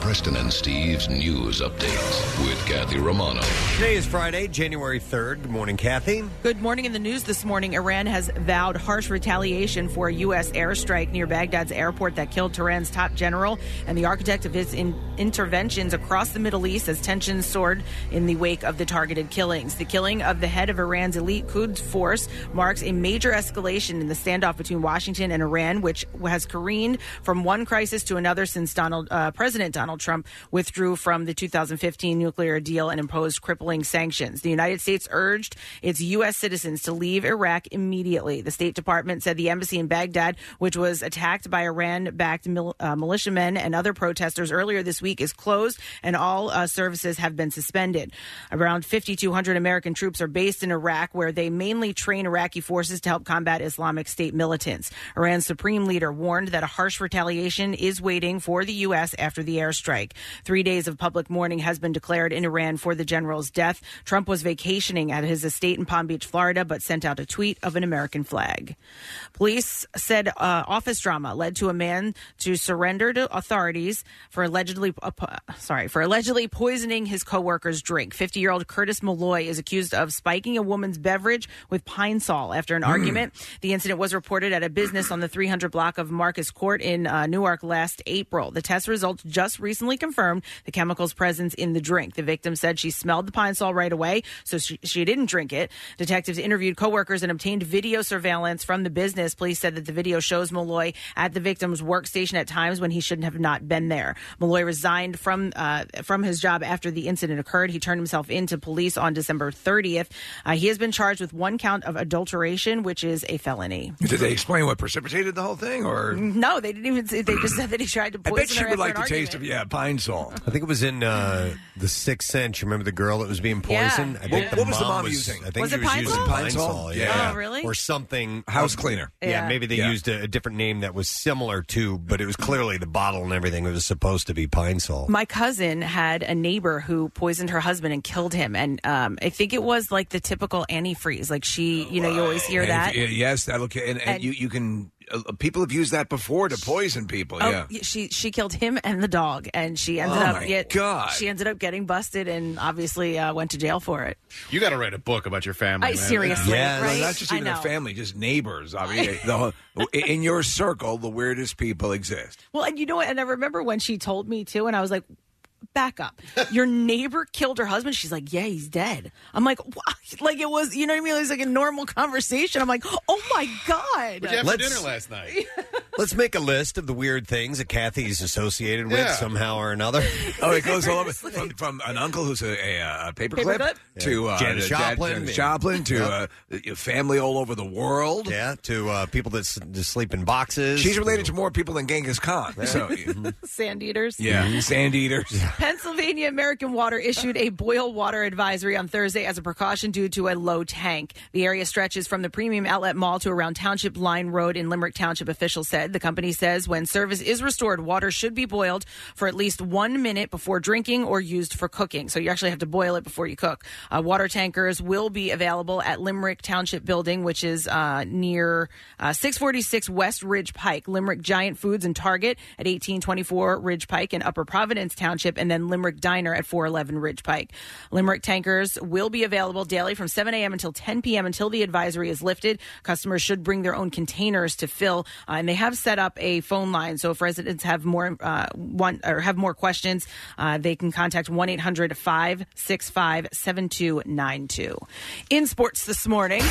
Preston and Steve's news updates with Kathy Romano. Today is Friday, January 3rd. Good morning, Kathy. Good morning. In the news this morning, Iran has vowed harsh retaliation for a U.S. airstrike near Baghdad's airport that killed Tehran's top general and the architect of its in- interventions across the Middle East as tensions soared in the wake of the targeted killings. The killing of the head of Iran's elite Quds force marks a major escalation in the standoff between Washington and Iran, which has careened from one crisis to another since Donald uh, President Donald Trump withdrew from the 2015 nuclear deal and imposed crippling sanctions. The United States urged its U.S. citizens to leave Iraq immediately. The State Department said the embassy in Baghdad, which was attacked by Iran-backed mil- uh, militiamen and other protesters earlier this week, is closed and all uh, services have been suspended. Around 5,200 American troops are based in Iraq, where they mainly train Iraqi forces to help combat Islamic State militants. Iran's supreme leader warned that a harsh retaliation is waiting for the U.S. after the airstrike. Three days of public mourning has been declared in Iran for the general's death. Trump was vacationing at his estate in Palm Beach, Florida, but sent out a tweet of an American flag. Police said uh, office drama led to a man to surrender to authorities for allegedly uh, po- sorry for allegedly poisoning his coworker's drink. Fifty year old Curtis Malloy is accused of spiking a woman's beverage with pine sol after an argument. The incident was reported at a business on the 300 block of Marcus Court in uh, Newark last April. The test results just recently confirmed the chemical's presence in the drink. The victim said she smelled the pine sol right away, so she, she didn't drink it. Detectives interviewed coworkers and obtained video surveillance from the business. Police said that the video shows Malloy at the victim's workstation at times when he shouldn't have not been there. Malloy resigned from uh, from his job after the incident occurred. He turned himself in to police on December 30th. Uh, he has been charged with one count of adulteration, which is a felony. Did they explain what precipitated the whole thing, or No, they didn't even. They just said that he tried to I poison bet she her would after like an the taste of argument. yeah pine sol. I think it was in uh, The Sixth Sense. You remember the girl that was being Yeah. poisoned? I think What- what was the mom using? I think Was she it was Pine using Sol? Pine Pine Sol? Sol, Yeah. yeah. Oh, really? Or something. House cleaner. Yeah, Yeah. maybe they Yeah. used a, a different name that was similar to, but it was clearly the bottle and everything. It was supposed to be Pine Sol. My cousin had a neighbor who poisoned her husband and killed him, and um, I think it was like the typical antifreeze. Like she, you know, you always hear And that. if- yes, that look and, and, And- you you can uh, people have used that before to poison people. Oh, yeah. y- she she killed him and the dog, and she ended Oh, up my yet God. she ended up getting busted and obviously uh, went to jail for it. You got to write a book about your family. I man. seriously, Yes. right? Well, not just I even their know. family, just neighbors. I mean, the whole, in your circle, the weirdest people exist. Well, and you know what? And I remember when she told me too, and I was like. Back up. Your neighbor killed her husband. She's like, Yeah, he's dead. I'm like, what? Like, it was, you know what I mean? It was like a normal conversation. I'm like, Oh my God. What'd you have Let's- for dinner last night? Let's make a list of the weird things that Kathy's associated with Yeah. somehow or another. Oh, it goes all over from, from an uncle who's a, a, uh, paperclip Paperclip? to uh, Janis the dad- Joplin. Janis Joplin to uh, family all over the world. yeah, to uh, people that s- that sleep in boxes. She's related to more people than Genghis Khan. So, Sand eaters. yeah, sand eaters. Pennsylvania American Water issued a boil water advisory on Thursday as a precaution due to a low tank. The area stretches from the Premium Outlet Mall to around Township Line Road in Limerick Township, officials said. The company says when service is restored, water should be boiled for at least one minute before drinking or used for cooking. So you actually have to boil it before you cook. Uh, water tankers will be available at Limerick Township Building, which is uh, near uh, 646 West Ridge Pike, Limerick Giant Foods and Target at 1824 Ridge Pike and Upper Providence Township, and then Limerick Diner at 411 Ridge Pike. Limerick tankers will be available daily from 7 a.m. until 10 p.m. until the advisory is lifted. Customers should bring their own containers to fill, uh, and they have set up a phone line. So if residents have more uh, want or have more questions, uh, they can contact 1 800 565 7292. In sports this morning.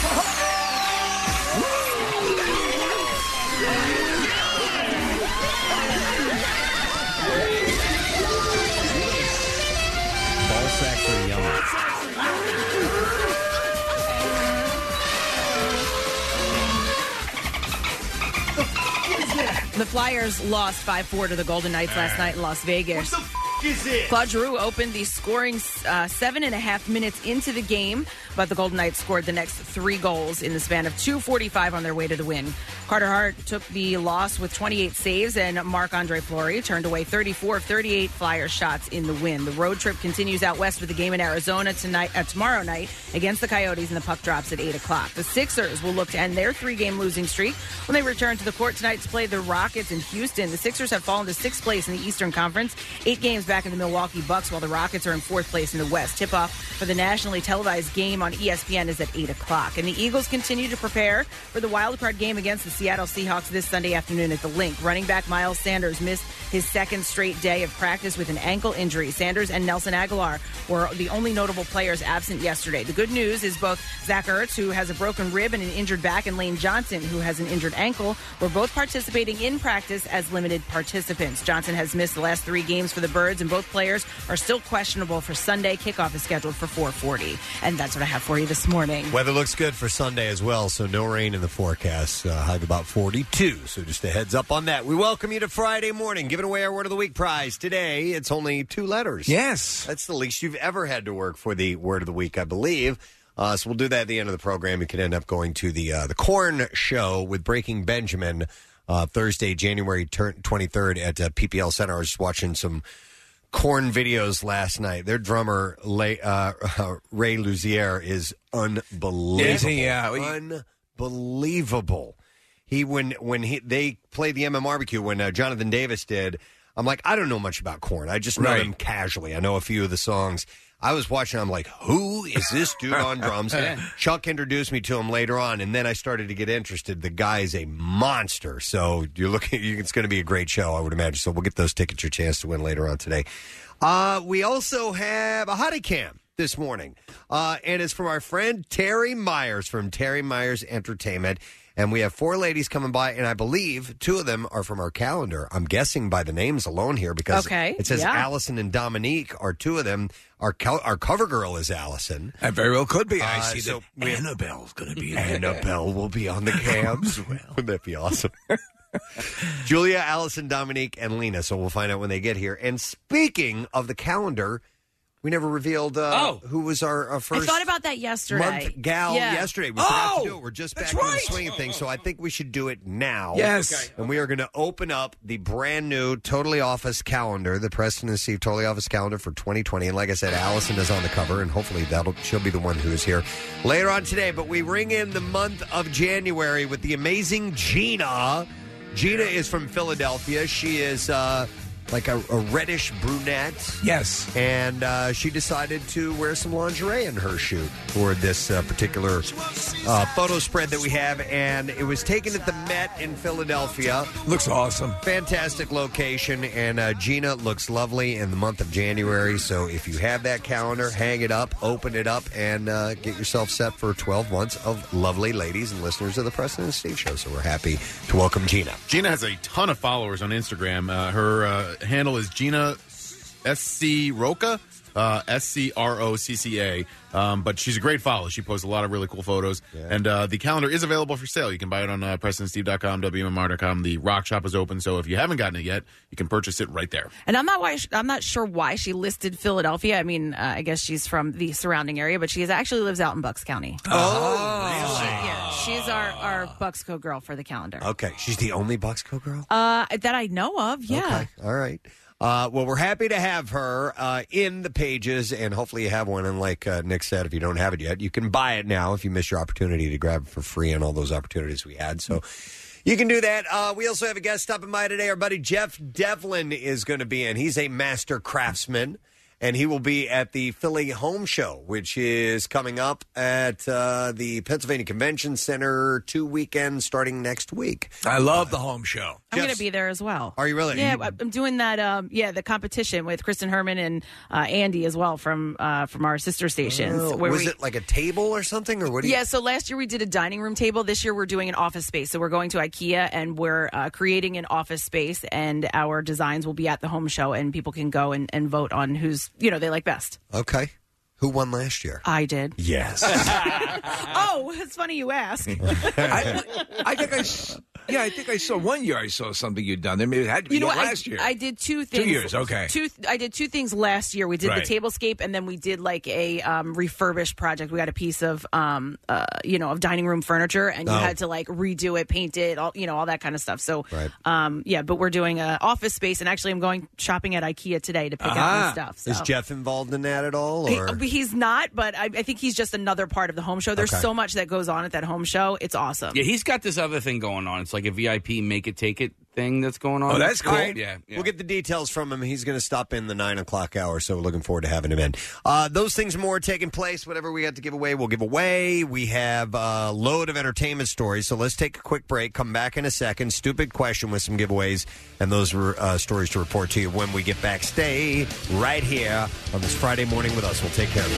ball sacks are yellow. The Flyers lost 5 4 to the Golden Knights last night in Las Vegas. Claude Giroux opened the scoring uh, seven and a half minutes into the game, but the Golden Knights scored the next three goals in the span of 2:45 on their way to the win. Carter Hart took the loss with 28 saves, and Marc Andre Fleury turned away 34 of 38 Flyer shots in the win. The road trip continues out west with a game in Arizona tonight, uh, tomorrow night against the Coyotes, and the puck drops at eight o'clock. The Sixers will look to end their three-game losing streak when they return to the court tonight to play the Rockets in Houston. The Sixers have fallen to sixth place in the Eastern Conference, eight games back in the Milwaukee Bucks, while the Rockets are in fourth place in the West. Tip off for the nationally televised game on E ESPN is at 8 o'clock. And the Eagles continue to prepare for the wild card game against the Seattle Seahawks this Sunday afternoon at the link. Running back Miles Sanders missed his second straight day of practice with an ankle injury. Sanders and Nelson Aguilar were the only notable players absent yesterday. The good news is both Zach Ertz, who has a broken rib and an injured back, and Lane Johnson, who has an injured ankle, were both participating in practice as limited participants. Johnson has missed the last three games for the Birds, and both players are still questionable for Sunday. Kickoff is scheduled for 4:40, and that's what I have for you this morning. Weather looks good for Sunday as well, so no rain in the forecast. Uh, high of about 42, so just a heads up on that. We welcome you to Friday morning, giving away our Word of the Week prize. Today, it's only two letters. Yes. That's the least you've ever had to work for the Word of the Week, I believe. Uh, so we'll do that at the end of the program. You could end up going to the uh, the Corn Show with Breaking Benjamin uh, Thursday, January tur- 23rd at uh, PPL Center. I was just watching some corn videos last night. Their drummer, Le- uh, Ray Luzier, is unbelievable. Is he? Yeah. Unbelievable. He when when he they played the MM barbecue when uh, Jonathan Davis did. I'm like, I don't know much about corn. I just know Right. them casually. I know a few of the songs. I was watching. I'm like, who is this dude on drums? Yeah. Chuck introduced me to him later on, and then I started to get interested. The guy is a monster. So you're looking. You, it's going to be a great show, I would imagine. So we'll get those tickets. Your chance to win later on today. Uh, we also have a hottie cam this morning, uh, and it's from our friend Terry Myers from Terry Myers Entertainment. And we have four ladies coming by, and I believe two of them are from our calendar. I'm guessing by the names alone here because Okay, it says yeah. Allison and Dominique are two of them. Our co- our cover girl is Allison. That very well could be. I Uh, see so that Annabelle's going to be there. Annabelle will be on the cams. Wouldn't that be awesome? Julia, Allison, Dominique, and Lena. So we'll find out when they get here. And speaking of the calendar, we never revealed uh, who was our, our Oh. I first thought about that yesterday. month gal Yeah. Oh, yesterday. We forgot to do it. We're just back in the swing of things, so I think we should do it now. Yes. Okay, And we are going to open up the brand new Totally Office calendar, the Preston and Steve Totally Office calendar for 2020. And like I said, Allison is on the cover, and hopefully that'll she'll be the one who is here later on today. But we ring in the month of January with the amazing Gina. Gina is from Philadelphia. She is. Uh, like a, a reddish brunette. Yes. And uh, she decided to wear some lingerie in her shoot for this uh, particular uh, photo spread that we have. And it was taken at the Met in Philadelphia. Looks awesome. Fantastic location. And uh, Gina looks lovely in the month of January. So if you have that calendar, hang it up, open it up, and uh, get yourself set for 12 months of lovely ladies and listeners of the Preston and Steve Show. So we're happy to welcome Gina. Gina has a ton of followers on Instagram. Uh, her uh, handle is Gina SC Roca, uh, S C R O C C A. Um, but she's a great follow. She posts a lot of really cool photos. And uh, the calendar is available for sale. You can buy it on uh, PrestonSteve.com, WMMR.com. The rock shop is open. So if you haven't gotten it yet, you can purchase it right there. And I'm not why I'm not sure why she listed Philadelphia. I mean, uh, I guess she's from the surrounding area, but she is, actually lives out in Bucks County. Oh, Yeah, she's our our Bucksco girl for the calendar. Okay. She's the only Bucksco girl? Uh, that I know of. Yeah. Okay. All right. Uh, well, we're happy to have her uh, in the pages, and hopefully you have one. And like uh, Nick said, if you don't have it yet, you can buy it now if you miss your opportunity to grab it for free and all those opportunities we had. So you can do that. Uh, we also have a guest stopping by today. Our buddy Jeff Devlin is going to be in. He's a master craftsman, and he will be at the Philly Home Show, which is coming up at uh, the Pennsylvania Convention Center two weekends starting next week. I love the home show. I'm going to be there as well. Are you really? Yeah, You- I- I'm doing that. Um, yeah, the competition with Kristen Herman and uh, Andy as well from uh, from our sister stations. Oh, was it like a table or something, or what? Do you, yeah, so last year we did a dining room table. This year we're doing an office space. So we're going to IKEA and we're uh, creating an office space, and our designs will be at the home show, and people can go and, and vote on who's you know they like best. Okay. Who won last year? I did. Yes. oh, it's funny you ask. I, I think I, s- Yeah, I think I saw one year. I saw something you'd done there. Maybe it had to be You know what? last I, year. I did two things. years, okay. Two. I did two things last year. We did Right. the tablescape, and then we did like a um, refurbished project. We got a piece of, um, uh, you know, of dining room furniture, and you Oh. had to like redo it, paint it, all you know, all that kind of stuff. So, Right. um, yeah. But we're doing a office space, and actually, I'm going shopping at IKEA today to pick out Ah. new stuff. So. Is Jeff involved in that at all? He- Or he's not, but I, I think he's just another part of the home show. There's Okay. so much that goes on at that home show. It's awesome. Yeah, he's got this other thing going on. It's like a VIP make it take it thing that's going on. Oh, that's cool. All right. Yeah, yeah. We'll get the details from him. He's going to stop in the nine o'clock hour, so we're looking forward to having him in. Uh, those things and more are taking place. Whatever we got to give away, we'll give away. We have a load of entertainment stories, so let's take a quick break. Come back in a second. Stupid question with some giveaways and those were uh, stories to report to you when we get back. Stay right here on this Friday morning with us. We'll take care of you.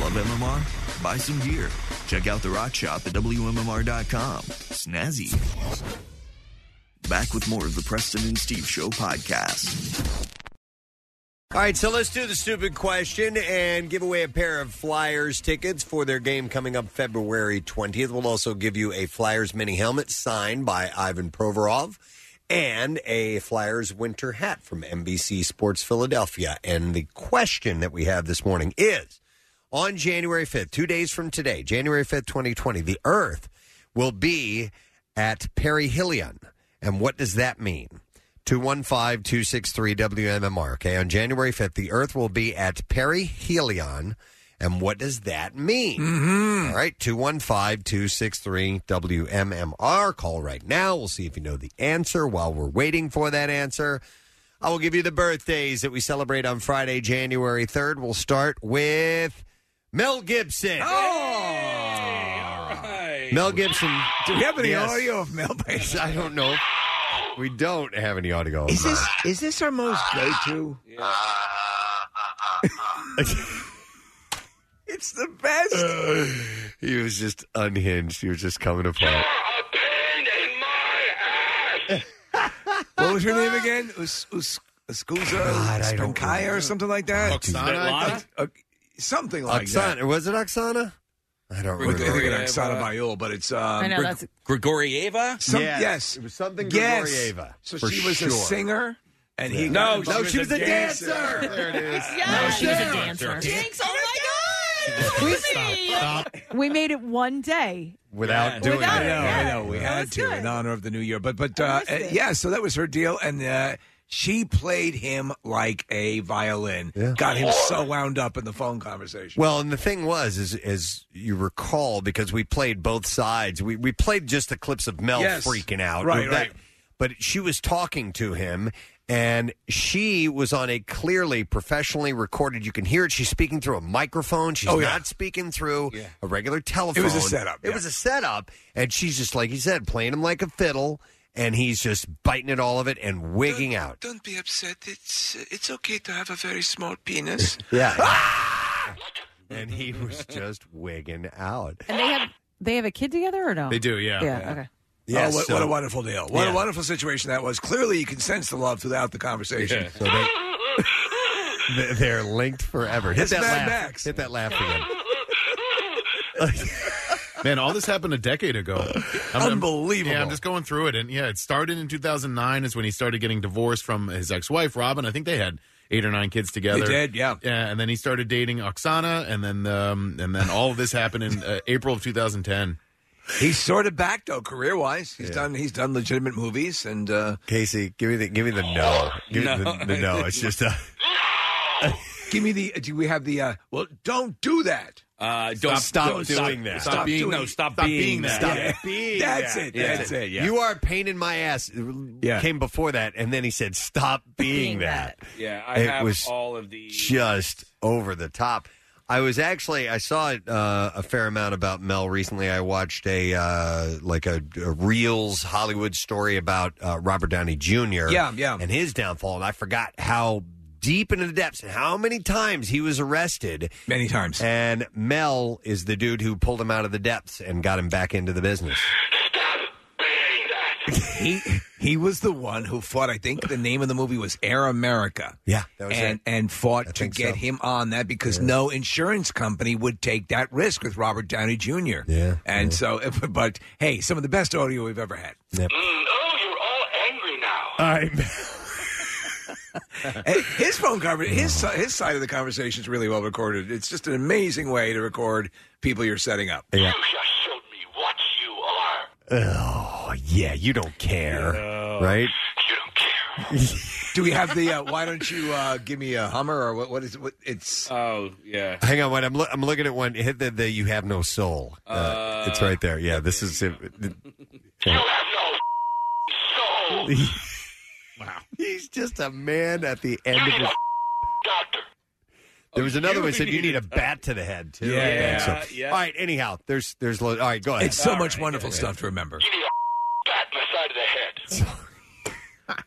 Love MMR? Buy some gear. Check out the rock shop at WMMR.com. Snazzy. Back with more of the Preston and Steve Show podcast. All right, so let's do the stupid question and give away a pair of Flyers tickets for their game coming up February 20th. We'll also give you a Flyers mini helmet signed by Ivan Provorov and a Flyers winter hat from NBC Sports Philadelphia. And the question that we have this morning is on January 5th, two days from today, January 5th, 2020, the Earth will be at perihelion. And what does that mean? 215 263 WMMR. Okay, on January 5th, the Earth will be at perihelion. And what does that mean? Mm-hmm. right, 215 263 WMMR. Call right now. We'll see if you know the answer while we're waiting for that answer. I will give you the birthdays that we celebrate on Friday, January 3rd. We'll start with Mel Gibson. Oh! Mel Gibson. Do we have any Yes. audio of Mel Bates? I don't know. We don't have any audio. of Is that. this is this our most go to? it's the best. he was just unhinged. He was just coming apart. what was her name again? Us- Us- Escusa God, I don't Spankaya or something like that. Oksana, I think? Uh, something like that. Oksana, was it Oksana? I don't We're remember. thinking of Oksana Bayul, but it's um, I know Grig- that's Grigorieva? some, Yes. yes. It was something yes. Grigorieva, So for she was sure. a singer, and he No, got no, involved she as was a There it is. yeah, she was a dancer. Jinx, oh my god! We made it one day. Without Yeah. doing Without I know, that. I Yeah. know. We That had was to good. in honor of the new year, but but uh, missed it. yeah. So that was her deal, and uh, she played him like a violin. Yeah. Got him so wound up in the phone conversation. Well, and the thing was, is as you recall, because we played both sides, we, we played just the clips of Mel Yes. freaking out. Right, That- right. But she was talking to him, and she was on a clearly professionally recorded. You can hear it. She's speaking through a microphone. She's Oh, yeah. not speaking through Yeah. a regular telephone. setup, It yeah. was a setup, and she's just like he said, playing him like a fiddle, and he's just biting at all of it and wigging out. Don't be upset. It's it's okay to have a very small penis. Yeah. and he was just wigging out. And they have they have a kid together or no? They do, yeah. Yeah. Okay. oh, what, so- what a wonderful deal! What Yeah. a wonderful situation that was. Clearly, you can sense the love throughout the conversation. Yeah. So they, They- they're linked forever. Hit It's that Mad laugh. Max. Hit that laugh again. Man, all this happened a decade ago. I'm- I'm- Unbelievable. yeah, I'm just going through it, and yeah, it started in 2009 is when he started getting divorced from his ex-wife Robin. I think they had eight or nine kids together. They did, yeah. Yeah, and then he started dating Oksana, and then um, and then all of this happened in uh, April of 2010. He's sort of back though, career wise. He's done. He's done legitimate movies, and uh, Casey, give me the give me the no. Give me No. the, the no. It's just uh, a give me the. Do we have the? Uh, well, don't do that. Uh, don't Stop don't- doing that. Stop, Stop being doing- no. Stop, stop being, being that. that. Yeah. B. That's it. That's it. Yeah. You are a pain in my ass. Yeah. Came before that, and then he said, "Stop being, Being that." Yeah, I It have was all of the. Just over the top. I was actually I saw uh, a fair amount about Mel recently. I watched a uh, like a, a Reels Hollywood story about uh, Robert Downey Jr. Yeah, yeah. and his downfall. And I forgot how deep into the depths and how many times he was arrested. Many times. And Mel is the dude who pulled him out of the depths and got him back into the business. he he was the one who fought. I think the name of the movie was Air America. Yeah, that was and it. and fought to think get so. him on that because no insurance company would take that risk with Robert Downey Jr. Yeah, and so but hey, some of the best audio we've ever had. I'm. his phone conver- his si- his side of the conversation is really well recorded. It's just an amazing way to record people you're setting up. Yeah. Oh yeah, you don't care, right? Do we have the? Uh, why don't you uh, give me a Hummer or what? What is it? What, it's oh yeah. Hang on, wait. I'm loo- I'm looking at one. Hit the, the you have no soul. Uh, it's right there. Yeah, this is it. wow. He's just a man at the end of his. There was another one that said you need a bat to the head too. I think so. All right. Anyhow, there's there's lo- all right. Go ahead. it's so much wonderful stuff to remember.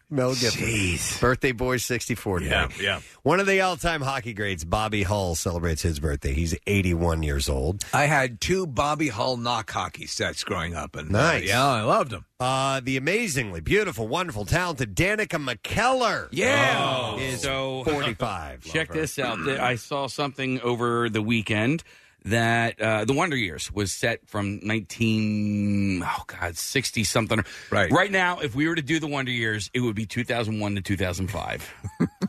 Mel Gibson. Birthday boy 64 today. Yeah, yeah. One of the all-time hockey greats, Bobby Hull, celebrates his birthday. He's 81 years old. I had two Bobby Hull knock hockey sets growing up, and uh, Nice. yeah, I loved them. Uh, the amazingly beautiful, wonderful, talented Danica McKellar. Yeah. is so 45. Check this out. Th- I saw something over the weekend that uh, the Wonder Years was set from 19 oh god 60 something. Right. Right now if we were to do the Wonder Years it would be 2001 to 2005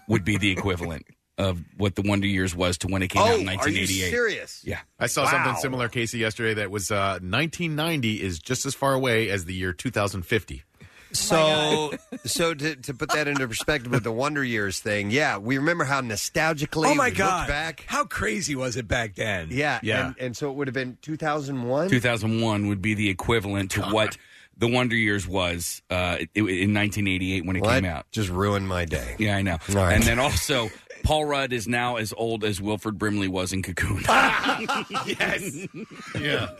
would be the equivalent of what the Wonder Years was to when it came out in 1988. Oh, serious? Yeah. I saw Wow. something similar, Casey, yesterday that was uh, 1990 is just as far away as the year 2050. So, so to, to put that into perspective with the Wonder Years thing, yeah, we remember how nostalgically Oh my we God! looked back. How crazy was it back then? Yeah, Yeah. And, and so it would have been 2001? 2001 would be the equivalent to what the Wonder Years was uh, i- in 1988 when it What? came out. Just ruined my day. Yeah, I know. right. And then also, Paul Rudd is now as old as Wilfred Brimley was in Cocoon. Yeah.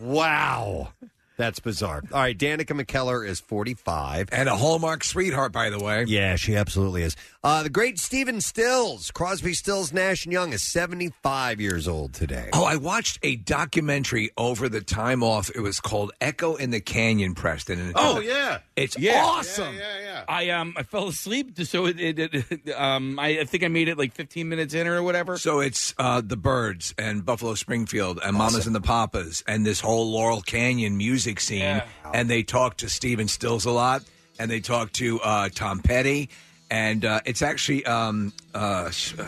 Wow. That's bizarre. All right, Danica McKellar is 45. and a Hallmark sweetheart, by the way. Yeah, she absolutely is. Uh, the great Stephen Stills, Crosby, Stills, Nash and Young, is 75 years old today. Oh, I watched a documentary over the time off. It was called Echo in the Canyon, Preston. And Oh, yeah. it's Yeah. awesome. Yeah, yeah. I um I fell asleep, so it, it, it um I, I think I made it like 15 minutes in or whatever. So it's uh, the Birds and Buffalo Springfield and Mamas and the Papas and this whole Laurel Canyon music scene. Yeah. And they talk to Steven Stills a lot, and they talk to uh, Tom Petty, and uh, it's actually um, uh, sh- uh,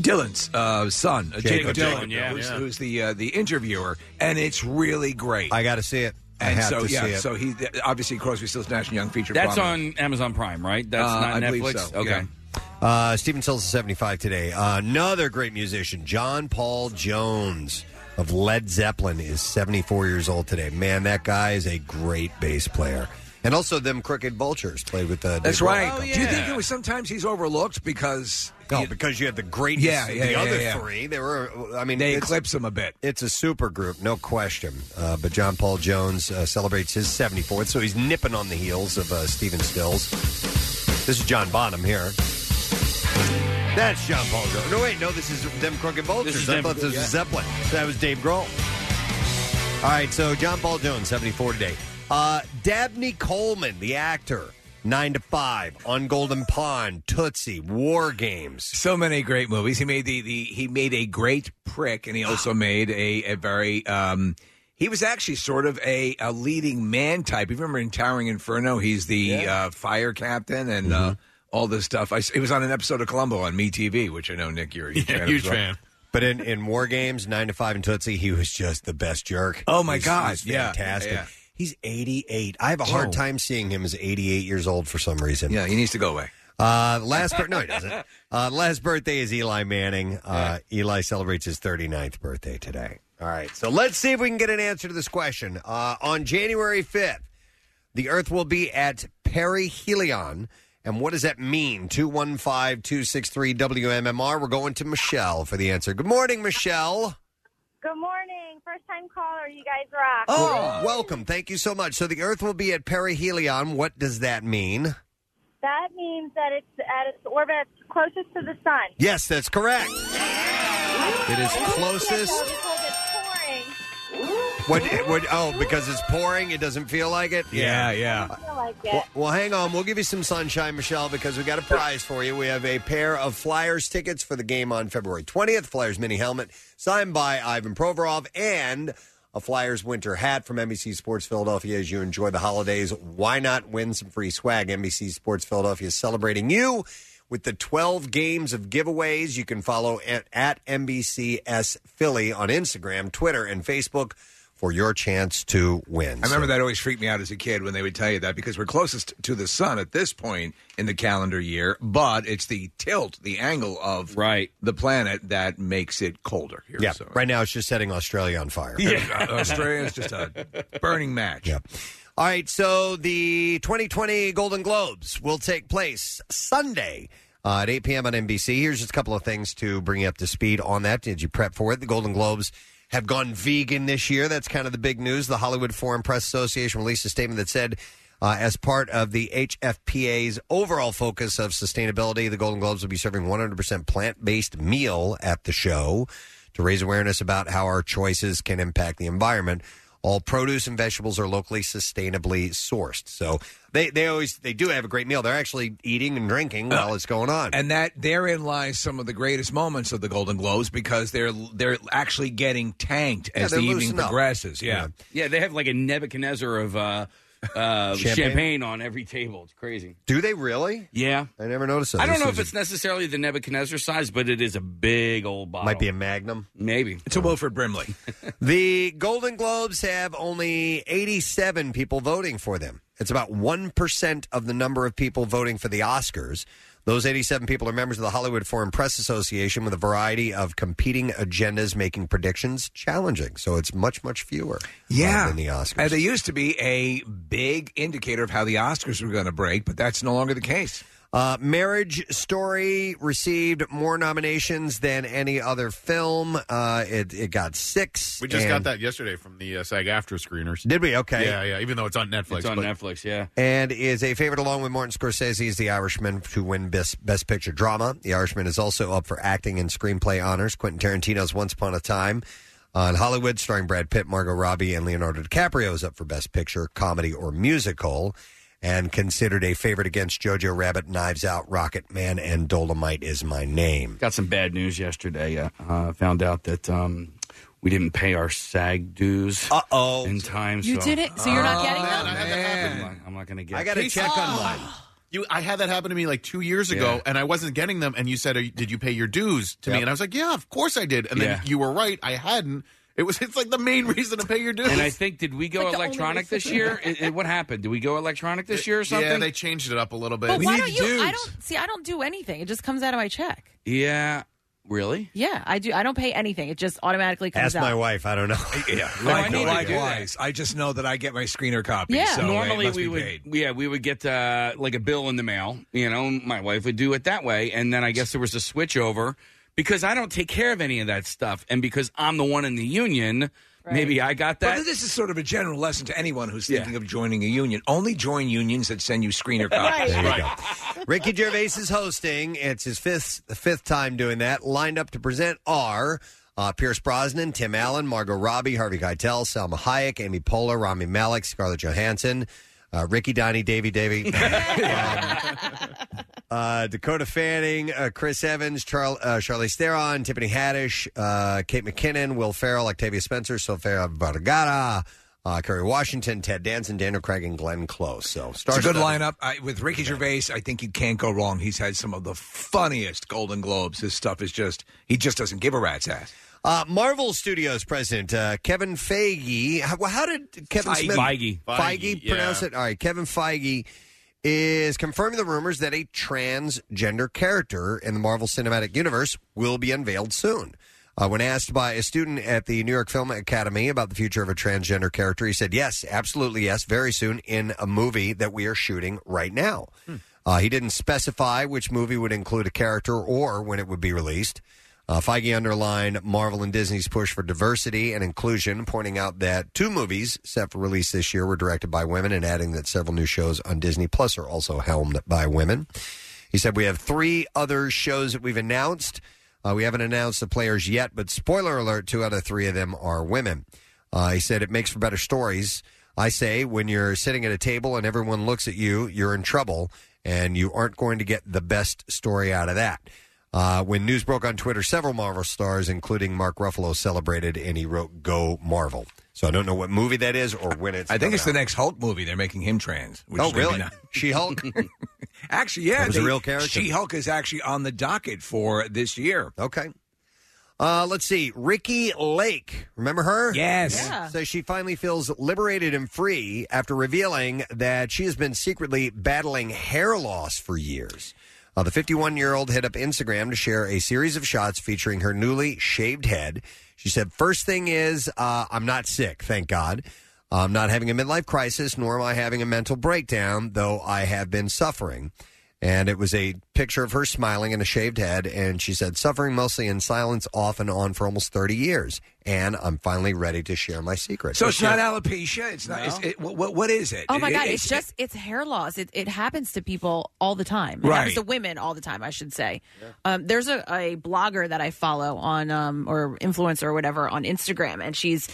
Dylan's uh, son, uh, Jacob Jacob, Dylan, Dylan, yeah. who's, Yeah. who's the uh, the interviewer, and it's really great. I got to see it. I and have so to yeah, see it. so he th- obviously Crosby, Stills, Nash and Young featured. That's prominently. on Amazon Prime, right? That's Uh, not I believe Netflix. so, Okay. yeah. Uh, Stephen Stills is 75 today. Uh, another great musician, John Paul Jones of Led Zeppelin, is 74 years old today. Man, that guy is a great bass player. And also, them Crooked Vultures played with uh, That's Dave right. Oh, Grohl. Do you think it was sometimes he's overlooked because No, because you had the greatest. Yeah, yeah, the yeah, other yeah. three, they were. I mean, they it's- eclipse him a bit? It's a super group, no question. Uh, but John Paul Jones uh, celebrates his 74th, so he's nipping on the heels of uh, Stephen Stills. This is John Bonham here. That's John Paul Jones. No, wait, no, this is them Crooked Vultures. This is I them- thought this was yeah. Zeppelin. That was Dave Grohl. All right, so John Paul Jones, 74 today. Uh, Dabney Coleman, the actor, 9 to 5, on Golden Pond, Tootsie, War Games. So many great movies. He made the, the he made a great prick, and he also made a a very um. He was actually sort of a, a leading man type. You remember in Towering Inferno, he's the uh, fire captain and uh, Mm-hmm. all this stuff. I, s- he was on an episode of Columbo on MeTV, which I know Nick, you're a huge fan. of Huge as well. fan. But in, in War Games, 9 to 5 and Tootsie, he was just the best jerk. Oh, my He's- God. He's Yeah, fantastic. yeah, yeah. He's 88. I have a hard Whoa. time seeing him as 88 years old for some reason. Oh. Yeah, he needs to go away. Uh, last bir- no, he doesn't. Uh, last birthday is Eli Manning. Uh, Eli celebrates his 39th birthday today. All right, so let's see if we can get an answer to this question. Uh, on January 5th, the Earth will be at perihelion And what does that mean? 215 263 WMMR. We're going to Michelle for the answer. Good morning, Michelle. Good morning. First time caller. You guys rock. Oh. Oh, Well, welcome. Thank you so much. So the Earth will be at perihelion. What does that mean? That means that it's at its orbit closest to the sun. Yes, that's correct. It is closest. What, what? Oh, because it's pouring, it doesn't feel like it. Yeah, yeah. I feel like it. Well, well, hang on. We'll give you some sunshine, Michelle, because we got a prize for you. We have a pair of Flyers tickets for the game on February 20th. Flyers mini helmet signed by Ivan Provorov and a Flyers winter hat from NBC Sports Philadelphia. As you enjoy the holidays, why not win some free swag? NBC Sports Philadelphia is celebrating you with the 12 games of giveaways. You can follow at, at NBCS Philly on Instagram, Twitter, and Facebook for your chance to win. I remember that always freaked me out as a kid when they would tell you that because we're closest to the sun at this point in the calendar year, but it's the tilt, the angle of right the planet that makes it colder here. Yeah, right now it's just setting Australia on fire. Yeah. Australia's just a burning match. Yeah. All right, so the 2020 Golden Globes will take place Sunday uh, at 8 p.m. on NBC. Here's just a couple of things to bring you up to speed on that. Did you prep for it? The Golden Globes have gone vegan this year. That's kind of the big news. The Hollywood Foreign Press Association released a statement that said, uh, as part of the HFPA's overall focus of sustainability, the Golden Globes will be serving 100% plant based meal at the show to raise awareness about how our choices can impact the environment. All produce and vegetables are locally sustainably sourced. So they, they always they do have a great meal. They're actually eating and drinking while it's going on. Uh, And that therein lies some of the greatest moments of the Golden Globes because they're they're actually getting tanked Yeah, as they're the evening loosening up. progresses. Yeah. Yeah, they have like a Nebuchadnezzar of uh, uh, champagne? on every table. It's crazy. Do they really? Yeah. I never noticed that. I don't This know is if it's necessarily the Nebuchadnezzar size, but it is a big old bottle. Might be a Magnum. Maybe. It's a Wilfred Brimley. The Golden Globes have only 87 people voting for them. It's about 1% of the number of people voting for the Oscars. Those 87 people are members of the Hollywood Foreign Press Association with a variety of competing agendas making predictions challenging. So it's much, much fewer. Yeah. than the Oscars. And they used to be a big indicator of how the Oscars were going to break, but that's no longer the case. Uh, Marriage Story received more nominations than any other film. Uh, it, it got six. We just and- got that yesterday from the uh, SAG after screeners. Did we? Okay. Yeah, yeah. Even though it's on Netflix. It's on but- Netflix, yeah. and is a favorite along with Martin Scorsese's The Irishman to win Best, Best Picture Drama. The Irishman is also up for acting and screenplay honors. Quentin Tarantino's Once Upon a Time on Hollywood, starring Brad Pitt, Margot Robbie, and Leonardo DiCaprio, is up for Best Picture, Comedy, or Musical. And considered a favorite against Jojo Rabbit, Knives Out, Rocket Man, and Dolomite is my name. Got some bad news yesterday. Uh, uh, found out that um, we didn't pay our SAG dues uh oh in time. You so. Oh, did it, so you're not getting Man, them. I had that happen. I'm not- I'm not going to get. Oh, I gotta Peace. check on mine. You, I had that happen to me like two years ago, Yeah. and I wasn't getting them. And you said, Are you, "Did you pay your dues?" to me, and I was like, "Yeah, of course I did." And then Yeah. you were right; I hadn't. It was it's like the main reason to pay your dues. And I think did we go Like the only electronic reason. this year? and, and what happened? Did we go electronic this year or something? yeah, they changed it up a little bit. But why don't you? I don't see. I don't do anything. It just comes out of my check. Yeah, really? Yeah, I do. I don't pay anything. It just automatically comes Ask out. my wife. I don't know. Yeah. I need to do that. likewise. I just know that I get my screener copy. Yeah. So it Normally must we be would, paid. yeah, we would get uh, like a bill in the mail. You know, my wife would do it that way, and then I guess there was a switch over because I don't take care of any of that stuff, and because I'm the one in the union, maybe I got that. But this is sort of a general lesson to anyone who's thinking of joining a union. Only join unions that send you screener copies. There you go. Ricky Gervais is hosting. It's his fifth fifth time doing that. Lined up to present are uh, Pierce Brosnan, Tim Allen, Margot Robbie, Harvey Keitel, Selma Hayek, Amy Poehler, Rami Malek, Scarlett Johansson, uh, Ricky Donnie, Davy Davy, uh, Dakota Fanning, uh, Chris Evans, Charl- uh, Charlize Theron, Tiffany Haddish, uh, Kate McKinnon, Will Ferrell, Octavia Spencer, Sofia Vergara, uh, Kerry Washington, Ted Danson, Daniel Craig, and Glenn Close. So, It's a good star-studded. lineup. I, with Ricky Gervais, I think you can't go wrong. He's had some of the funniest Golden Globes. His stuff is just, he just doesn't give a rat's ass. Uh, Marvel Studios president uh, Kevin Feige. How, well, how did Kevin Feige. Smith Feige. Feige Feige, pronounce yeah. it? All right, Kevin Feige is confirming the rumors that a transgender character in the Marvel Cinematic Universe will be unveiled soon. Uh, when asked by a student at the New York Film Academy about the future of a transgender character, he said, "Yes, absolutely, yes, very soon in a movie that we are shooting right now." Uh, he didn't specify which movie would include a character or when it would be released. Uh, Feige underlined Marvel and Disney's push for diversity and inclusion, pointing out that two movies set for release this year were directed by women, and adding that several new shows on Disney Plus are also helmed by women. He said, We have three other shows that we've announced. Uh, we haven't announced the players yet, but spoiler alert, two out of three of them are women. Uh, he said, It makes for better stories. I say, when you're sitting at a table and everyone looks at you, you're in trouble, and you aren't going to get the best story out of that. Uh, when news broke on Twitter, several Marvel stars, including Mark Ruffalo, celebrated, and he wrote, Go Marvel. So I don't know what movie that is or when it's. I think coming it's the out. next Hulk movie. They're making him trans. Which Oh, is gonna be really? nice. She-Hulk? actually, yeah, That was a they- real character. She-Hulk is actually on the docket for this year. Okay. Uh, let's see. Ricky Lake. Remember her? Yes. Yeah. So she finally feels liberated and free after revealing that she has been secretly battling hair loss for years. Uh, the 51 year old hit up Instagram to share a series of shots featuring her newly shaved head. She said, First thing is, uh, I'm not sick, thank God. I'm not having a midlife crisis, nor am I having a mental breakdown, though I have been suffering. And it was a picture of her smiling and a shaved head. And she said, suffering mostly in silence off and on for almost 30 years. And I'm finally ready to share my secret. So it's not alopecia. It's not. It's, it, what, what- what is it? Oh my It- god, it- it's just it's hair loss. It it happens to people all the time. It Right. happens to women all the time, I should say. Um, there's a, a blogger that I follow on um or influencer or whatever on Instagram and she's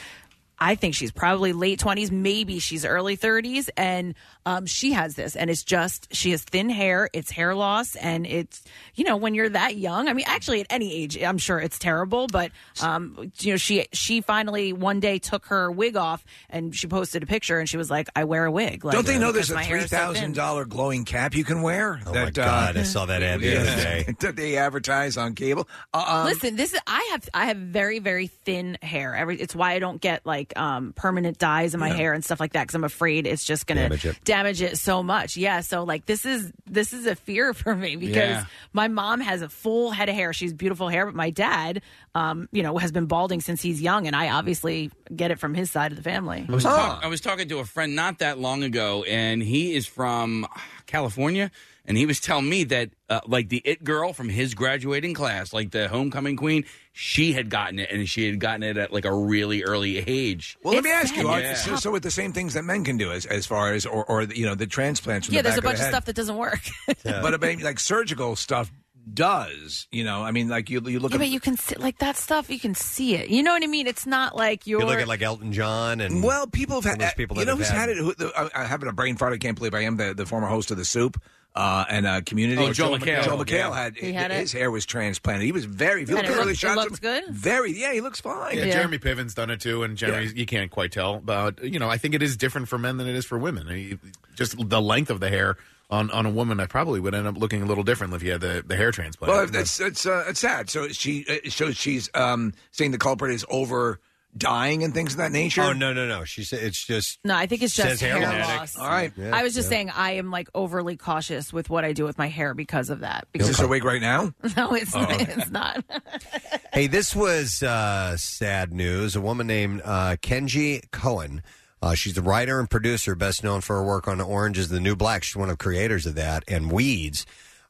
I think she's probably late twenties, maybe she's early thirties, and um, she has this, and it's just she has thin hair, it's hair loss, and it's you know when you're that young. I mean, actually at any age, I'm sure it's terrible, but um, you know she she finally one day took her wig off, and she posted a picture, and she was like, "I wear a wig." Like, Don't they know because there's a my hair three is so thin. thousand dollar glowing cap you can wear? Oh my God, I saw that ad the other day. That they advertise on cable. Uh, um, Listen, this is I have I have very very thin hair. Every it's why I don't get like um, permanent dyes in my Yeah. hair and stuff like that because I'm afraid it's just gonna Damage it. damage it so much. Yeah, so like this is this is a fear for me because Yeah. my mom has a full head of hair. She's beautiful hair, but my dad, um, you know, has been balding since he's young, and I obviously get it from his side of the family. I was, talk- I was talking to a friend not that long ago, and he is from ah, California, and he was telling me that uh, like the it girl from his graduating class, like the homecoming queen, she had gotten it, and she had gotten it at like a really early age. well, let me ask you. Are, Yeah. so, so with the same things that men can do, as, as far as or, or you know the transplants. From yeah, the there's back a bunch of, the head. stuff that doesn't work. But I mean, like surgical stuff does. You know, I mean, like you you look yeah, at but you can see like that stuff. You can see it. You know what I mean? It's not like you're. You look at like Elton John and. well, people have all had those people you that know have who's had, it. Who, the, I, I'm having a brain fart. I can't believe I am the, the former host of the Soup uh, and uh, Community. Oh, Joe McHale. Joe McHale Yeah. had, He had it? his hair was transplanted. He was very. If you And look it at early looked- it shots, looked good? Very. Yeah, he looks fine. Yeah, Jeremy Piven's done it too, and Jeremy, you can't quite tell. But you know, I think it is different for men than it is for women. I mean, Just the length of the hair on, on a woman, I probably would end up looking a little different if you had the, the hair transplant. Well, that's that's uh, it's sad. So she uh, so she's um, saying the culprit is over dying and things of that nature. Oh, no, no, no. She said it's just. No, I think it's Says just hair hair, loss. loss. All right. Yeah, I was just yeah. saying I am like overly cautious with what I do with my hair because of that. Is Because this her wig right now? no, it's Oh, okay. it's not. Hey, this was uh, sad news. A woman named uh, Kenji Cohen. Uh, she's the writer and producer, best known for her work on Orange is the New Black. She's one of the creators of that and Weeds.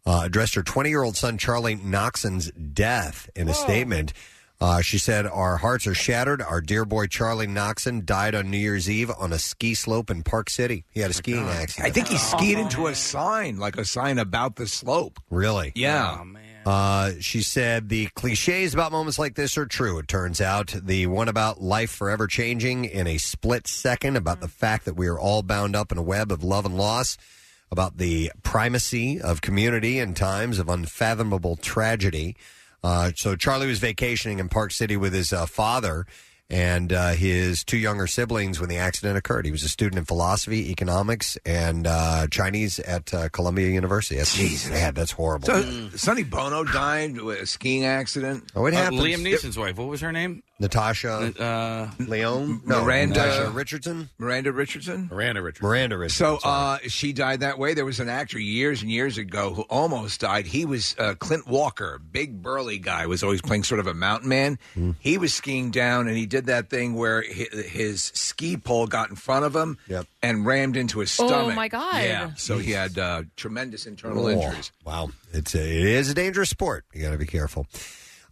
Uh, addressed her 20 year old son, Charlie Knoxon's death in a statement. Uh, she said, Our hearts are shattered. Our dear boy, Charlie Knoxon, died on New Year's Eve on a ski slope in Park City. He had a skiing accident. I think he skied into a sign, like a sign about the slope. Really? Yeah. Uh, she said the cliches about moments like this are true. It turns out the one about life forever changing in a split second, about the fact that we are all bound up in a web of love and loss, about the primacy of community in times of unfathomable tragedy. Uh, so Charlie was vacationing in Park City with his uh, father and uh, his two younger siblings when the accident occurred. He was a student in philosophy, economics, and uh, Chinese at uh, Columbia University. That's, Jesus, man, that's horrible. So Sonny Bono died with a skiing accident. Oh, it Uh, happens. Liam Neeson's wife. What was her name? Natasha uh, Leon, Miranda- Natasha Richardson, Miranda Richardson, Miranda Richardson, Miranda Richardson. So uh, she died that way. There was an actor years and years ago who almost died. He was uh, Clint Walker, big burly guy, was always playing sort of a mountain man. Hmm. He was skiing down, and he did that thing where hi- his ski pole got in front of him and rammed into his Oh, stomach. my God. Yeah, so he had uh, tremendous internal Oh, injuries. Wow, it's a, it is a dangerous sport. You got to be careful.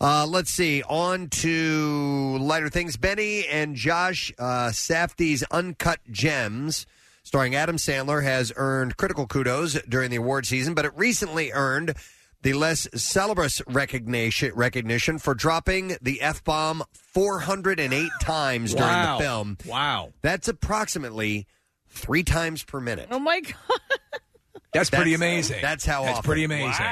Uh, let's see. On to lighter things. Benny and Josh uh, Safdie's Uncut Gems, starring Adam Sandler, has earned critical kudos during the award season, but it recently earned the less celebrous recognition recognition for dropping the f bomb 408 times during Wow. the film. Wow, that's approximately three times per minute. Oh my god! That's pretty amazing. That's how That's often. pretty amazing.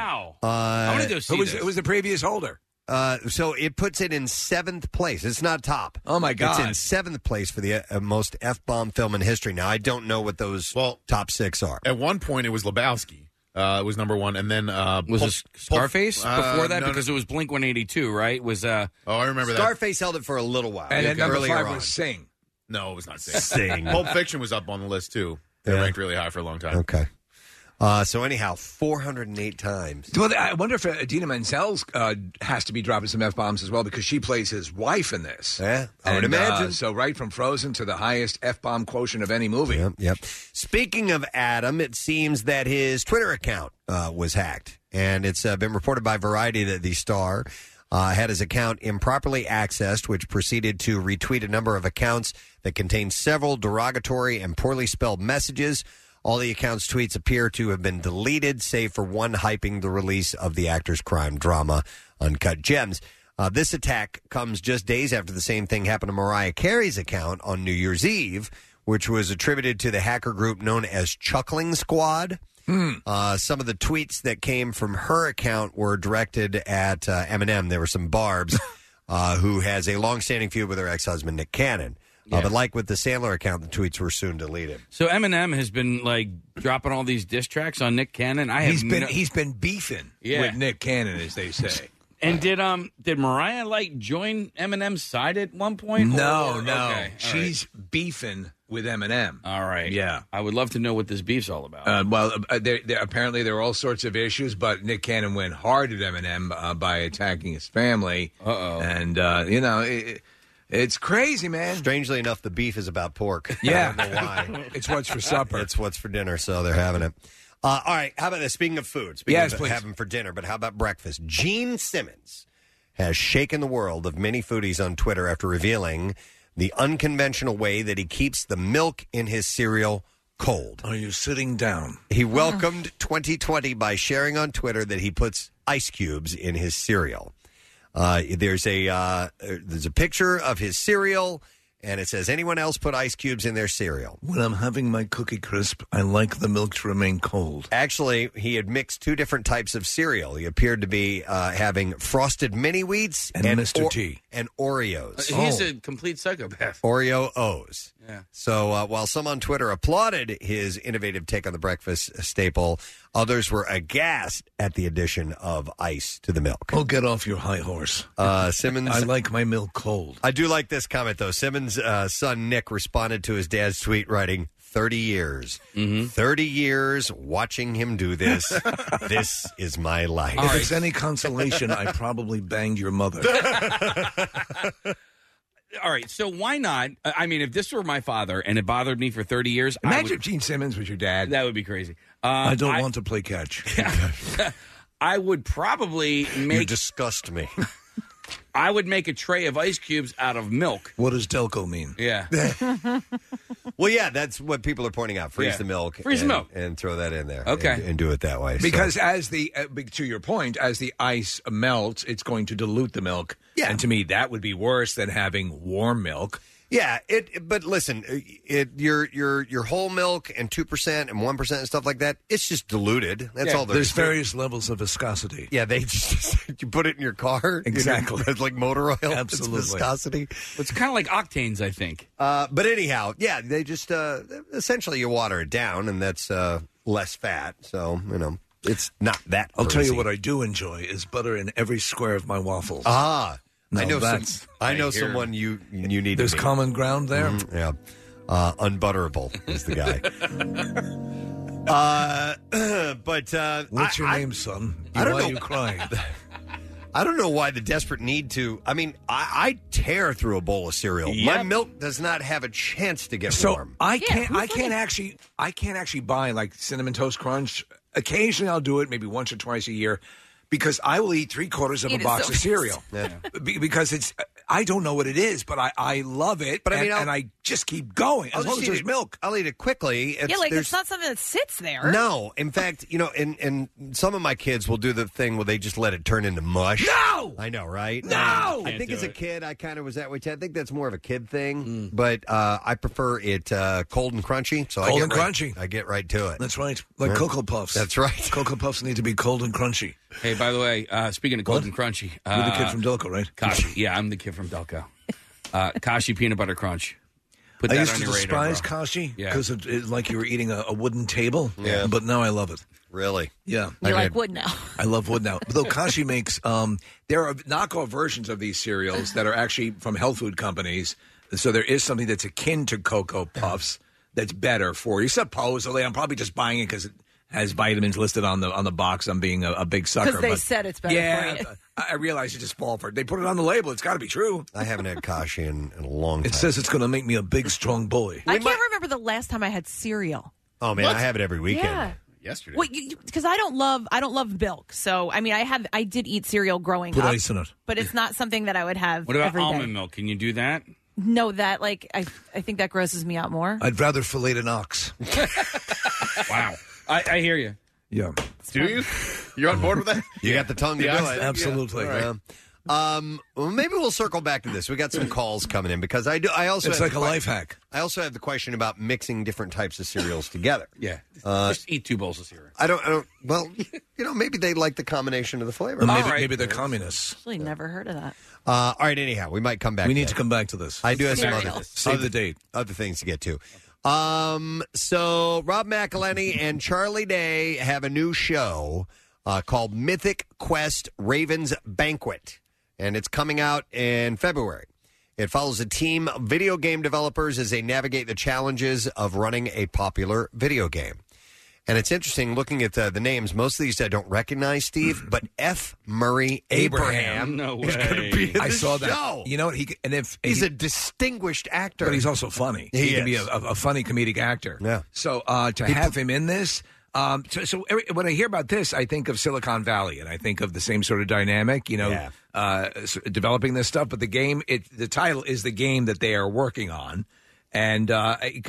Uh, who was, who was the previous holder? Uh, so it puts it in seventh place. It's not top. Oh my God. It's in seventh place for the uh, most f bomb film in history. Now I don't know what those top six are. At one point, it was Lebowski. Uh, it was number one, and then uh, Was Pulp- it Scarface Pulp- uh, before that? no, no, because it was Blink 182, right? Was uh oh, I remember that. Scarface held it for a little while. And then number Earlier five on. was Sing. No, it was not Sing. Sing. Pulp Fiction was up on the list too. It Yeah. ranked really high for a long time. Okay. Uh, so anyhow, four hundred and eight times. Well, I wonder if uh, Dina Menzel's uh, has to be dropping some f bombs as well because she plays his wife in this. Yeah, I would And, uh, imagine. so right from Frozen to the highest f bomb quotient of any movie. Yep, yep. Speaking of Adam, it seems that his Twitter account uh, was hacked, and it's uh, been reported by Variety that the star uh, had his account improperly accessed, which proceeded to retweet a number of accounts that contained several derogatory and poorly spelled messages. All the account's tweets appear to have been deleted, save for one hyping the release of the actor's crime drama, Uncut Gems. Uh, this attack comes just days after the same thing happened to Mariah Carey's account on New Year's Eve, which was attributed to the hacker group known as Chuckling Squad. Hmm. Uh, some of the tweets that came from her account were directed at uh, Eminem. There were some barbs, uh, who has a long-standing feud with her ex-husband Nick Cannon. Uh, but like with the Sandler account, the tweets were soon deleted. so Eminem has been like dropping all these diss tracks on Nick Cannon. I have He's been no- he's been beefing Yeah. with Nick Cannon, as they say. and did um did Mariah like join Eminem's side at one point? no, Or- okay, no, all right. she's beefing with Eminem. All right. Yeah. I would love to know what this beef's all about. Uh, well, uh, there, there, apparently there were all sorts of issues, but Nick Cannon went hard at Eminem uh, by attacking his family. Uh-oh. And, uh, you know, it, it's crazy, man. Strangely enough, the beef is about pork. Yeah. I don't know why. it's what's for supper. It's what's for dinner, so they're having it. Uh, all right. How about this? Speaking of food, speaking Yes, of please. having for dinner, but how about breakfast? Gene Simmons has shaken the world of many foodies on Twitter after revealing the unconventional way that he keeps the milk in his cereal cold. Are you sitting down? He welcomed 2020 by sharing on Twitter that he puts ice cubes in his cereal. Uh, there's a uh, there's a picture of his cereal, and it says, "Anyone else put ice cubes in their cereal?" When I'm having my cookie crisp, I like the milk to remain cold. Actually, he had mixed two different types of cereal. He appeared to be uh, having frosted mini wheats And Mr. T. Oh. and Oreos. Uh, He's a complete psychopath. Oreo O's. Yeah. So uh, while some on Twitter applauded his innovative take on the breakfast staple, others were aghast at the addition of ice to the milk. Oh, get off your high horse. Uh, Simmons. I like my milk cold. I do like this comment though. Simmons' uh, son Nick responded to his dad's tweet, writing, 30 years. Mm-hmm. 30 years watching him do this. this is my life. If it's any consolation, I probably banged your mother. All right. So why not? I I mean, if this were my father and it bothered me for 30 years, I Imagine would- if Gene Simmons was your dad. that would be crazy. Uh, I don't want to play catch. I would probably You make disgust me. I would make a tray of ice cubes out of milk. What does Delco mean? Yeah. well, yeah, that's what people are pointing out. Freeze Yeah. the milk. Freeze the and- Oh, milk. And throw that in there. Okay. And, and do it that way. So- Because as the uh, be- to your point, as the ice melts, it's going to dilute the milk. Yeah. And to me, that would be worse than having warm milk. Yeah, it. But listen, it your your your whole milk and two percent and one percent and stuff like that. It's just diluted. That's all there There's is. to it. various levels of viscosity. Yeah, they just you put it in your car. Exactly. It's like motor oil. It's Absolutely. viscosity. It's kind of like octanes, I think. Uh, but anyhow, yeah, they just uh, essentially you water it down, and that's uh, less fat. So you know, it's not that. I'll tell you crazy. what I do enjoy is butter in every square of my waffles. Ah, I No, know that's- some, I know I hear- someone you you need. There's to meet. common ground there. Mhm, yeah, uh, unbutterable is the guy. uh, but uh, What's I- your I- name, son? I don't Why know. are you crying? I don't know why the desperate need to. I mean, I, I tear through a bowl of cereal. My Yep. milk does not have a chance to get so warm. I can't. I can't actually. I can't actually buy like cinnamon toast crunch. Occasionally, I'll do it, maybe once or twice a year, because I will eat three quarters of Eat a it box so of cereal. Yeah. Be- because it's. I don't know what it is, but I, I love it. But I mean, and, I'll- and I just keep going I'll as long just as eat there's it- milk. I'll eat it quickly. yeah, like there's- it's not something that sits there. No, in fact, you know, and and some of my kids will do the thing where they just let it turn into mush. No, I know, right? No! I Can't think do as a it. kid, I kind of was that way. too. I think that's more of a kid thing, Hmm. but uh, I prefer it uh, cold and crunchy. So I Cold get and right- crunchy. I get right to it. That's right, like Yeah. cocoa puffs. That's right. Cocoa puffs need to be cold and crunchy. Hey, by the way, uh, speaking of cold and crunchy, uh, You're the kid from Delco, right? Kashi. Yeah, I'm the kid from Delco. Uh, Kashi peanut butter crunch. Put I that used on to your radar, despise bro. Kashi Yeah. because it, it's like you were eating a, a wooden table. Yeah. But now I love it. Really? Yeah. You like wood now. I love wood now. Though Kashi makes, um, there are knockoff versions of these cereals that are actually from health food companies. So there is something that's akin to Cocoa Puffs that's better for you. Supposedly, I'm probably just buying it because it has vitamins listed on the on the box. I'm being a, a big sucker. Because they but- said it's better yeah, for you. I I realize you just fall for it. They put it on the label. It's got to be true. I haven't had Kashi in, in a long time. It says it's going to make me a big, strong boy. I can't remember the last time I had cereal. Oh man, What? I have it every weekend. Yeah. Yesterday. Well, because I don't love I don't love milk, so I mean I have I did eat cereal growing Put up, ice in it. but it's not something that I would have. What about every day. almond milk? Can you do that? No, that like I I think that grosses me out more. I'd rather fillet an ox. wow. I, I hear you. Yeah. Do you? You're on board with that? You got the tongue to Yeah, do it. absolutely. Yeah. All right. Um, well, maybe we'll circle back to this. We got some calls coming in because I do. I also It's have like the a que- life hack. I also have the question about mixing different types of cereals together. Yeah, Uh, just eat two bowls of cereal. I don't. I don't. Well, you know, maybe they like the combination of the flavor. Well, maybe, maybe they're communists. Actually, never heard of that. Uh, all right. Anyhow, we might come back. We need that. to come back to this. I do have some Back to other this. Save other- the date. Other things to get to. Um, so Rob McElhenney and Charlie Day have a new show uh, called Mythic Quest Ravens Banquet, and it's coming out in February. It follows a team of video game developers as they navigate the challenges of running a popular video game. And it's interesting looking at the, the names. Most of these I don't recognize, Steve, but F. Murray Abraham, No is going way. to be in I this saw show. that. You know what? He and if He's he- a distinguished actor, but he's also funny. He can be a, is. a, a funny comedic actor. Yeah. So uh, to have him in this. Um, so, so every, when I hear about this, I think of Silicon Valley, and I think of the same sort of dynamic, you know, Yeah. uh, s- developing this stuff. But the game, it the title is the game that they are working on, and uh, I-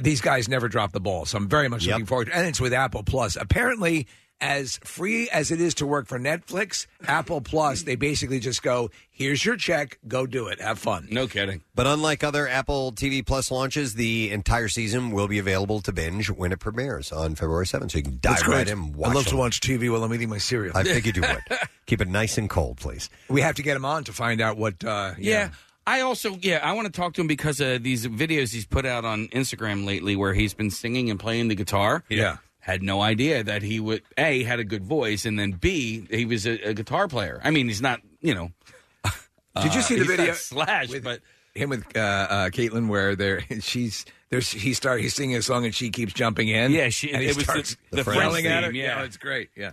these guys never drop the ball. So I'm very much looking forward. to And it's with Apple Plus. Apparently, as free as it is to work for Netflix, Apple Plus, they basically just go, "Here's your check, go do it, have fun." No kidding. But unlike other Apple TV Plus launches, the entire season will be available to binge when it premieres on February 7th. So you can dive That's right great. in and watch I love it. to watch TV while I'm eating my cereal. I figured you would. Keep it nice and cold, please. we have to get him on to find out what. Uh, Yeah. I also, yeah, I want to talk to him because uh, these videos he's put out on Instagram lately where he's been singing and playing the guitar. Yeah. Had no idea that he would, A, had a good voice, and then B, he was a, a guitar player. I mean, he's not, you know. Uh, Uh, Did you see the he's not video Slash, but. him with uh, uh, Caitlin where they're she's there's he start he's singing a song and she keeps jumping in. Yeah, she- and he it was the- starts the French yelling at her. theme, yeah. it's great. Yeah.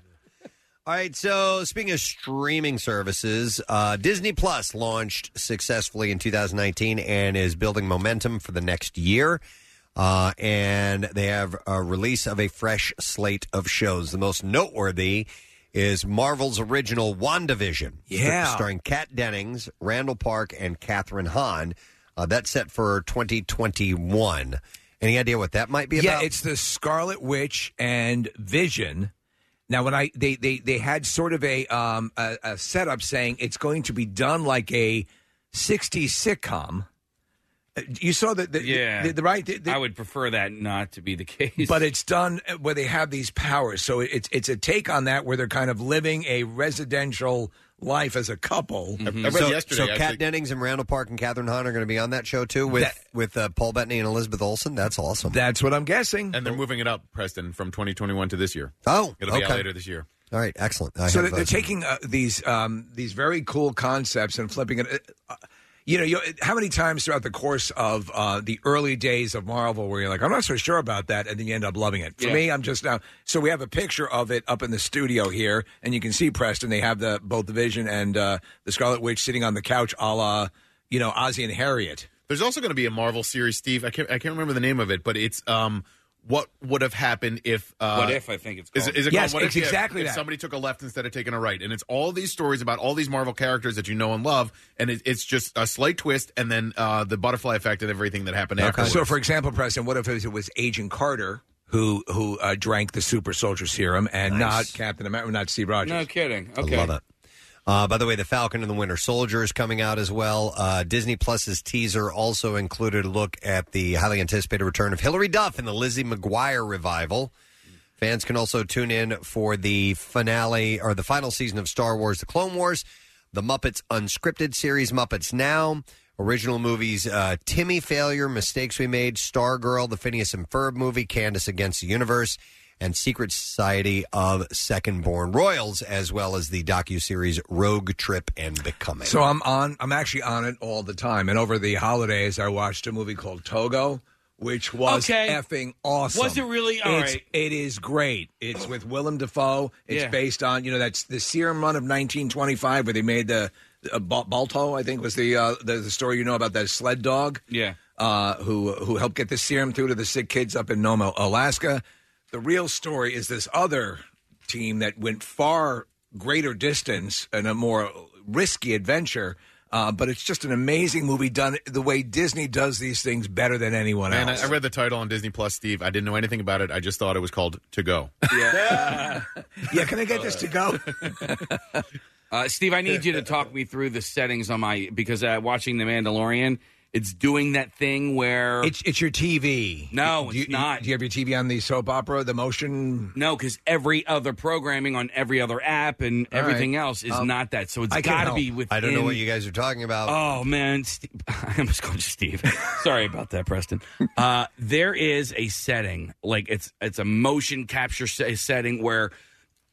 All right, so speaking of streaming services, uh, Disney Plus launched successfully in 2019 and is building momentum for the next year. Uh, and they have a release of a fresh slate of shows. The most noteworthy is Marvel's original WandaVision, Yeah. starring Kat Dennings, Randall Park, and Katherine Hahn. Uh, that's set for 2021. Any idea what that might be yeah, about? it's the Scarlet Witch and Vision. Now, when I they they they had sort of a um a, a setup saying it's going to be done like a '60s sitcom. Uh, You saw the, the Yeah. the, the right the- the- I would prefer that not to be the case. but it's done where they have these powers. So it's it's a take on that where they're kind of living a residential life as a couple. Mm-hmm. I read Hmm. so, yesterday, So actually- Kat Dennings and Randall Park and Catherine Hahn are going to be on that show too with That- with uh, Paul Bettany and Elizabeth Olsen. That's awesome. That's what I'm guessing. And they're moving it up, Preston, from 2021 to this year. oh, It'll be out okay. later this year. All right, excellent. I so have, they're, they're uh, taking uh, these um, these very cool concepts and flipping it. uh, uh, You know, you, how many times throughout the course of uh, the early days of Marvel where you're like, I'm not so sure about that, and then you end up loving it. For Yeah. me, I'm just now. So we have a picture of it up in the studio here, and you can see Preston. They have the both the Vision and uh, the Scarlet Witch sitting on the couch, a la you know Ozzy and Harriet. There's also going to be a Marvel series, Steve. I can't I can't remember the name of it, but it's um what would have happened if uh, What If, I think it's Is, called. is it Yes, called What it's If? Yeah, exactly if that. somebody took a left instead of taking a right, and it's all these stories about all these Marvel characters that you know and love, and it, it's just a slight twist, and then uh, the butterfly effect and everything that happened after. So, for example, Preston, what if it was, it was Agent Carter who who uh, drank the super soldier serum and Nice. not Captain America, not Steve Rogers? No kidding. I love it. Uh, by the way, The Falcon and the Winter Soldier is coming out as well. Uh, Disney Plus's teaser also included a look at the highly anticipated return of Hilary Duff in the Lizzie McGuire revival. Fans can also tune in for the finale or the final season of Star Wars The Clone Wars, the Muppets Unscripted series, Muppets Now, original movies uh, Timmy Failure, Mistakes We Made, Stargirl, the Phineas and Ferb movie, Candace Against the Universe, and Secret Society of Second Born Royals, as well as the docuseries Rogue Trip and Becoming. So I'm on. I'm actually on it all the time. And over the holidays, I watched a movie called Togo, which was Okay. effing awesome. Was it really? All It's- right. It is great. It's with Willem Dafoe. It's Yeah. based on you know that's the serum run of 1925 where they made the uh, Bal- Balto. I think was the, uh, the the story you know about that sled dog. Yeah. uh, who who helped get the serum through to the sick kids up in Nome, Alaska. The real story is this other team that went far greater distance and a more risky adventure. Uh, but it's just an amazing movie done the way Disney does these things better than anyone Man, I, else. I read the title on Disney Plus, Steve. I didn't know anything about it. I just thought it was called To Go. yeah, can I get this to go? Uh, Steve, I need you to talk me through the settings on my because uh, watching The Mandalorian, it's doing that thing where It's it's your TV. No, do you, it's not. Do you have your TV on the soap opera, the motion? no, because every other programming on every other app and All right. everything else is Um, not that. So it's I can got to help. be within. I don't know what you guys are talking about. Oh man, Steve. I almost called you Steve. Sorry about that, Preston. Uh, there is a setting, like it's it's a motion capture se- setting where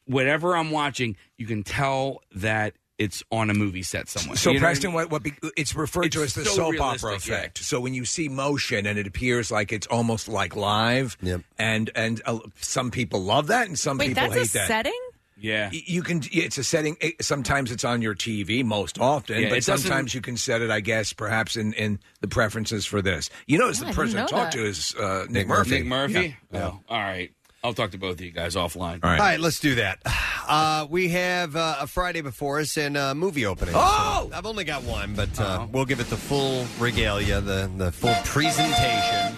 whatever I'm watching, you can tell that it's on a movie set somewhere. So Uh, You know what I Preston, mean? what, what be, it's referred to as It's the so soap realistic, opera yeah. effect. So when you see motion and it appears like it's almost like live, and and uh, some people love that and some Wait, people that's a hate that. setting? Yeah, you can. It's a setting. it- Sometimes it's on your TV, most often, Yeah, but it doesn't- sometimes you can set it. I guess perhaps in, in the preferences for this. You notice Yeah, I the didn't person I know talked that. to is uh, Nick, Murphy. Nick Murphy. Yeah. Oh, all right, I'll talk to both of you guys offline. All right, let's do that. Uh, we have uh, a Friday before us and uh, movie opening. Oh! I've only got one, but Uh-huh. uh, we'll give it the full regalia, the, the full presentation.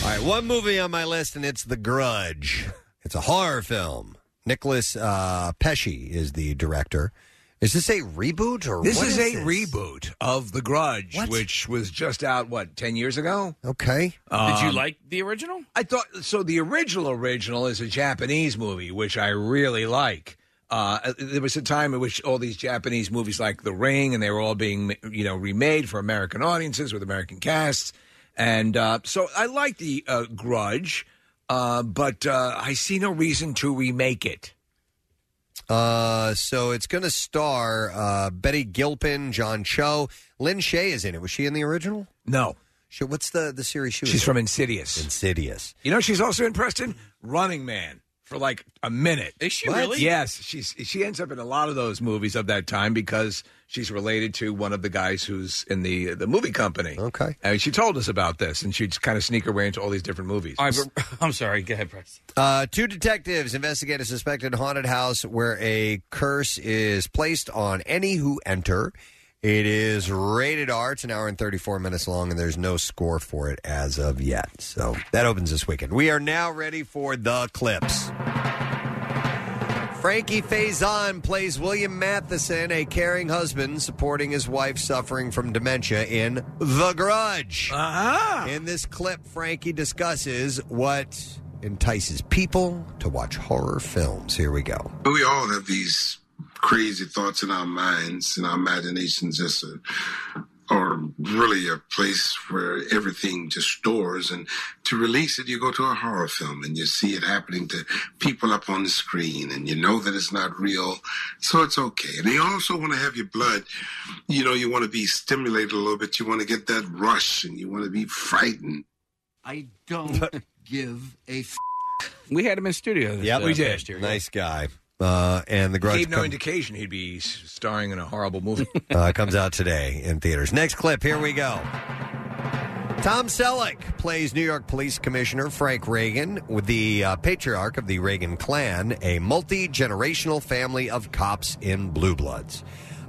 All right, one movie on my list, and it's The Grudge. It's a horror film. Nicholas uh, Pesci is the director. Is this a reboot or This what is a this? reboot of The Grudge, which was just out what ten years ago. Okay. Did you Um, like the original? I thought so. The original original is a Japanese movie, which I really like. Uh, there was a time in which all these Japanese movies, like The Ring, and they were all being you know remade for American audiences with American casts, and uh, so I like the uh, Grudge, uh, but uh, I see no reason to remake it. Uh, so it's going to star uh, Betty Gilpin, John Cho, Lynn Shay is in it. Was she in the original? No. She, what's the the series she was? She's in? from Insidious. Insidious. You know, she's also in Preston Running Man for like a minute. Is she really? Yes, she's she ends up in a lot of those movies of that time because she's related to one of the guys who's in the the movie company. Okay, and she told us about this, and she'd kind of sneak her way into all these different movies. I, am sorry. Go ahead, Preston. Uh, two detectives investigate a suspected haunted house where a curse is placed on any who enter. It is rated R. It's an hour and 34 minutes long, and there's no score for it as of yet. So that opens this weekend. We are now ready for the clips. Frankie Faison plays William Matheson, a caring husband supporting his wife suffering from dementia in The Grudge. Uh-huh. In this clip, Frankie discusses what entices people to watch horror films. Here we go. But we all have these crazy thoughts in our minds and our imaginations just a, are really a place where everything just stores. And to release it, you go to a horror film and you see it happening to people up on the screen and you know that it's not real. So it's okay. And you also want to have your blood, you know, you want to be stimulated a little bit. You want to get that rush and you want to be frightened. I don't give a. F- We had him in studio. This, Yeah, uh, we did. Last year. Nice guy. Uh, and the grudge gave no come- indication he'd be s- starring in a horrible movie. uh, comes out today in theaters. Next clip. Here we go. Tom Selleck plays New York Police Commissioner Frank Reagan, with the uh, patriarch of the Reagan clan, a multi generational family of cops in blue bloods.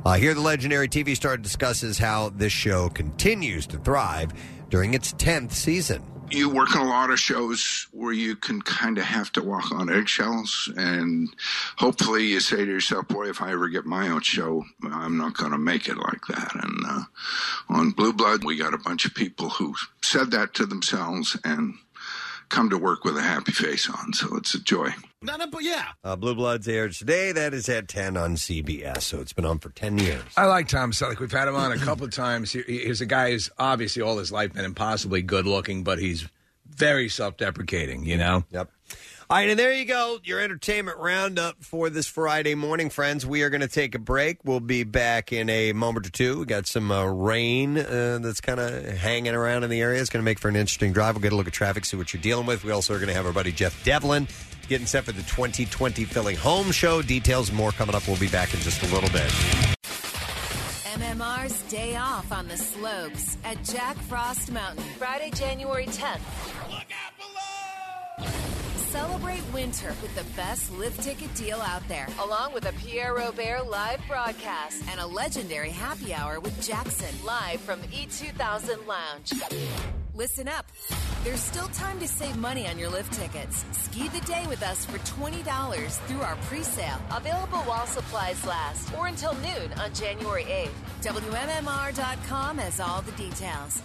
Uh, here, the legendary TV star discusses how this show continues to thrive during its 10th season. you work in a lot of shows where you can kind of have to walk on eggshells and hopefully you say to yourself boy if i ever get my own show i'm not going to make it like that and uh, on blue blood we got a bunch of people who said that to themselves and come to work with a happy face on so it's a joy No, no, but yeah. Uh, blue Bloods airs today. That is at 10 on CBS, so it's been on for 10 years. I like Tom Selleck. We've had him on a couple of times. He, he's a guy who's obviously all his life been impossibly good looking, but he's very self deprecating, you know? Yep. All right, and there you go, your entertainment roundup for this Friday morning, friends. We are going to take a break. We'll be back in a moment or two. We got some uh, rain uh, that's kind of hanging around in the area. It's going to make for an interesting drive. We'll get a look at traffic, see what you're dealing with. We also are going to have our buddy Jeff Devlin getting set for the 2020 Philly Home Show. Details more coming up. We'll be back in just a little bit. MMR's Day Off on the Slopes at Jack Frost Mountain, Friday, January 10th. Look out below! Celebrate winter with the best lift ticket deal out there, along with a Pierre Robert live broadcast and a legendary happy hour with Jackson live from the E2000 Lounge. Listen up. There's still time to save money on your lift tickets. Ski the day with us for $20 through our pre-sale, available while supplies last, or until noon on January 8th. WMMR.com has all the details.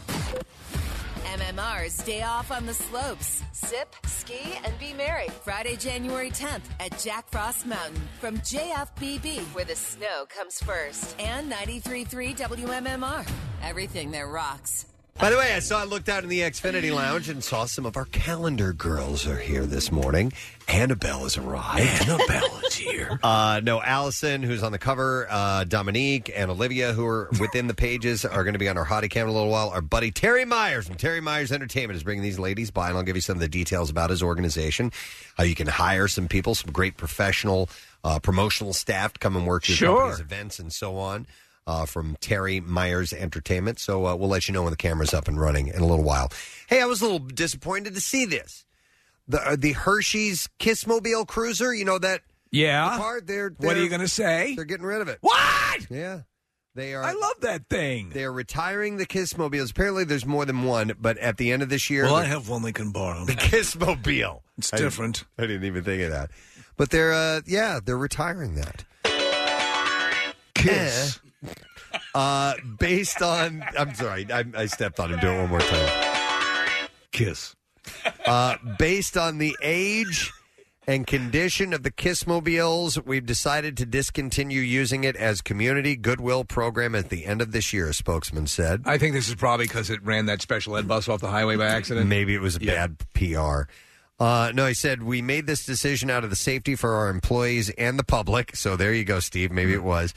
MMR's Day Off on the Slopes. Sip, ski, and be merry. Friday, January 10th at Jack Frost Mountain from JFBB, where the snow comes first. And 93.3 WMMR. Everything that rocks. By the way, I saw I looked out in the Xfinity Lounge and saw some of our calendar girls are here this morning. Annabelle has arrived. Annabelle is here. Uh, no, Allison, who's on the cover, uh, Dominique and Olivia, who are within the pages, are going to be on our hottie cam in a little while. Our buddy Terry Myers from Terry Myers Entertainment is bringing these ladies by, and I'll give you some of the details about his organization, how you can hire some people, some great professional uh, promotional staff to come and work your Sure. company's events and so on uh, from Terry Myers Entertainment. So uh, we'll let you know when the camera's up and running in a little while. Hey, I was a little disappointed to see this. The uh, the Hershey's Kissmobile Cruiser, you know that Yeah. the car, they're, What are they're- you gonna say? They're getting rid of it. What? Yeah. They are I love that thing. They're retiring the Kissmobiles. Apparently there's more than one, but at the end of this year Well, I the- have one they can borrow. the Kissmobile. It's I didn't- different. I didn't even think of that. But they're uh yeah, they're retiring that. Kiss. Uh, based on, I'm sorry, I, I stepped on him. Do it one more time. Kiss. Uh, based on the age and condition of the Kissmobiles, we've decided to discontinue using it as community goodwill program at the end of this year. A spokesman said. I think this is probably because it ran that special ed bus off the highway by accident. Maybe it was a bad PR. Uh, no, he said, we made this decision out of the safety for our employees and the public. So there you go, Steve. Mm-hmm. Maybe it was.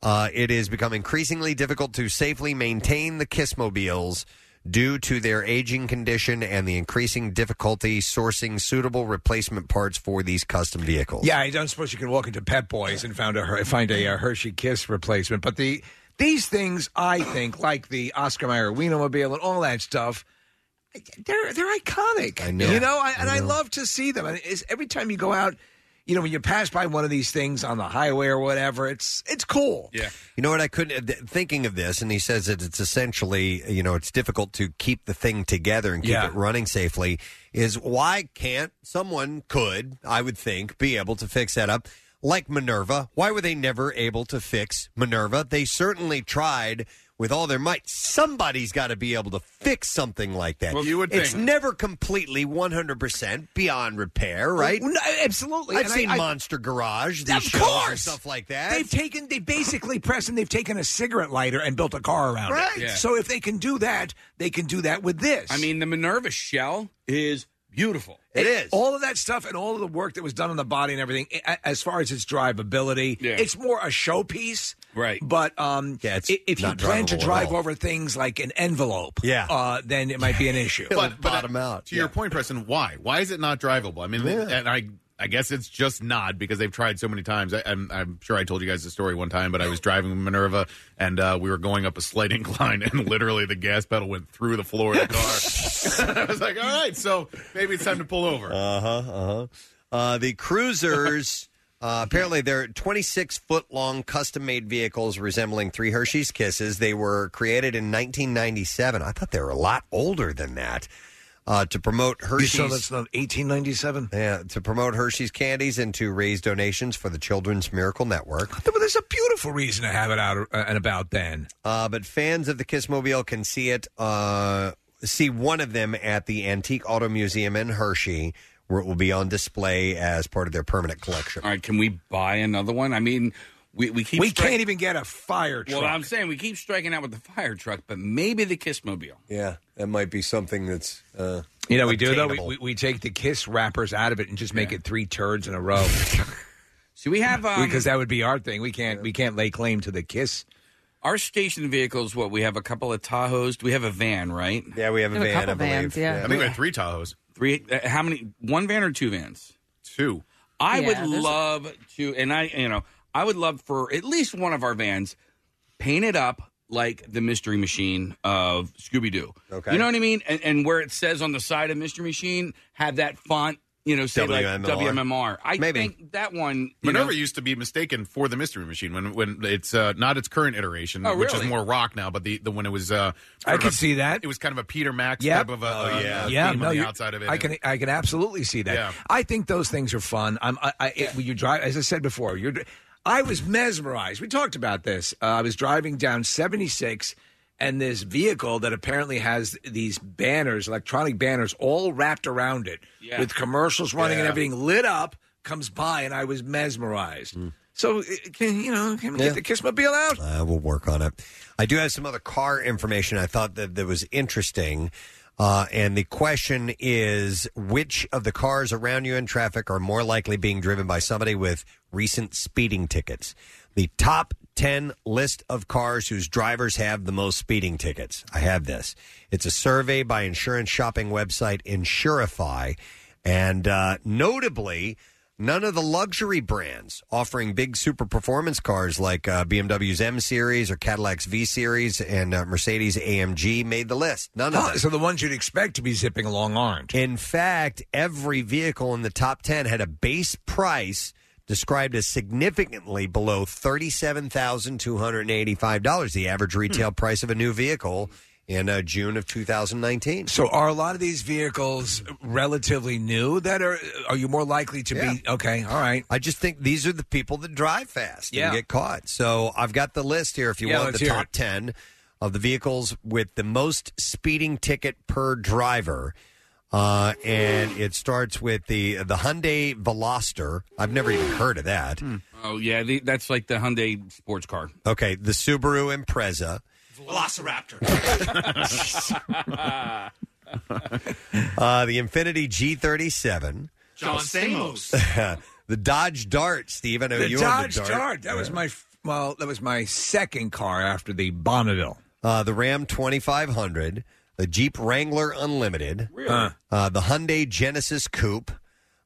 Uh, it has become increasingly difficult to safely maintain the Kissmobiles due to their aging condition and the increasing difficulty sourcing suitable replacement parts for these custom vehicles. Yeah, I don't suppose you can walk into Pet Boys and found a Her- find a, uh Hershey Kiss replacement, but the these things I think, like the Oscar Mayer Wienermobile and all that stuff, they're they're iconic. I know. you know, I, and I I know. love to see them. And it's, every time you go out, you know, when you pass by one of these things on the highway or whatever, it's it's cool. Yeah. You know what? I couldn't th- thinking of this, and he says that it's essentially, you know, it's difficult to keep the thing together and keep Yeah. it running safely. Is why can't someone could I would think be able to fix that up? Like Minerva, why were they never able to fix Minerva? They certainly tried with all their might. Somebody's got to be able to fix something like that. Well, you would it's think. never completely 100% beyond repair, right? Well, no, absolutely. I've And I- seen I- Monster Garage, these Of shows and course. stuff like that. They've taken, they basically, Preston, they've taken a cigarette lighter and built a car around Right. it. Yeah. So if they can do that, they can do that with this. I mean, the Minerva shell is beautiful. It is. All of that stuff and all of the work that was done on the body and everything, a- a- as far as its drivability, Yeah. it's more a showpiece. Right. But um, yeah, i- if you not plan to drivable at drive all. over things like an envelope, Yeah. uh, then it might be an issue. but, but uh, To your point, Preston, why? Why is it not drivable? I mean, and I. I guess it's just not because they've tried so many times. I, I'm, I'm sure I told you guys the story one time, but I was driving Minerva and uh, we were going up a slight incline, and literally the gas pedal went through the floor of the car. I was like, all right, so maybe it's time to pull over. Uh huh. Uh huh. Uh, the cruisers. Uh, apparently, they're 26 foot long custom made vehicles resembling three Hershey's Kisses. They were created in 1997. I thought they were a lot older than that. Uh, to promote You Hershey's. saw that's not 1897? Yeah, to promote Hershey's candies and to raise donations for the Children's Miracle Network. But there's a beautiful reason to have it out uh, and about then. Uh, but fans of the Kissmobile can see it, uh, see one of them at the Antique Auto Museum in Hershey, where it will be on display as part of their permanent collection. All right, can we buy another one? I mean, we, we keep. We can't even get a fire Well, truck. I'm saying we keep striking out with the fire truck, but maybe the Kissmobile. Yeah, that might be something that's. Uh, You know, we do, though. We, we, we take the kiss wrappers out of it and just make it three turds in a row. See, we have. Um, because that would be our thing. We can't, we can't lay claim to the kiss. Our station vehicles, what? We have a couple of Tahoes. Do we have a van, right? Yeah, we have a We have a van, I couple believe. vans, yeah. Yeah. I think we had three Tahoes. Three. Uh, how many? One van or two vans? Two. I Yeah, would there's- love to, and I, you know, I would love for at least one of our vans painted up like the Mystery Machine of Scooby Doo. Okay. You know what I mean? And, and where it says on the side of Mystery Machine, have that font. You know, say WMMR. like WMMR. I Maybe. think that one. You Minerva know, used to be mistaken for the Mystery Machine when when it's uh, not its current iteration, Oh, which is really? more rock now. But the, the when it was, uh, I could see that. It was kind of a Peter Max Yep. type of a Oh, uh, yeah. theme No, on the you're- outside of it. I can, I can absolutely see that. Yeah. I think those things are fun. I'm, I, I it, when you drive, as I said before, you're, dr- I was mesmerized. We talked about this. Uh, I was driving down 76, and this vehicle that apparently has these banners, electronic banners, all wrapped around it Yeah. with commercials running and Yeah. everything lit up, comes by, and I was mesmerized. hmm. So, it- can you know, can we Yeah. get the Kissmobile out? Uh, we'll work on it. I do have some other car information I thought that, that was interesting. Uh, and the question is which of the cars around you in traffic are more likely being driven by somebody with recent speeding tickets? The top 10 list of cars whose drivers have the most speeding tickets. I have this. It's a survey by insurance shopping website Insurify. And uh, notably, None of the luxury brands offering big super performance cars like uh, BMW's M Series or Cadillac's V Series and uh, Mercedes AMG made the list. None of Huh, them. so the ones you'd expect to be zipping along aren't. In fact, every vehicle in the top 10 had a base price described as significantly below $37,285, the average Hmm. retail price of a new vehicle in uh, June of 2019. So are a lot of these vehicles relatively new that are uh, are you more likely to be okay, all right. I just think these are the people that drive fast Yeah. and get caught. So I've got the list here if you Yeah, want let's the hear top it. 10 of the vehicles with the most speeding ticket per driver. Uh, and it starts with the the Hyundai Veloster. I've never even heard of that. Hmm. Oh yeah, the, that's like the Hyundai sports car. Okay, the Subaru Impreza. Velociraptor. Uh, the Infinity G37. John Stamos. the Dodge Dart, Steve. I know the you Dodge own the Dart. Dart. That was my f- well, that was my second car after the Bonneville. uh, the Ram 2500, the Jeep Wrangler Unlimited, Huh. uh, the Hyundai Genesis Coupe,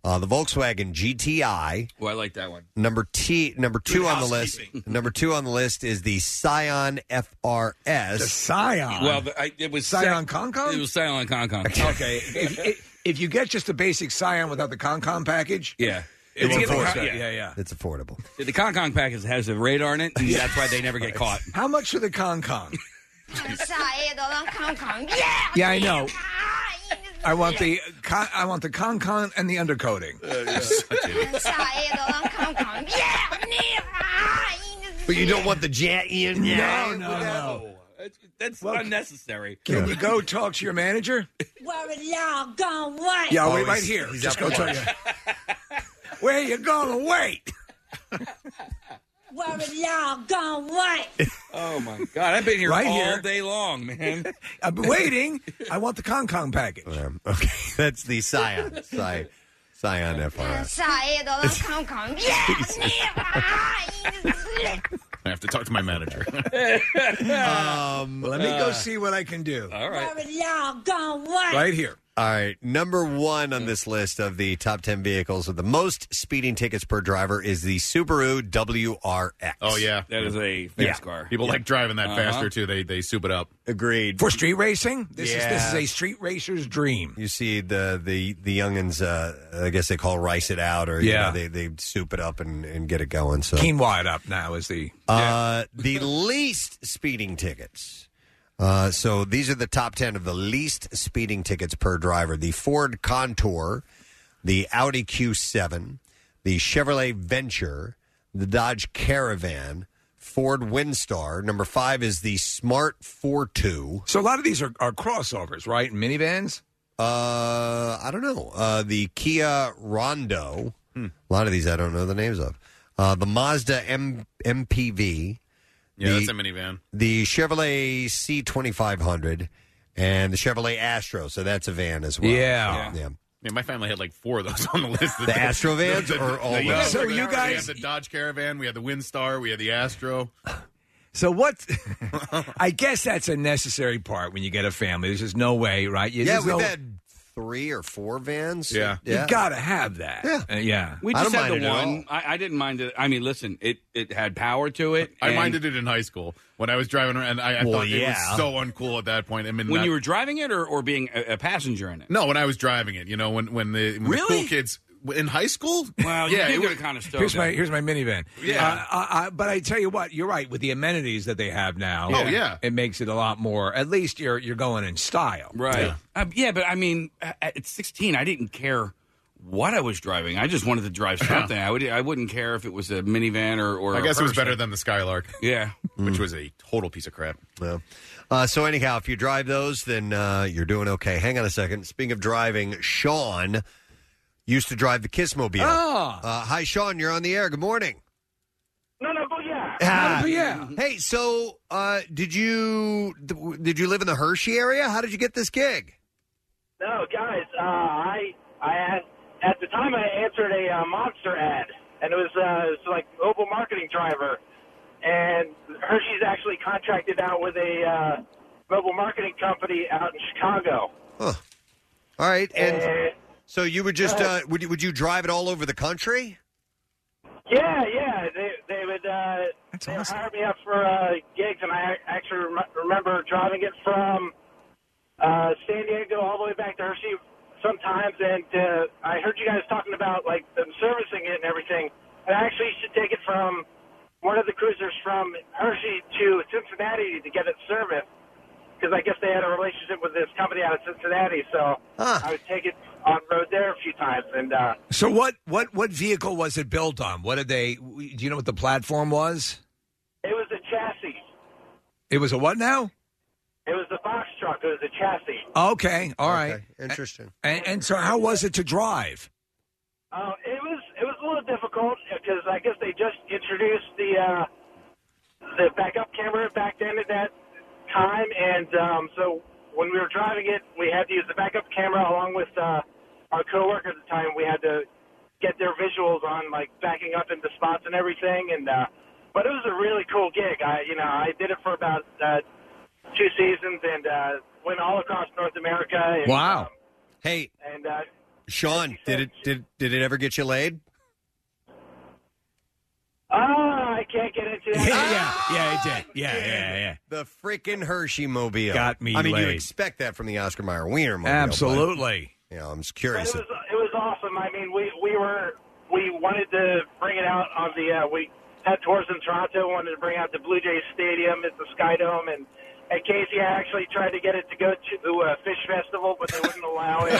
uh, the Volkswagen GTI. Oh, I like that one. Number T, number two Good on the list. housekeeping. Number two on the list is the Scion FRS. The Scion. Well, the, I, it was Scion Concon? It was Scion Concon. Okay. if, if you get just the basic Scion without the Concom package, Yeah. It's Well, getting the hot. Con- Yeah, yeah. It's affordable. The Concon package has a radar in it, and that's why they never get caught. how much for the Concom? Yeah! yeah, I know. I want the con- I want the Concon and the undercoating. but you don't want the jet in. No, no, no. That's unnecessary. Can you go talk to your manager? Where it all gone away. Yeah, wait right here. Just go talk. Where you gonna wait? Where it all gone away. Oh my god, I've been here Right all here. day long, man. I've been waiting. I want the Kong Kong package. okay, that's the Scion. Sci- Scion FRS. Inside of the Hong Kong. Yeah, I have to talk to my manager. um, Let me go uh, see what I can do. All Where it all gone away. All right. Number one on this list of the top 10 vehicles with the most speeding tickets per driver is the Subaru WRX. Oh yeah, that is a fast Yeah. car. People Yeah. like driving that Uh-huh. faster too. They they soup it up. Agreed. For street racing, this is this is Yeah. a street racer's dream. You see the the the youngins, uh, I guess they call rice it out, or you Yeah. know, they they soup it up and, and get it going. So Quinoa it up now is the Uh, the least speeding tickets. Uh, so these are the top 10 of the least speeding tickets per driver the Ford Contour, the Audi Q7, the Chevrolet Venture, the Dodge Caravan, Ford Windstar. Number five is the Smart 42. So a lot of these are, are crossovers, right? Minivans? Uh, I don't know. Uh, the Kia Rondo. Hmm. A lot of these I don't know the names of. Uh, the Mazda M- MPV. Yeah, the, that's a minivan. the Chevrolet C2500 and the Chevrolet Astro. So that's a van as well. Yeah. So, yeah. Yeah, my family had like four of those on the list. The Astro vans or all of them? So you guys, we had the Dodge Caravan, we had the Windstar, we had the Astro. So what? I guess that's a necessary part when you get a family. There's just no way, right? You, Yeah, there's we've no- had three or four vans. Yeah. You gotta have that. Yeah. Uh, yeah. We I just don't had mind the it at one. I, I didn't mind it. I mean, listen, it, it had power to it. I and minded it in high school when I was driving around. And I, I Well, thought it yeah. was so uncool at that point. I mean, when that- you were driving it or, or being a, a passenger in it. no, when I was driving it, you know, when when the, when the cool kids in high school. Well, you yeah, did it go was- to Conestoga. Here's my here's my minivan. Yeah. Uh, uh, uh, but I tell you what, you're right. With the amenities that they have now, Oh, yeah. it makes it a lot more. At least you're you're going in style, Right. Yeah. Uh, yeah, but I mean, at at 16, I didn't care what I was driving. I just wanted to drive something. I would. I wouldn't care if it was a minivan or. or I a guess it was Hersh. better than the Skylark. Yeah, which was a total piece of crap. Well, uh, so anyhow, if you drive those, then uh, you're doing okay. Hang on a second. Speaking of driving, Sean used to drive the Kissmobile. Ah. Uh, hi, Sean. You're on the air. Good morning. No, no, booyah. Ah. Hey, so uh, did you th- did you live in the Hershey area? How did you get this gig? No, guys, uh, I, I had, at the time I answered a uh, monster ad, and it was, uh, it was like mobile marketing driver, and Hershey's actually contracted out with a uh, mobile marketing company out in Chicago. All right, and Eh. so you would just uh, would you, would you drive it all over the country? Yeah, yeah. They they would uh, they would hire me up for uh, gigs, and I ac- actually rem- remember driving it from uh, San Diego all the way back to Hershey sometimes. And uh, I heard you guys talking about like them servicing it and everything. And I actually should take it from one of the cruisers from Hershey to Cincinnati to get it serviced because I guess they had a relationship with this company out of Cincinnati. So I would take it on road there a few times, and uh, So what what what vehicle was it built on? What did they? Do you know what the platform was? it was a chassis. It was a what now? It was the box truck. It was a chassis. Okay, all right, interesting. And, and so how was it to drive? Uh, it was it was a little difficult because I guess they just introduced the uh, the backup camera back then at that time, and um, so when we were driving it, we had to use the backup camera along with uh, our coworker at the time. We had to get their visuals on like backing up into spots and everything, and uh, but it was a really cool gig. I you know I did it for about uh, two seasons and uh, went all across North America. And, Wow. Hey, and uh, Sean, did it did did it ever get you laid? Ah, I can't get into Ah! that. yeah, it did. Yeah, yeah, yeah. The freaking Hershey Mobile Got me I mean, you laid. expect that from the Oscar Mayer Wiener Mobile. Absolutely. But, you know, I'm just But curious. it was it was awesome. I mean, we we were we wanted to bring it out on the uh, we had tours in Toronto. Wanted to bring out the Blue Jays Stadium at the Skydome and. And Casey, I actually tried to get it to go to the uh, Fish Festival, but they wouldn't allow it.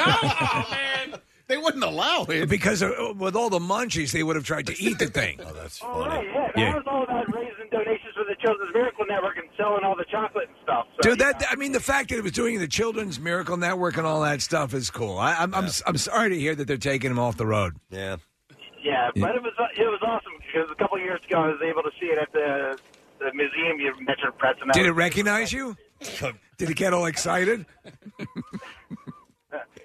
They wouldn't allow it because uh, with all the munchies, they would have tried to eat the thing. oh, that's All right, yeah, that Yeah. was all about raising donations for the Children's Miracle Network and selling all the chocolate and stuff. So, Dude, that I mean, the fact that it was doing the Children's Miracle Network and all that stuff is cool. I, I'm, I'm I'm sorry to hear that they're taking him off the road. Yeah, Yeah, but it was uh, it was awesome because a couple of years ago I was able to see it at the the museum you mentioned, Preston. Did it recognize you? Did it get all excited? I'll,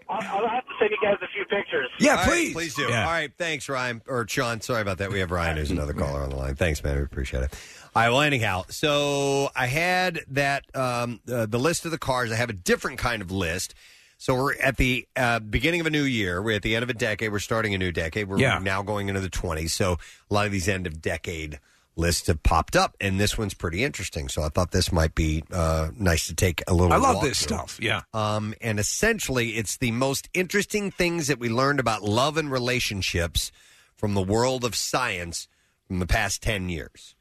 I'll have to send you guys a few pictures. All right, please do. All right, thanks, Ryan or Sean. Sorry about that. We have Ryan who's another caller on the line. Thanks, man. We appreciate it. All right. Well, anyhow, so I had that um, uh, the list of the cars. I have a different kind of list. So we're at the uh, beginning of a new year. We're at the end of a decade. We're starting a new decade. We're Yeah. now going into the 20s. So a lot of these end of decade lists have popped up, and this one's pretty interesting. So I thought this might be uh, nice to take a little. I love walk this through. stuff. Yeah. Um, and essentially, it's the most interesting things that we learned about love and relationships from the world of science from the past 10 years.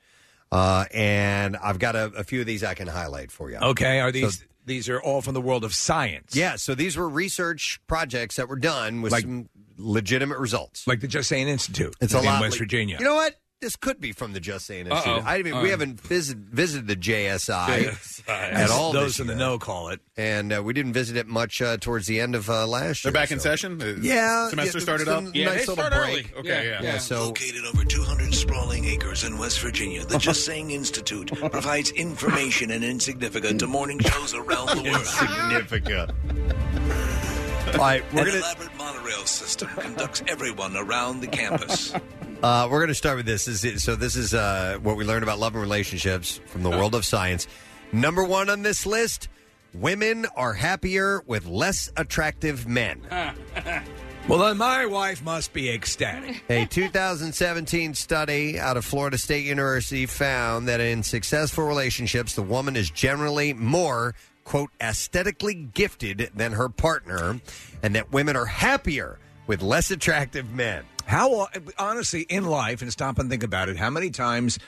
Uh, and I've got a, a few of these I can highlight for you. Okay. Are these So- these are all from the world of science? yeah, so these were research projects that were done with Like- some legitimate results. Like the Just Saying Institute. It's a in lot West like- Virginia. You know what? This could be from the Just Saying Institute. Uh-oh. I mean, Uh-oh. we haven't visit, visited the JSI, JSI. at all. Those this in the year. know call it, and uh, we didn't visit it much uh, towards the end of uh, last They're year. back in so- session? Uh, Yeah, Semester yeah, started it's up? a nice little break. Okay, yeah. so Located over 200 sprawling acres in West Virginia, the Just Saying Institute provides information and insignificant to morning shows around the world. Significant. All right, we're An gonna elaborate monorail system conducts everyone around the campus. uh, we're gonna start with this. Is it, so this is uh, what we learned about love and relationships from Uh-huh. the world of science. Number one on this list: women are happier with less attractive men. Well, then my wife must be ecstatic. A 2017 study out of Florida State University found that in successful relationships, the woman is generally more, quote, aesthetically gifted than her partner, and that women are happier with less attractive men. How honestly in life, and stop and think about it. How many times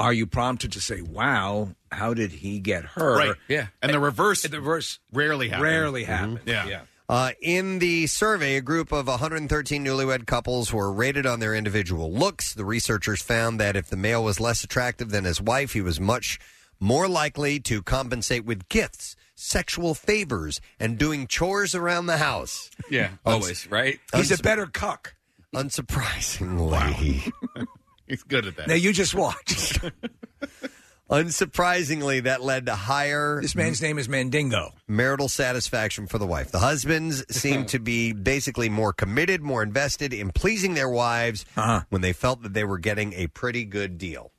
are you prompted to say, "Wow, how did he get her?" Right. Yeah. And the reverse. The reverse rarely happens. Rarely happens. Yeah. Uh, in the survey, a group of 113 newlywed couples were rated on their individual looks. The researchers found that if the male was less attractive than his wife, he was much more likely to compensate with gifts, sexual favors, and doing chores around the house. Yeah, Uns- always, right? He's a better cuck. Unsurprisingly. He's good at that. Now you just watched. Unsurprisingly, that led to higher. This man's name is Mandingo. Marital satisfaction for the wife. The husbands seem to be basically more committed, more invested in pleasing their wives Uh-huh. when they felt that they were getting a pretty good deal.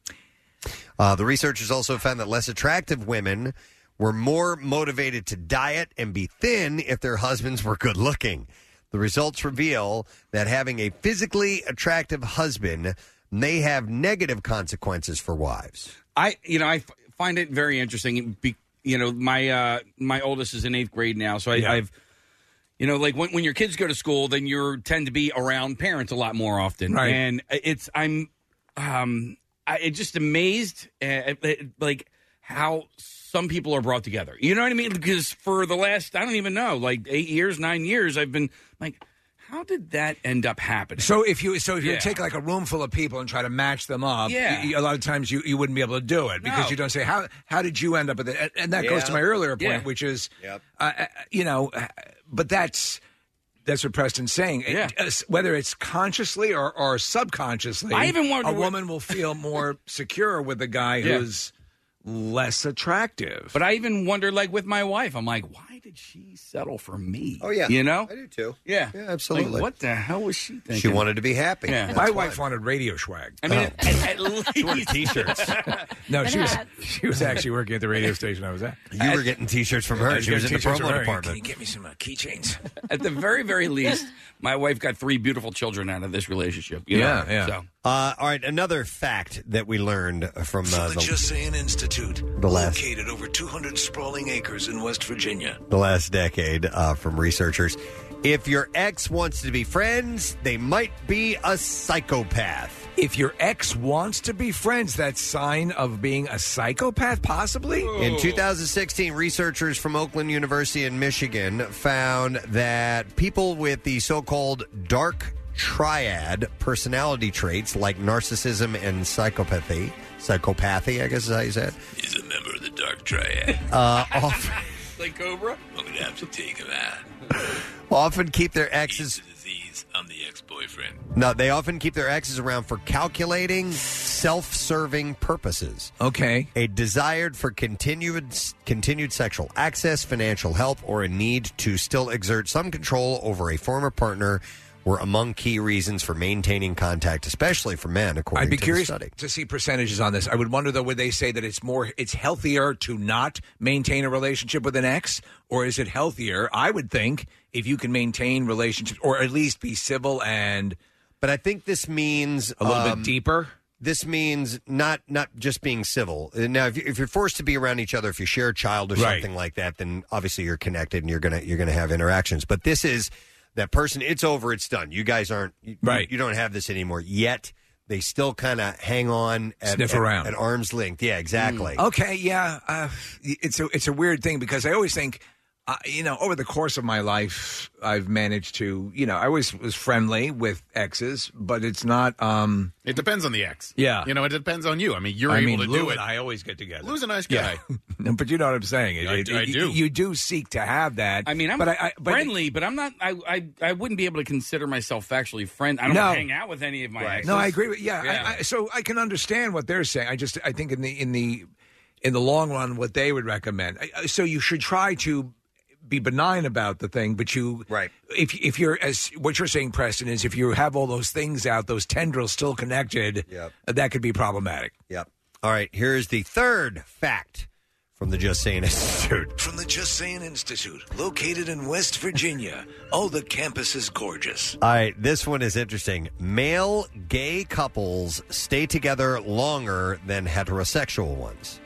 Uh, the researchers also found that less attractive women were more motivated to diet and be thin if their husbands were good looking. The results reveal that having a physically attractive husband may have negative consequences for wives. I you know I f- find it very interesting. Be, you know my uh, my oldest is in eighth grade now, so I, I've you know like when when your kids go to school, then you tend to be around parents a lot more often, Right. and it's I'm um I it just amazed uh, it- like how some people are brought together. You know what I mean? Because for the last I don't even know like eight years, nine years, I've been like, how did that end up happening? So if you so if you Yeah. take like a room full of people and try to match them up, Yeah. you- a lot of times you, you wouldn't be able to do it because No. you don't say how how did you end up with it, and, and that goes to Yeah. my earlier point, Yeah. which is, Yep. uh, uh, you know, uh, but that's that's what Preston's saying. It- Yeah. uh, whether it's consciously or, or subconsciously, I even wonder a what- woman will feel more secure with a guy Yeah. who's less attractive. But I even wonder, like with my wife, I'm like, why did she settle for me? Oh, yeah. you know, I do, too. Yeah, Yeah, absolutely. Like, what the hell was she thinking? to be happy. Yeah. That's My why. wife wanted radio swag. I mean, at, at least t-shirts. no, she was she was actually working at the radio station I was at. You were getting t shirts from her. I was She was in getting the t-shirts from promo her. department. Can you get me some uh, keychains? at the very, very least, my wife got three beautiful children out of this relationship. you know? So, Uh, all right, another fact that we learned from uh, The Just the, Saying Institute, The last- located over 200 sprawling acres in West Virginia. the last decade uh, from researchers. If your ex wants to be friends, they might be a psychopath. If your ex wants to be friends, that's sign of being a psychopath, possibly. Oh. In 2016, researchers from Oakland University in Michigan found that people with the so called dark triad personality traits like narcissism and psychopathy. Psychopathy, I guess is how you say it. He's a member of the Dark Triad. Uh, often, like Cobra? I'm going to have to take him out. often keep their exes. Disease, I'm the ex boyfriend. No, they often keep their exes around for calculating, self-serving purposes. Okay. A desired for continued continued sexual access, financial help, or a need to still exert some control over a former partner were among key reasons for maintaining contact, especially for men, according I'd be to curious the study. to see percentages on this. I would wonder though, would they say that it's more, it's healthier to not maintain a relationship with an ex, or is it healthier? I would think if you can maintain relationships, or at least be civil and. But I think this means a little um, bit deeper. This means not not just being civil. Uh, Now, if, you, if you're forced to be around each other, if you share a child or Right. something like that, then obviously you're connected and you're gonna you're gonna have interactions. But this is that person. It's over. It's done. You guys aren't you, right. You don't have this anymore yet. They still kind of hang on, at, Sniff at- around. at, arm's length. Yeah, exactly. Mm. Okay, yeah, uh, it's a it's a weird thing because I always think, uh, you know, over the course of my life, I've managed to, you know, I always was friendly with exes, but it's not. um It depends on the ex. Yeah. You know, it depends on you. I mean, you're I able mean, to Lou do it. and I always get together. Lou's a nice Yeah. guy. but you know what I'm saying. It- I- it- I you- do. You do seek to have that. I mean, I'm but I, I, but friendly, but I'm not. I, I I wouldn't be able to consider myself actually friend. I don't No. hang out with any of my. Exes. No, I agree with yeah. I, I, so I can understand what they're saying. I just I think in the in the in the long run, what they would recommend. I- I- So you should try to be benign about the thing, but you right if if you're as what you're saying, Preston is if you have all those things out, those tendrils still connected, Yep. that could be problematic. Yep. All right. Here is the third fact from the Just Saying Institute. From the Just Saying Institute, located in West Virginia. Oh, the campus is gorgeous. All right, this one is interesting. Male gay couples stay together longer than heterosexual ones.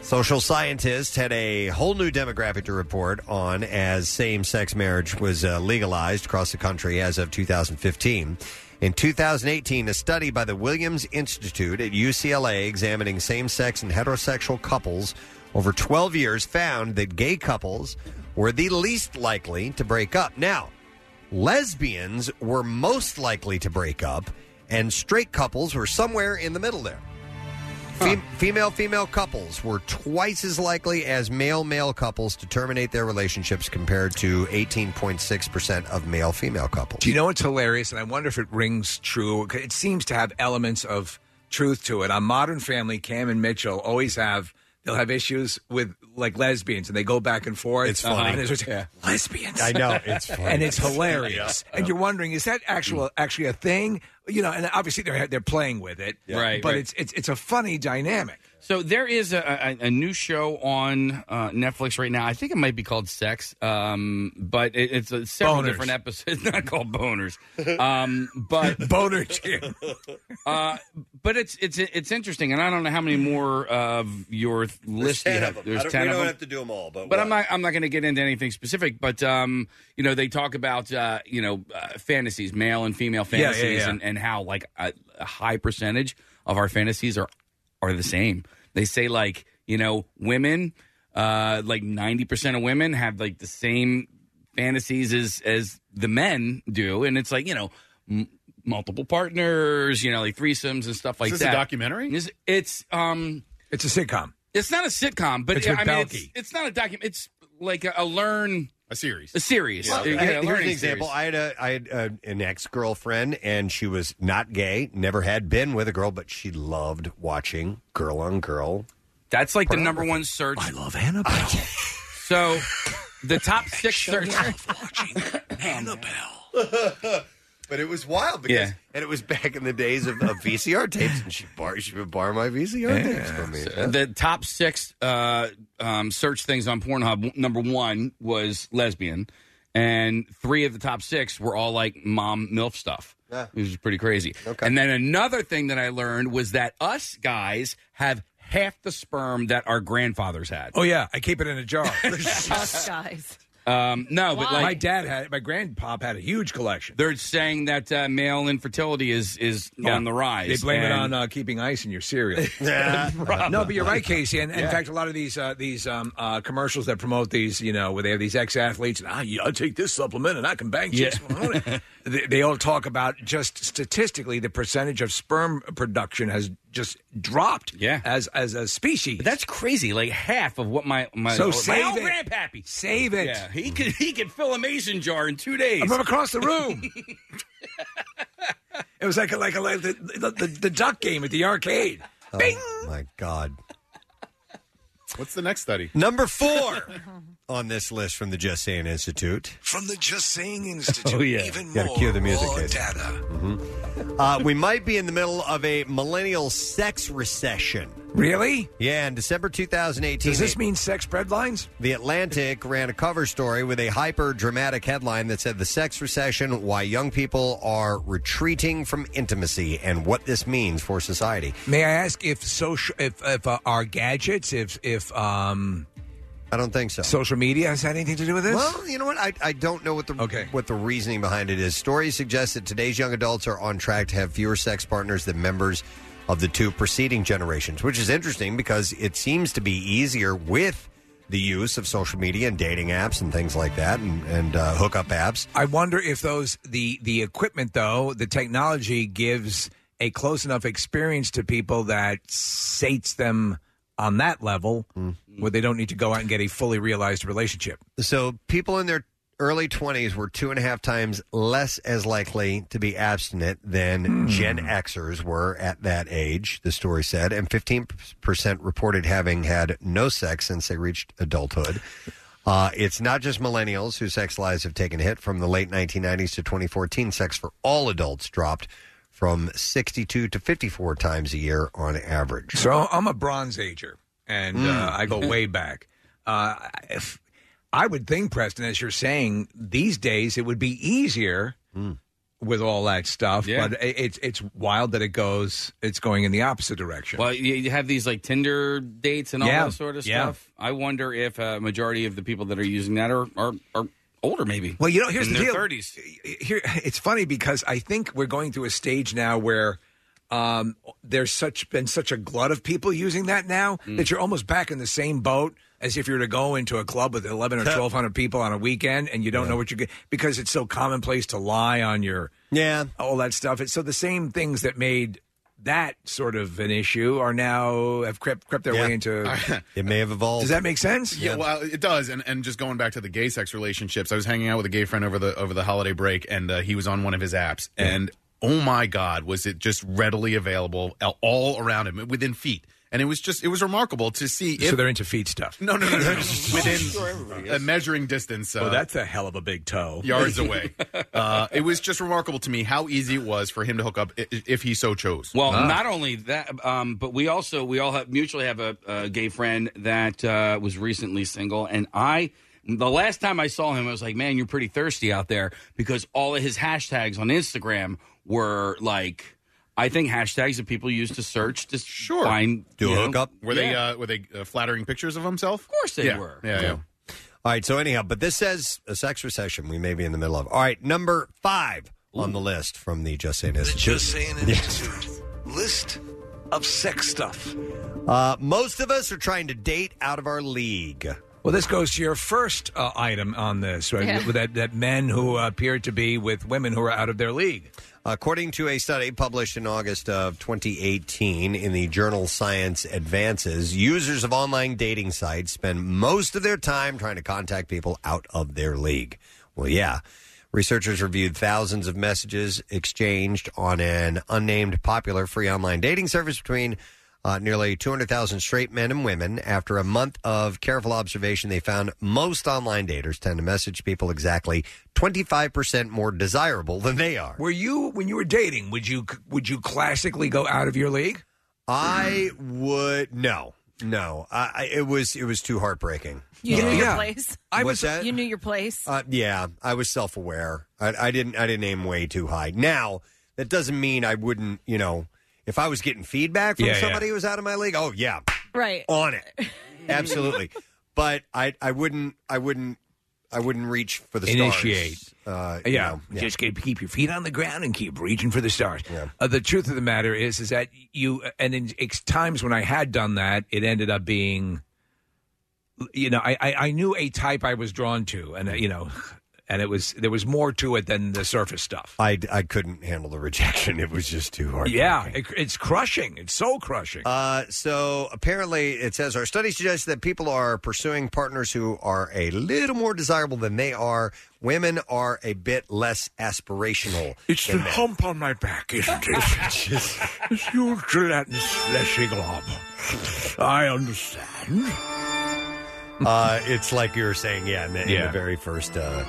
Social scientists had a whole new demographic to report on as same sex marriage was uh, legalized across the country as of 2015. In 2018, a study by the Williams Institute at UCLA examining same sex and heterosexual couples over 12 years found that gay couples were the least likely to break up. Now, lesbians were most likely to break up, and straight couples were somewhere in the middle there. Fem- female female couples were twice as likely as male male couples to terminate their relationships compared to 18.6% of male female couples. Do you know what's hilarious? And I wonder if it rings true. 'cause It seems to have elements of truth to it. On Modern Family, Cam and Mitchell always have. They'll have issues with like lesbians, and they go back and forth. It's funny. And there's- Lesbians. I know, it's funny. and it's hilarious. Yeah. And you're wondering, is that actual actually a thing? You know, and obviously they're they're playing with it, Yeah. Right, But right. it's it's it's a funny dynamic. So there is a, a, a new show on uh, Netflix right now. I think it might be called Sex, um, but it, it's a several Boners. different episodes. Not called Boners, um, but Boner Jim. Uh, but it's it's it's interesting, and I don't know how many more of your th- list you have. There's ten of them. to do them all, But I'm not. I'm not going to get into anything specific. But um, you know, they talk about uh, you know uh, fantasies, male and female Yeah, yeah, fantasies, yeah. And, and how like a, a high percentage of our fantasies are are the same. They say like you know women, uh, like ninety percent of women have like the same fantasies as as the men do, and it's like you know. M- multiple partners, you know, like threesomes and stuff like this a that. documentary? It's, it's um, it's a sitcom. It's not a sitcom, but It's it- with I mean, it's, Balky. it's not a document. It's like a, a learn a series, a series. Well, You I- get a here's an learning example. series. I had a I had uh an ex girlfriend, and she was not gay, never had been with a girl, but she loved watching girl on girl. That's like the number one search. I love Annabelle. so the top six search. Annabelle. but it was wild because, Yeah. and it was back in the days of, of VCR tapes, and she bar she would borrow my VCR tapes from me. The top six uh, um, search things on Pornhub. Number one was lesbian, and three of the top six were all like mom milf stuff. Yeah. Which is pretty crazy. Okay. And then another thing that I learned was that us guys have half the sperm that our grandfathers had. Oh yeah, I keep it in a jar. Us guys. Um, no, but like my dad had my grandpop had a huge collection. They're saying that uh, male infertility is is Yeah. on the rise. They blame it on and- uh, keeping ice in your cereal. Yeah. no, but you're right, Casey. And, and Yeah. in fact, a lot of these uh, these um, uh, commercials that promote these, you know, where they have these ex athletes and ah, yeah, I take this supplement and I can bang chicks. when I want it." they, they all talk about just statistically the percentage of sperm production has just dropped. Yeah. as as a species. that's crazy. Like half of what my Oh, my So my save old it. grandpappy Save it. Yeah, he could he could fill a mason jar in two days. I'm from across the room. it was like a, like a, like the, the, the the duck game at the arcade. Bing. Oh, My God. What's the next study? Number four on this list from the Just Saying Institute. Oh, From the Just Saying Institute, Oh, even Gotta more cue the music, raw Casey. data. Mhm. Uh, we might be in the middle of a millennial sex recession. Really? Yeah, in December 2018. Does this the- mean sex bread lines? The Atlantic ran a cover story with a hyper dramatic headline that said the sex recession, why young people are retreating from intimacy and what this means for society. May I ask if social, if if uh, our gadgets, if if um, I don't think so. Social media has had anything to do with this? Well, you know what? I, I don't know what the what the reasoning behind it is. Stories suggest that today's young adults are on track to have fewer sex partners than members of the two preceding generations, which is interesting because it seems to be easier with the use of social media and dating apps and things like that and, and uh, hookup apps. I wonder if those the the equipment though, the technology gives a close enough experience to people that sates them on that level, Mm. where they don't need to go out and get a fully realized relationship. So people in their early 20s were two and a half times less as likely to be abstinent than Gen Xers were at that age, the story said, and 15% reported having had no sex since they reached adulthood. Uh, it's not just millennials whose sex lives have taken a hit. From the late 1990s to 2014, sex for all adults dropped from 62 to 54 times a year on average. So I'm a Bronze Ager, and uh, I go way back. Uh, if, I would think, Preston, as you're saying, these days it would be easier with all that stuff. But it, it's it's wild that it goes. It's going in the opposite direction. Well, you you have these like Tinder dates and all Yeah. that sort of Yeah. stuff. I wonder if a majority of the people that are using that are are, are older, maybe. Well, you know, here's in the their deal. 30s. Here, it's funny because I think we're going through a stage now where um, there's such been such a glut of people using that now that you're almost back in the same boat as if you were to go into a club with 11 or 1200 people on a weekend and you don't know what you get because it's so commonplace to lie on your yeah all that stuff. It's so the same things that made that sort of an issue are now have crept crept their way into. it may have evolved. Does that make sense? Yeah, well, it does. And and just going back to the gay sex relationships, I was hanging out with a gay friend over the over the holiday break, and uh, he was on one of his apps, and oh my god, was it just readily available all- all around him within feet. And it was just, it was remarkable to see. If, so they're into feet stuff. No, no, no, no. no. Sure, Within a measuring distance. Uh, well, that's a hell of a big toe. yards away. Uh, it was just remarkable to me how easy it was for him to hook up i- i- if he so chose. Well, Ah. Ah. not only that, um, but we also we all have mutually have a, a gay friend that uh, was recently single, and I. The last time I saw him, I was like, "Man, you're pretty thirsty out there," because all of his hashtags on Instagram were like, I think hashtags that people use to search to sure. find Do a you know, hookup. Were they yeah. uh, were they uh, flattering pictures of himself? Of course they yeah. were. Yeah, yeah. All right, so anyhow, but this says a sex recession we may be in the middle of. All right, number five on the list from the Just Saying Institute. Just Saying Institute. List of sex stuff. Uh, most of us are trying to date out of our league. Well, this goes to your first uh, item on this, right? Yeah. That, that men who appear to be with women who are out of their league. According to a study published in August of 2018 in the journal Science Advances, users of online dating sites spend most of their time trying to contact people out of their league. Well, yeah. Researchers reviewed thousands of messages exchanged on an unnamed popular free online dating service between uh, nearly 200,000 straight men and women. After a month of careful observation, they found most online daters tend to message people exactly 25% more desirable than they are. Were you when you were dating? Would you would you classically go out of your league? I would no, no. I, I- it was it was too heartbreaking. You Uh, knew your place. I What's was- that? You knew your place. uh, yeah, I was self aware. I, I didn't I didn't aim way too high. Now that doesn't mean I wouldn't. You know, if I was getting feedback from Yeah, yeah. somebody who was out of my league, oh yeah, right. on it, absolutely. but I I wouldn't I wouldn't I wouldn't reach for the Initiate. stars. Uh, you yeah. know, yeah. just keep keep your feet on the ground and keep reaching for the stars. Uh, the truth of the matter is, is that you and in ex- times when I had done that, it ended up being, you know, I I, I knew a type I was drawn to, and uh, you know, and it was there was more to it than the surface stuff. I I couldn't handle the rejection. It was just too hard. Yeah, it, it's crushing. It's soul crushing. Uh, so apparently, it says our study suggests that people are pursuing partners who are a little more desirable than they are. Women are a bit less aspirational. It's the than men. hump on my back, isn't it? this huge gelatinous fleshy glob. I understand. uh, it's like you were saying, yeah, in the, in Yeah. the very first uh,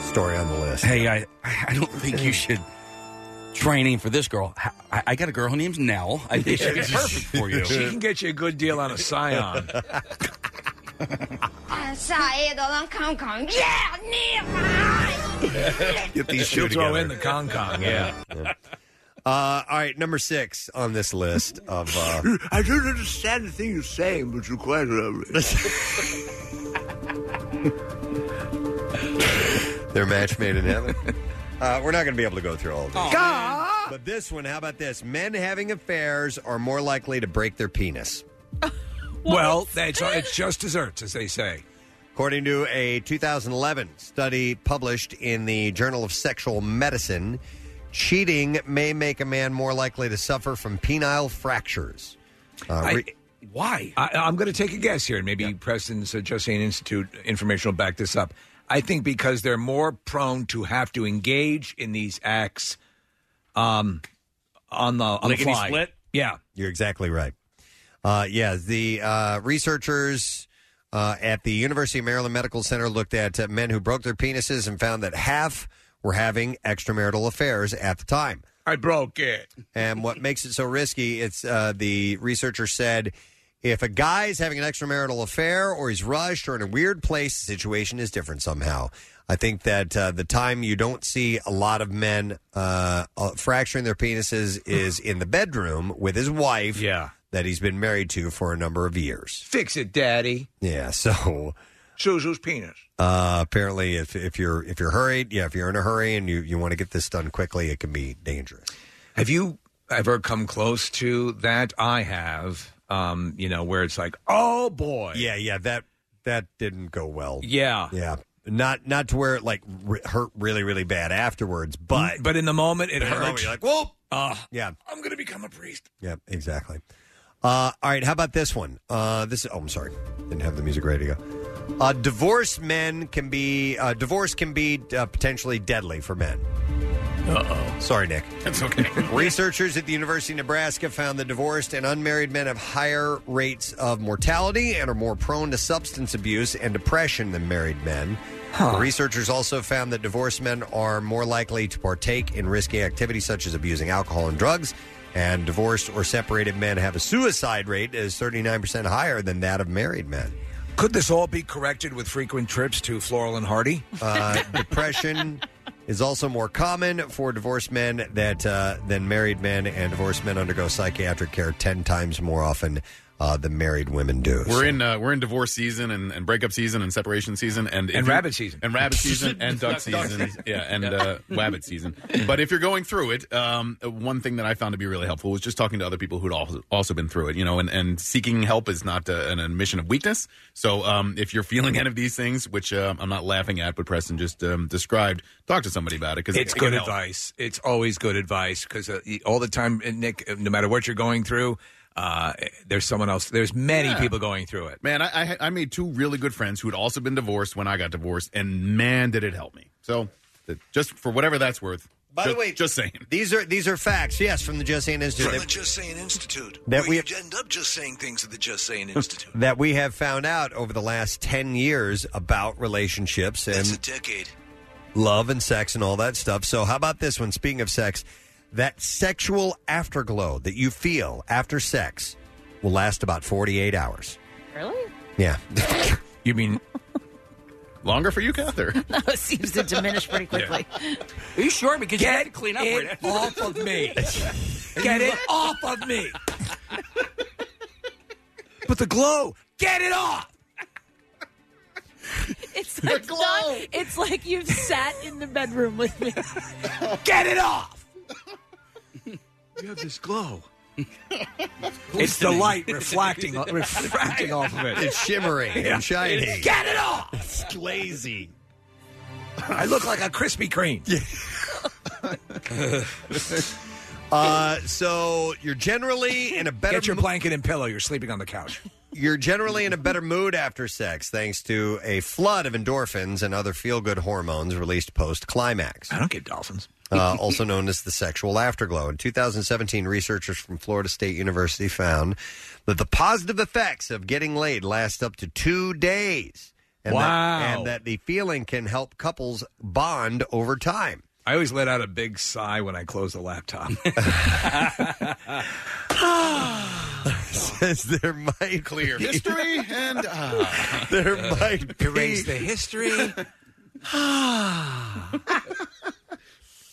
story on the list. Hey, I I don't think you should training for this girl. I, I got a girl. Her name's Nell. I think she'd be perfect for you. She can get you a good deal on a scion. I'm sorry, don't come, come. Yeah, Get these She'll two throw together. in the con con. Yeah. Uh, all right, number six on this list of uh, I don't understand the thing you're saying, but you're quite lovely. their match made in heaven. Uh, we're not going to be able to go through all of these. But this one, how about this? Men having affairs are more likely to break their penis. well, that's it's just desserts, as they say. According to a 2011 study published in the Journal of Sexual Medicine, cheating may make a man more likely to suffer from penile fractures. Uh, re- Why? I, I'm going to take a guess here, and maybe Preston's uh, Justine Institute information will back this up. I think because they're more prone to have to engage in these acts um, on the Uh, on Lickety the fly. split? Yeah. You're exactly right. Uh, yeah, the uh, researchers uh, at the University of Maryland Medical Center looked at uh, men who broke their penises and found that half were having extramarital affairs at the time. I broke it. And what makes it so risky? It's uh, the researcher said. If a guy's having an extramarital affair or he's rushed or in a weird place, the situation is different somehow. I think that uh, the time you don't see a lot of men uh, uh, fracturing their penises is in the bedroom with his wife yeah. that he's been married to for a number of years. Fix it, Daddy. Yeah, so Suzu's penis. uh, apparently if, if you're if you're hurried, yeah, if you're in a hurry and you, you want to get this done quickly, it can be dangerous. Have you ever come close to that? I have. Um, you know, where it's like, oh boy. Yeah, yeah, that that didn't go well. Yeah. Yeah. Not not to where it like r- hurt really really bad afterwards, but But in the moment, it In the moment, hurts. you're like, whoa. Uh, yeah. I'm going to become a priest. Yeah, exactly. Uh, all right, how about this one? Uh, this oh, I'm sorry, didn't have the music ready to go. Uh, divorced men can be uh, divorce can be uh, potentially deadly for men. Uh oh. Sorry, Nick. That's okay. Researchers at the University of Nebraska found that divorced and unmarried men have higher rates of mortality and are more prone to substance abuse and depression than married men. The researchers also found that divorced men are more likely to partake in risky activities such as abusing alcohol and drugs. And divorced or separated men have a suicide rate that is 39% higher than that of married men. Could this all be corrected with frequent trips to Floral and Hardy? Uh, depression is also more common for divorced men that uh, than married men, and divorced men undergo psychiatric care ten times more often uh, than married women do. We're in uh, we're in divorce season and, and breakup season and separation season and if And you- rabbit season. and rabbit season and duck season yeah and uh, rabbit season. But if you're going through it, um, one thing that I found to be really helpful was just talking to other people who'd also, also been through it. You know, and, and seeking help is not uh, an admission of weakness. So um, if you're feeling any of these things, which um, I'm not laughing at, but Preston just um, described, talk to somebody about it because It's good advice. It's always good advice because uh, y- all the time, uh, Nick, uh, no matter what you're going through, uh, there's someone else. There's many Yeah. people going through it. Man, I, I had- I made two really good friends who had also been divorced when I got divorced, and man, did it help me. So, th- just for whatever that's worth. By ju- the way, just saying. These are these are facts, yes, from the Just Saying Institute From the that, Just Saying Institute. That where we- you end up just saying things at the Just Saying Institute. that we have found out over the last ten years about relationships and That's a decade. love and sex and all that stuff. So, how about this one? Speaking of sex, that sexual afterglow that you feel after sex will last about 48 hours. Really? Yeah. you mean longer for you, Cather? No, it seems to diminish pretty quickly. Are you sure? Because Get you had to clean up it right after off that. of me. Get it off of me. But the glow, get it off. It's, it's not. It's like you've sat in the bedroom with me. Get it off! You have this glow. It's the light reflecting, uh, refracting off of it. It's shimmering and shiny. Get it off! It's glazy. I look like a Krispy Kreme. Uh, so you're generally in a better Get your blanket and pillow. You're sleeping on the couch. You're generally in a better mood after sex thanks to a flood of endorphins and other feel good hormones released post climax. I don't get dolphins. uh, also known as the sexual afterglow. In 2017, researchers from Florida State University found that the positive effects of getting laid last up to two days. And Wow. That, and that the feeling can help couples bond over time. I always let out a big sigh when I close the laptop. Says there might clear be- history and ah. there might be- erase the history.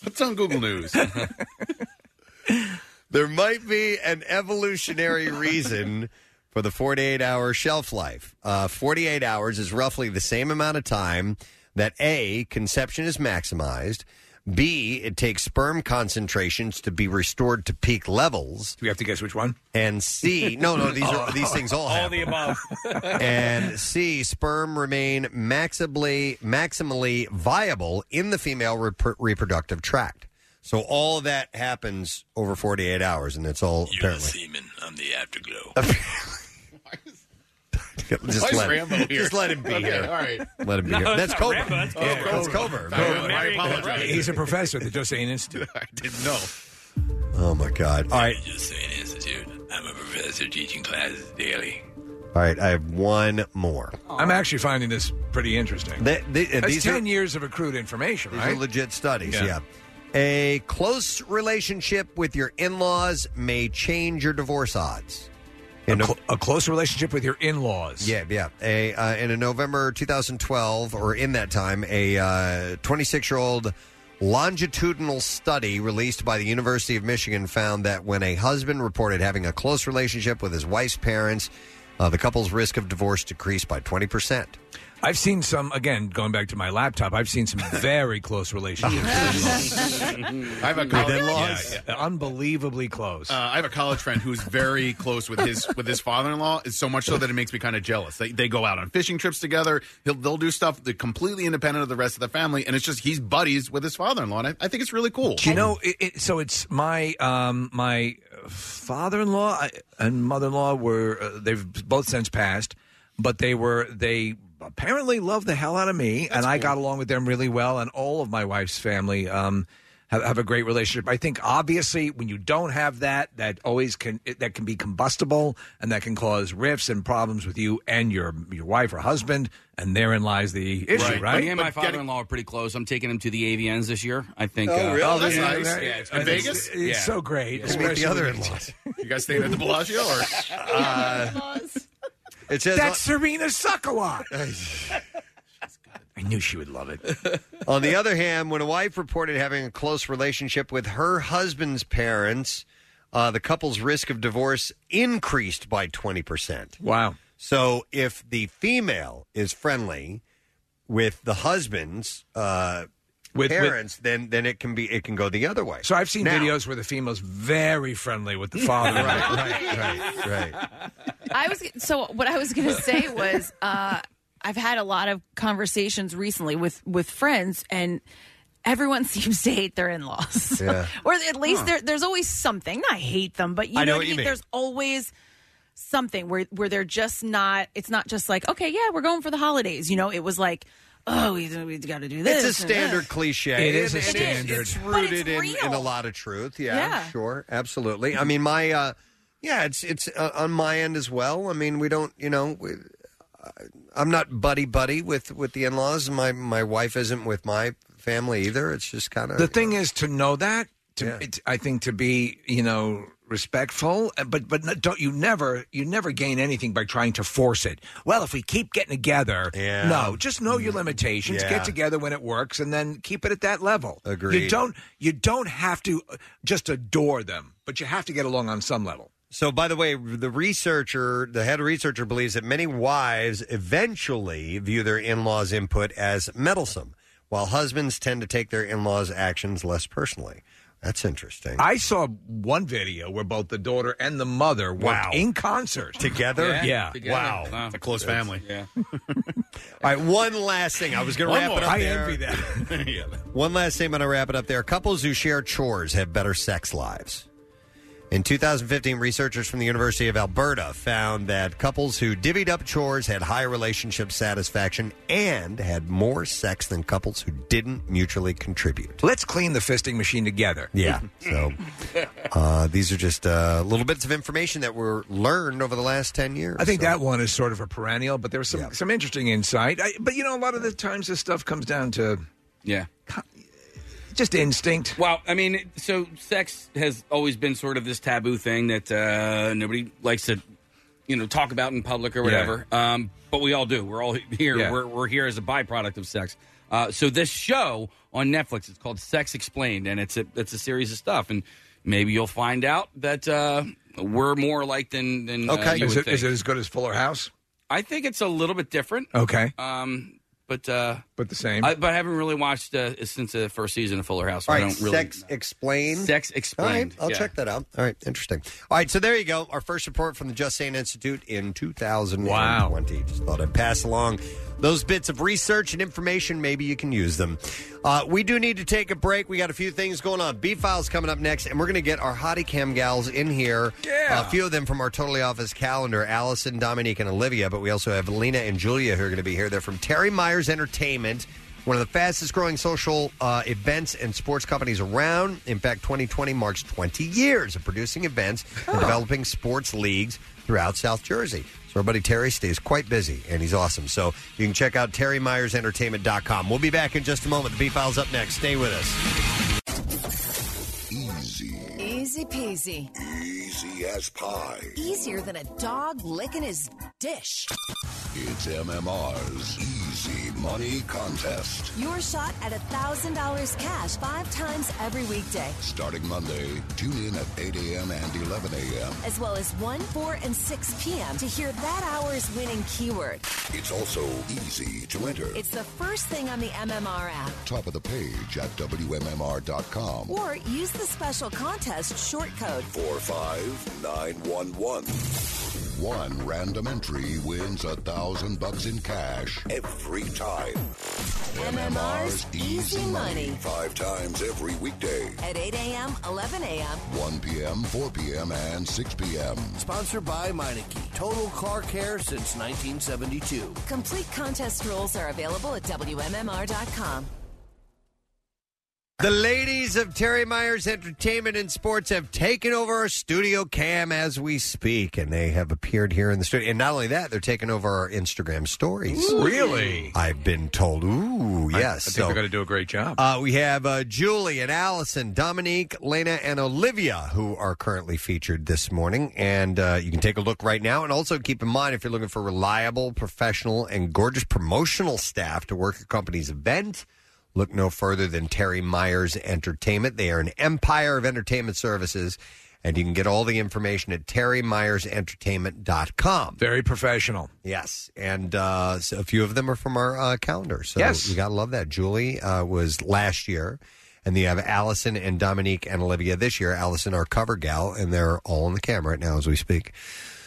What's on Google News? there might be an evolutionary reason for the 48 hour shelf life. Uh, 48 hours is roughly the same amount of time that A, conception is maximized, B, it takes sperm concentrations to be restored to peak levels. Do we have to guess which one? And C, no, no, these Oh. are these things all happen. the above. and C, sperm remain maximally maximally viable in the female rep- reproductive tract. So all of that happens over 48 hours, and it's all apparently. Semen. I'm the afterglow. Just Why is let, Rambo here? just let him be Okay, here. all right. Let him be No, here. it's That's not Cobra. Rambo, that's Yeah, Cobra. that's Cobra. I apologize. He's a professor at the Joseon Institute. I didn't know. Oh, my God. All right. Joseon Institute. I'm a professor teaching classes daily. All right. I have one more. I'm actually finding this pretty interesting. They- they- and That's these are- 10 years of accrued information, These right? are legit studies. Yeah. A close relationship with your in laws may change your divorce odds. A, cl- a close relationship with your in laws. Yeah, yeah. A uh, in a November 2012, or in that time, a 26 year old longitudinal study released by the University of Michigan found that when a husband reported having a close relationship with his wife's parents, uh, the couple's risk of divorce decreased by 20 percent. I've seen some, again, going back to my laptop, I've seen some very close relationships. I have a colleague- Yeah, yeah. Unbelievably close. Uh, I have a college friend who's very close with his with his father in law. It's so much so that it makes me kind of jealous. They, they go out on fishing trips together. He'll they'll do stuff that completely independent of the rest of the family, and it's just he's buddies with his father in law. And I, I think it's really cool. Do you know? It, it, so it's my um, my father-in-law I- and mother-in-law were uh, they've both since passed, but they were they apparently loved the hell out of me, and I got along with them really well, and all of my wife's family. Um, have, have a great relationship. I think obviously when you don't have that, that always can it- that can be combustible and that can cause rifts and problems with you and your your wife or husband. And therein lies the issue, right? But me and my father-in-law are pretty close. I'm taking him to the AVNs this year. I think. Oh, uh, really? Oh, that's yeah, nice. Yeah, it's In been- Vegas? It's Yeah. so great. Yeah. Meet the other in-laws. You guys staying at the Bellagio or? It says That's Serena Suckalot. I knew she would love it. On the other hand, when a wife reported having a close relationship with her husband's parents, uh, the couple's risk of divorce increased by 20%. Wow. So if the female is friendly with the husband's uh, With- with- parents, then then it can be it can go the other way. So I've seen Now- videos where the female's very friendly with the father. Right, right, right, right. I was so what I was going to say was uh, I've had a lot of conversations recently with with friends and. Everyone seems to hate their in-laws, Yeah. or at least Huh. there, there's always something. Not hate them, but you I know what what I you mean? mean. There's always something where where they're just not. It's not just like okay, yeah, we're going for the holidays. You know, it was like oh, we, we got to do this. It's a and standard that. cliche. It is a And standard. It's, But it's rooted in, in a real. lot of truth. Yeah, Yeah. sure, absolutely. I mean, my uh, yeah, it's it's uh, on my end as well. I mean, we don't, you know, we, I'm not buddy buddy with with the in laws. My my wife isn't with my family either. It's just kind The of thing is to know that. To, it, I think to be you know respectful, uh, but but n- don't you never you never gain anything by trying to force it. Well, if we keep getting together, no, just know your limitations. Mm. Yeah. Get together when it works, and then keep it at that level. Agreed. You don't you don't have to uh, just adore them, but you have to get along on some level. So, by the way, the researcher, the head researcher, believes that many wives eventually view their in laws' input as meddlesome, while husbands tend to take their in laws' actions less personally. That's interesting. I saw one video where both the daughter and the mother were Wow. in concert Together? Yeah, Wow. It's a close family. Yeah. All right, one last thing. I was going to One wrap more. it up. I there. envy that. yeah. One last statement. I wrap it up there. Couples who share chores have better sex lives. In 2015, researchers from the University of Alberta found that couples who divvied up chores had higher relationship satisfaction and had more sex than couples who didn't mutually contribute. Let's clean the fisting machine together. Yeah. So uh, these are just uh, little bits of information that were learned over the last 10 years. I think So- that one is sort of a perennial, but there was some some interesting insight. I, but you know, a lot of the times this stuff comes down to yeah, just instinct. Well, I mean, it- so sex has always been sort of this taboo thing that uh, nobody likes to, you know, talk about in public or Yeah. whatever. Um, but we all do. We're all here. Yeah. We're, we're here as a byproduct of sex. Uh, so this show on Netflix, it's called Sex Explained, and it's a it's a series of stuff, and maybe you'll find out that uh, we're more alike than than uh, you is would it, is think. it as good as Fuller House? I think it's a little bit different. Okay. Um, but uh, but the same. I, but I haven't really watched uh, since the first season of Fuller House. so All I right, don't really. Sex Explained. Sex Explained, All right, I'll yeah. check that out. All right, interesting. All right, so there you go. Our first report from the Just Saying Institute in 2020. Just thought I'd pass along those bits of research and information. Maybe you can use them. Uh, we do need to take a break. We got a few things going on. B Files coming up next, and we're going to get our Hottie Cam gals in here. Yeah. A few of them from our Totally Office calendar Allison, Dominique, and Olivia, but we also have Lena and Julia who are going to be here. They're from Terry Myers Entertainment one of the fastest growing social uh, events and sports companies around. In fact, 2020 marks 20 years of producing events and developing sports leagues throughout South Jersey. So our buddy Terry stays quite busy, and he's awesome. So you can check out terrymyersentertainment.com. We'll be back in just a moment. The B-File's up next. Stay with us. Easy peasy. Easy as pie. Easier than a dog licking his dish. It's MMR's Easy Money Contest. Your shot at $1,000 cash five times every weekday, Starting Monday, tune in at 8 a.m. and 11 a.m. as well as 1, 4, and 6 p.m. to hear that hour's winning keyword. It's also easy to enter. It's the first thing on the MMR app. Top of the page at WMMR.com. Or use the special contest short code. 45911. One random entry wins a thousand bucks in cash every time. MMR's Easy Money. Five times every weekday. At 8 a.m., 11 a.m., 1 p.m., 4 p.m., and 6 p.m. Sponsored by Meineke. Total car care since 1972. complete contest rules are available at WMMR.com. The ladies of Terry Myers Entertainment and Sports have taken over our studio cam as we speak, and they have appeared here in the studio. And not only that, they're taking over our Instagram stories. Ooh. Really? I've been told. Ooh, I- yes. I, think So- they're going to do a great job. uh, we have uh, Julie and Allison, Dominique, Lena, and Olivia, who are currently featured this morning. And uh, you can take a look right now. And also keep in mind if you're looking for reliable, professional, and gorgeous promotional staff to work your company's event, look no further than Terry Myers Entertainment. They are an empire of entertainment services. And you can get all the information at terrymyersentertainment.com. Very professional. Yes, and uh, so a few of them are from our uh, calendar. So Yes. you gotta love that. Julie uh, was last year, and you have Allison and Dominique and Olivia this year. Allison, our cover gal, and they're all on the camera right now as we speak.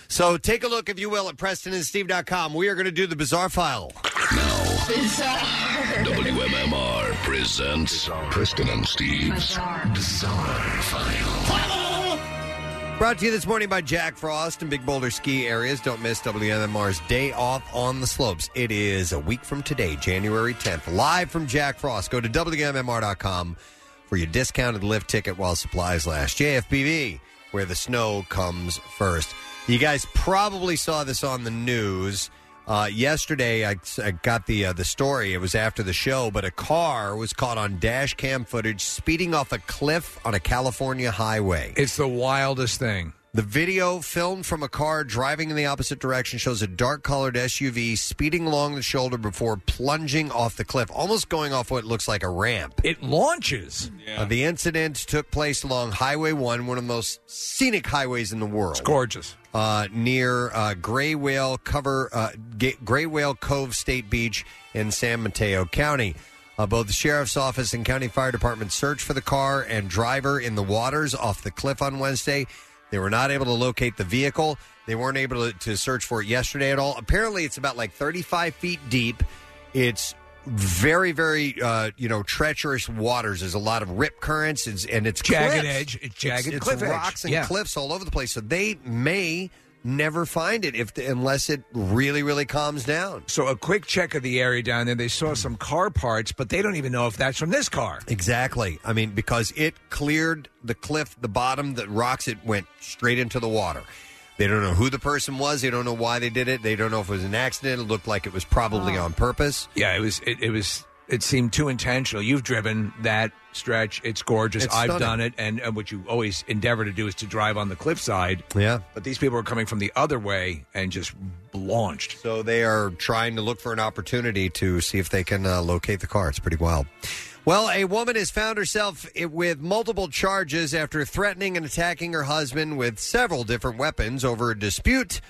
So take a look, if you will, at PrestonandSteve.com. We are going to do the bizarre file. WMMR presents Kristen and Steve's Bizarre, File. Brought to you this morning by Jack Frost and Big Boulder Ski Areas. Don't miss WMMR's Day Off on the Slopes. It is a week from today, January 10th, live from Jack Frost. Go to WMMR.com for your discounted lift ticket while supplies last. JFBV, where the snow comes first. You guys probably saw this on the news. Uh, yesterday, I, I got the uh, the story. It was after the show, but a car was caught on dash cam footage speeding off a cliff on a California highway. It's the wildest thing. The video filmed from a car driving in the opposite direction shows a dark colored SUV speeding along the shoulder before plunging off the cliff, almost going off what looks like a ramp. It launches. Uh, the incident took place along Highway 1, one of the most scenic highways in the world. It's gorgeous. Uh, near uh, Gray Whale Cover, uh, Ga- Gray Whale Cove State Beach in San Mateo County. Uh, both the sheriff's office and county fire department searched for the car and driver in the waters off the cliff on Wednesday. They were not able to locate the vehicle. They weren't able to, to search for it yesterday at all. Apparently, it's about like 35 feet deep. It's very, very, uh, you know, treacherous waters. There's a lot of rip currents and, and it's Jagged cliffs. edge. It's jagged it's, cliff edge. rocks and Yeah. cliffs all over the place. So they may never find it if unless it really, really calms down. So a quick check of the area down there, they saw some car parts, but they don't even know if that's from this car. Exactly. I mean, because it cleared the cliff, the bottom, the rocks, it went straight into the water. They don't know who the person was. They don't know why they did it. They don't know if it was an accident. It looked like it was probably on purpose. Yeah, it was. It, it was. It seemed too intentional. You've driven that stretch. It's gorgeous. It's I've stunning. done it, and, and what you always endeavor to do is to drive on the cliffside. Yeah. But these people are coming from the other way and just launched. So they are trying to look for an opportunity to see if they can uh, locate the car. It's pretty wild. Well, a woman has found herself i- with multiple charges after threatening and attacking her husband with several different weapons over a dispute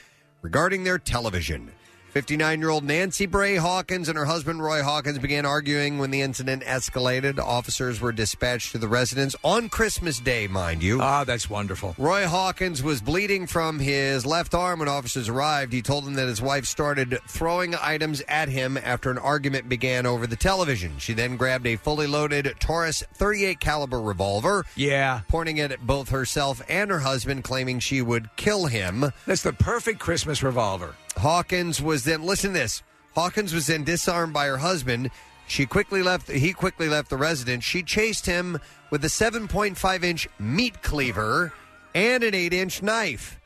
regarding their television. 59 year old Nancy Bray Hawkins and her husband Roy Hawkins began arguing when the incident escalated. Officers were dispatched to the residence on Christmas Day, mind you. Ah, that's wonderful. Roy Hawkins was bleeding from his left arm when officers arrived. He told them that his wife started throwing items at him after an argument began over the television. She then grabbed a fully loaded Taurus 38 caliber revolver. Yeah. Pointing it at both herself and her husband claiming she would kill him. That's the perfect Christmas revolver. Hawkins was then listen to this. Hawkins was then disarmed by her husband. She quickly left he quickly left the residence. She chased him with a 7.5 inch meat cleaver and an 8 inch knife.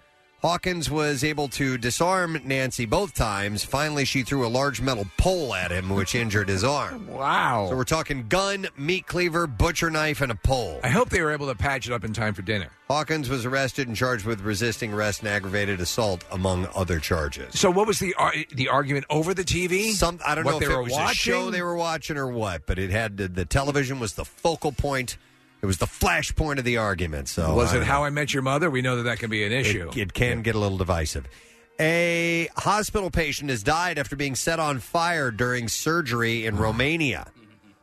Hawkins was able to disarm Nancy both times. Finally, she threw a large metal pole at him, which injured his arm. Wow. So we're talking gun, meat cleaver, butcher knife, and a pole. I hope they were able to patch it up in time for dinner. Hawkins was arrested and charged with resisting arrest and aggravated assault, among other charges. So what was the ar- the argument over the TV? Some I don't What know they if it were was a watching. show they were watching or what, but it had the, the television was the focal point. It was the flashpoint of the argument. So was I it don't How I Met Your Mother? We know that that can be an issue. It, it can get a little divisive. A hospital patient has died after being set on fire during surgery in Romania.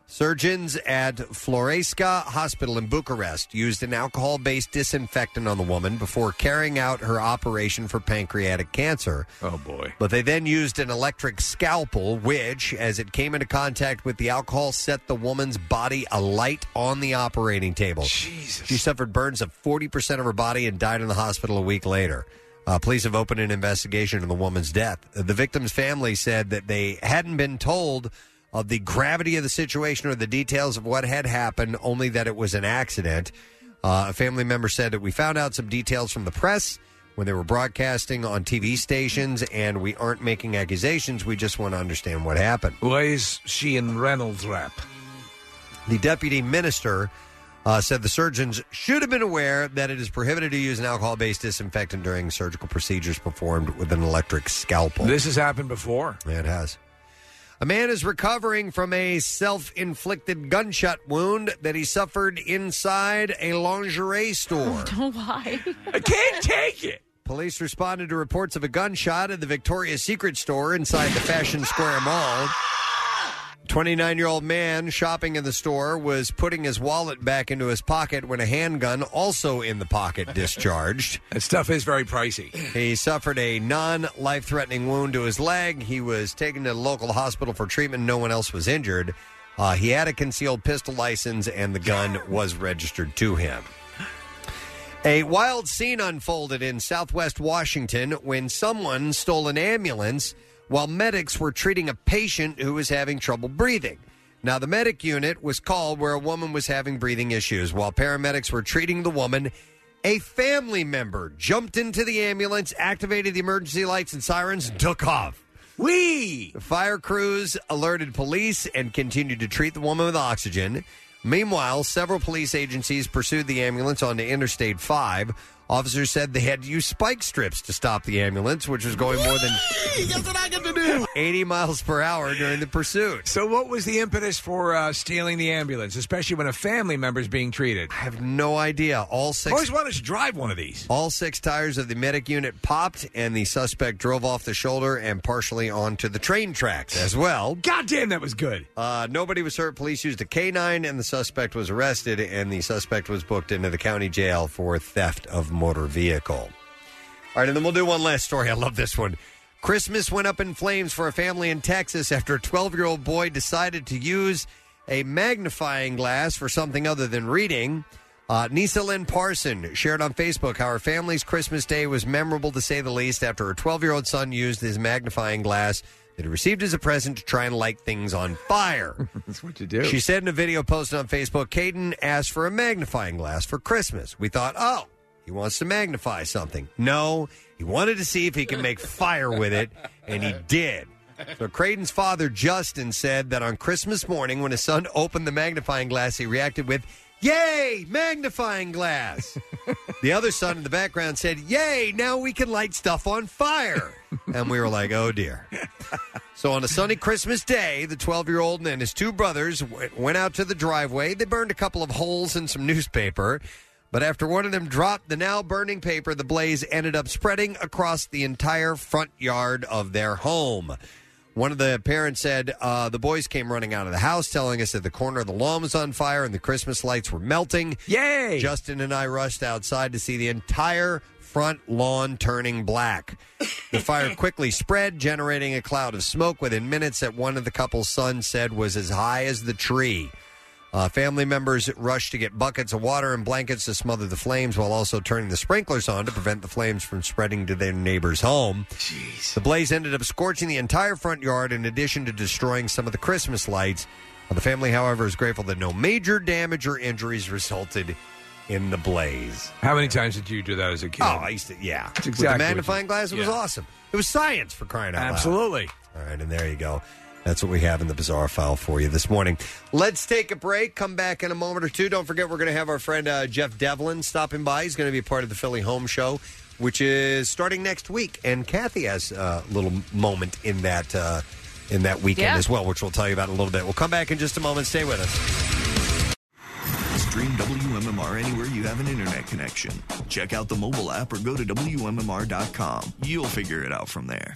Surgeons at Floresca Hospital in Bucharest used an alcohol based disinfectant on the woman before carrying out her operation for pancreatic cancer. Oh, boy. But they then used an electric scalpel, which, as it came into contact with the alcohol, set the woman's body alight on the operating table. She suffered burns of 40% of her body and died in the hospital a week later. Uh, police have opened an investigation into the woman's death. Uh, The victim's family said that they hadn't been told of the gravity of the situation or the details of what had happened, only that it was an accident. Uh, a family member said that we found out some details from the press when they were broadcasting on TV stations, and we aren't making accusations. We just want to understand what happened. Why is she in Reynolds wrap? The deputy minister uh, said the surgeons should have been aware that it is prohibited to use an alcohol based disinfectant during surgical procedures performed with an electric scalpel. This has happened before. It has. A man is recovering from a self inflicted gunshot wound that he suffered inside a lingerie store. Don't know why. I can't take it. Police responded to reports of a gunshot at the Victoria's Secret store inside the Fashion Square Mall. 29 year old man shopping in the store was putting his wallet back into his pocket when a handgun, also in the pocket, discharged. That stuff is very pricey. He suffered a non life threatening wound to his leg. He was taken to the local hospital for treatment. No one else was injured. Uh, he had a concealed pistol license, and the gun was registered to him. A wild scene unfolded in southwest Washington when someone stole an ambulance while medics were treating a patient who was having trouble breathing. Now, the medic unit was called where a woman was having breathing issues. While paramedics were treating the woman, a family member jumped into the ambulance, activated the emergency lights and sirens, and took off. We fire crews alerted police and continued to treat the woman with oxygen. Meanwhile, several police agencies pursued the ambulance onto Interstate 5. Officers said they had to use spike strips to stop the ambulance, which was going more than That's what I get to do. 80 miles per hour during the pursuit. So, what was the impetus for uh, stealing the ambulance, especially when a family member is being treated? I have no idea. All six. Always wanted to drive one of these. All six tires of the medic unit popped, and the suspect drove off the shoulder and partially onto the train tracks as well. God damn, that was good. Uh, nobody was hurt. Police used a K9, and the suspect was arrested, and the suspect was booked into the county jail for theft of motor vehicle. All right, and then we'll do one last story. I love this one. Christmas went up in flames for a family in Texas after a 12 year old boy decided to use a magnifying glass for something other than reading. Uh, Nisa Lynn Parson shared on Facebook how her family's Christmas day was memorable to say the least after her 12 year old son used his magnifying glass that he received as a present to try and light things on fire. That's what you do. She said in a video posted on Facebook, Caden asked for a magnifying glass for Christmas. We thought, oh, he wants to magnify something. No, he wanted to see if he can make fire with it, and he did. So Creighton's father, Justin, said that on Christmas morning, when his son opened the magnifying glass, he reacted with, Yay, magnifying glass. the other son in the background said, Yay, now we can light stuff on fire. And we were like, oh dear. So on a sunny Christmas day, the 12 year old and his two brothers w- went out to the driveway. They burned a couple of holes in some newspaper. But after one of them dropped the now burning paper, the blaze ended up spreading across the entire front yard of their home. One of the parents said uh, the boys came running out of the house, telling us that the corner of the lawn was on fire and the Christmas lights were melting. Yay! Justin and I rushed outside to see the entire front lawn turning black. The fire quickly spread, generating a cloud of smoke within minutes that one of the couple's sons said was as high as the tree. Uh, family members rushed to get buckets of water and blankets to smother the flames while also turning the sprinklers on to prevent the flames from spreading to their neighbor's home. The blaze ended up scorching the entire front yard in addition to destroying some of the Christmas lights. Uh, the family, however, is grateful that no major damage or injuries resulted in the blaze. How many times did you do that as a kid? Oh, I used to, yeah. That's With exactly the what you- magnifying glass, it was Yeah. awesome. It was science for crying out loud. Absolutely. All right, and there you go. That's what we have in the bizarre file for you this morning. Let's take a break. Come back in a moment or two. Don't forget, we're going to have our friend uh, Jeff Devlin stopping by. He's going to be part of the Philly Home Show, which is starting next week. And Kathy has a little moment in that uh, in that weekend Yeah. as well, which we'll tell you about in a little bit. We'll come back in just a moment. Stay with us. Stream WMMR anywhere you have an internet connection. Check out the mobile app or go to WMMR.com. You'll figure it out from there.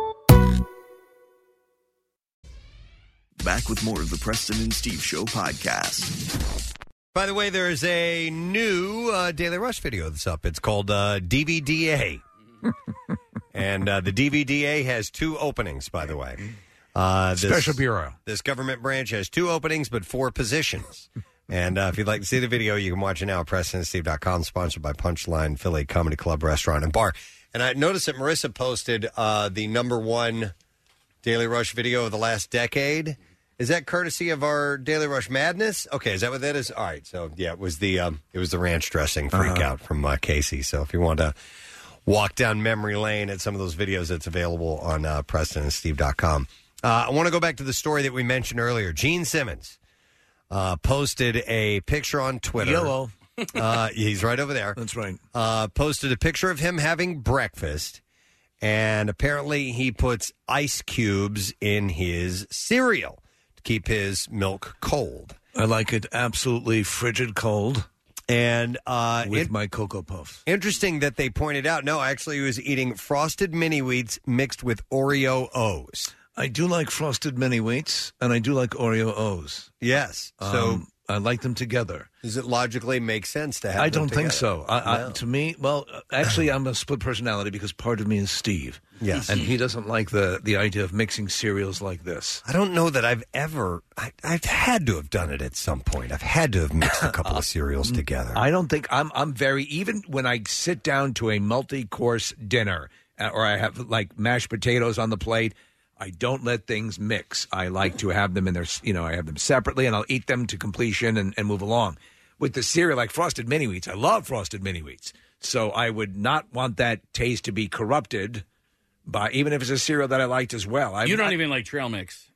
Back with more of the Preston and Steve Show podcast. By the way, there is a new uh, Daily Rush video that's up. It's called uh, DVDA. and uh, the DVDA has two openings, by the way. Uh, Special Bureau. This government branch has two openings, but four positions. and uh, if you'd like to see the video, you can watch it now at PrestonandSteve.com, sponsored by Punchline Philly Comedy Club Restaurant and Bar. And I noticed that Marissa posted uh, the number one Daily Rush video of the last decade. Is that courtesy of our Daily Rush madness? Okay, is that what that is? All right, so yeah, it was the um, it was the ranch dressing freak Uh-huh. out from uh, Casey. So if you want to walk down memory lane at some of those videos, it's available on uh, PrestonandSteve.com. Uh, I want to go back to the story that we mentioned earlier. Gene Simmons uh, posted a picture on Twitter. Yellow. uh, he's right over there. That's right. Uh, posted a picture of him having breakfast, and apparently he puts ice cubes in his cereal to keep his milk cold. I like it absolutely frigid cold. And uh, with it- my Cocoa Puffs. Interesting that they pointed out. No, actually, he was eating frosted mini wheats mixed with Oreo O's. I do like frosted mini wheats, and I do like Oreo O's. Yes. So Um, I like them together. Does it logically make sense to have? I them don't think together? so. I, I, No. To me, well, uh, actually, I'm a split personality because part of me is Steve. Yes. and he doesn't like the the idea of mixing cereals like this. I don't know that I've ever. I, I've had to have done it at some point. I've had to have mixed a couple Uh, of mm. cereals together. I don't think I'm I'm very even when I sit down to a multi course dinner uh, or I have like mashed potatoes on the plate. I don't let things mix. I like to have them in their, s- you know, I have them separately and I'll eat them to completion and, and move along. With the cereal, like frosted mini wheats, I love frosted mini wheats. So I would not want that taste to be corrupted by, even if it's a cereal that I liked as well. I, you don't I- even like trail mix.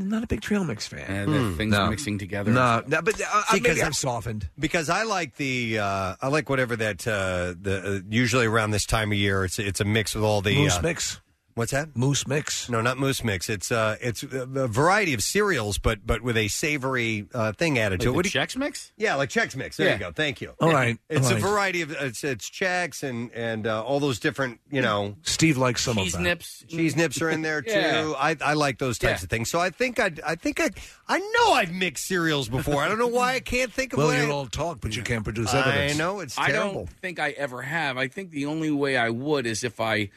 I'm not a big trail mix fan. Hmm. And the things mixing together. No, no, but uh, uh, See, 'cause maybe I'm I'm softened. Because I like the uh, I like whatever that uh, the uh, usually around this time of year it's it's a mix with all the Moose uh, mix. What's that? Moose mix? No, not moose mix. It's uh, it's a a variety of cereals, but but with a savory uh, thing added Like to the it. What do you- Chex mix? Yeah, like Chex mix. There Yeah. you go. Thank you. All right, It's all a right. variety of it's, it's Chex and and uh, all those different you know. Steve likes some Cheese of that. nips. Cheese nips are in there too. Yeah. I, I like those types Yeah. of things. So I think I I think I I know I've mixed cereals before. I don't know why I can't think of. Well, what I- you all talk, but you can't produce I evidence. know, it's I terrible. don't think I ever have. I think the only way I would is if I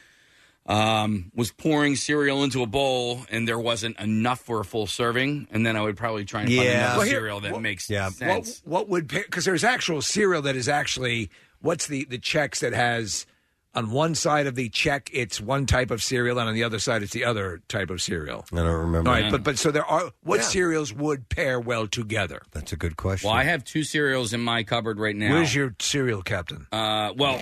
um, was pouring cereal into a bowl and there wasn't enough for a full serving, and then I would probably try and find another Well, here- cereal that what- makes yeah. sense. What, what would because there's actual cereal that is actually what's the the checks that has on one side of the check it's one type of cereal and on the other side it's the other type of cereal. I don't remember. All right, but but so there are what Yeah. cereals would pair well together? That's a good question. Well, I have two cereals in my cupboard right now. Where's your cereal captain? Uh, well,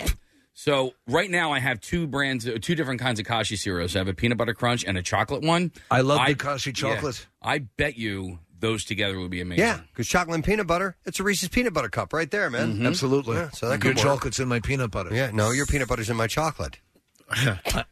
so right now I have two brands, uh, two different kinds of Kashi cereals. I have a peanut butter crunch and a chocolate one. I love the Kashi yeah. chocolate. I bet you those together would be amazing. Yeah, because chocolate and peanut butter, it's a Reese's peanut butter cup right there, man. Mhm. Absolutely. Yeah, so that Mm-hmm. Your could work. chocolate's in my peanut butter. Yeah, no, your peanut butter's in my chocolate. I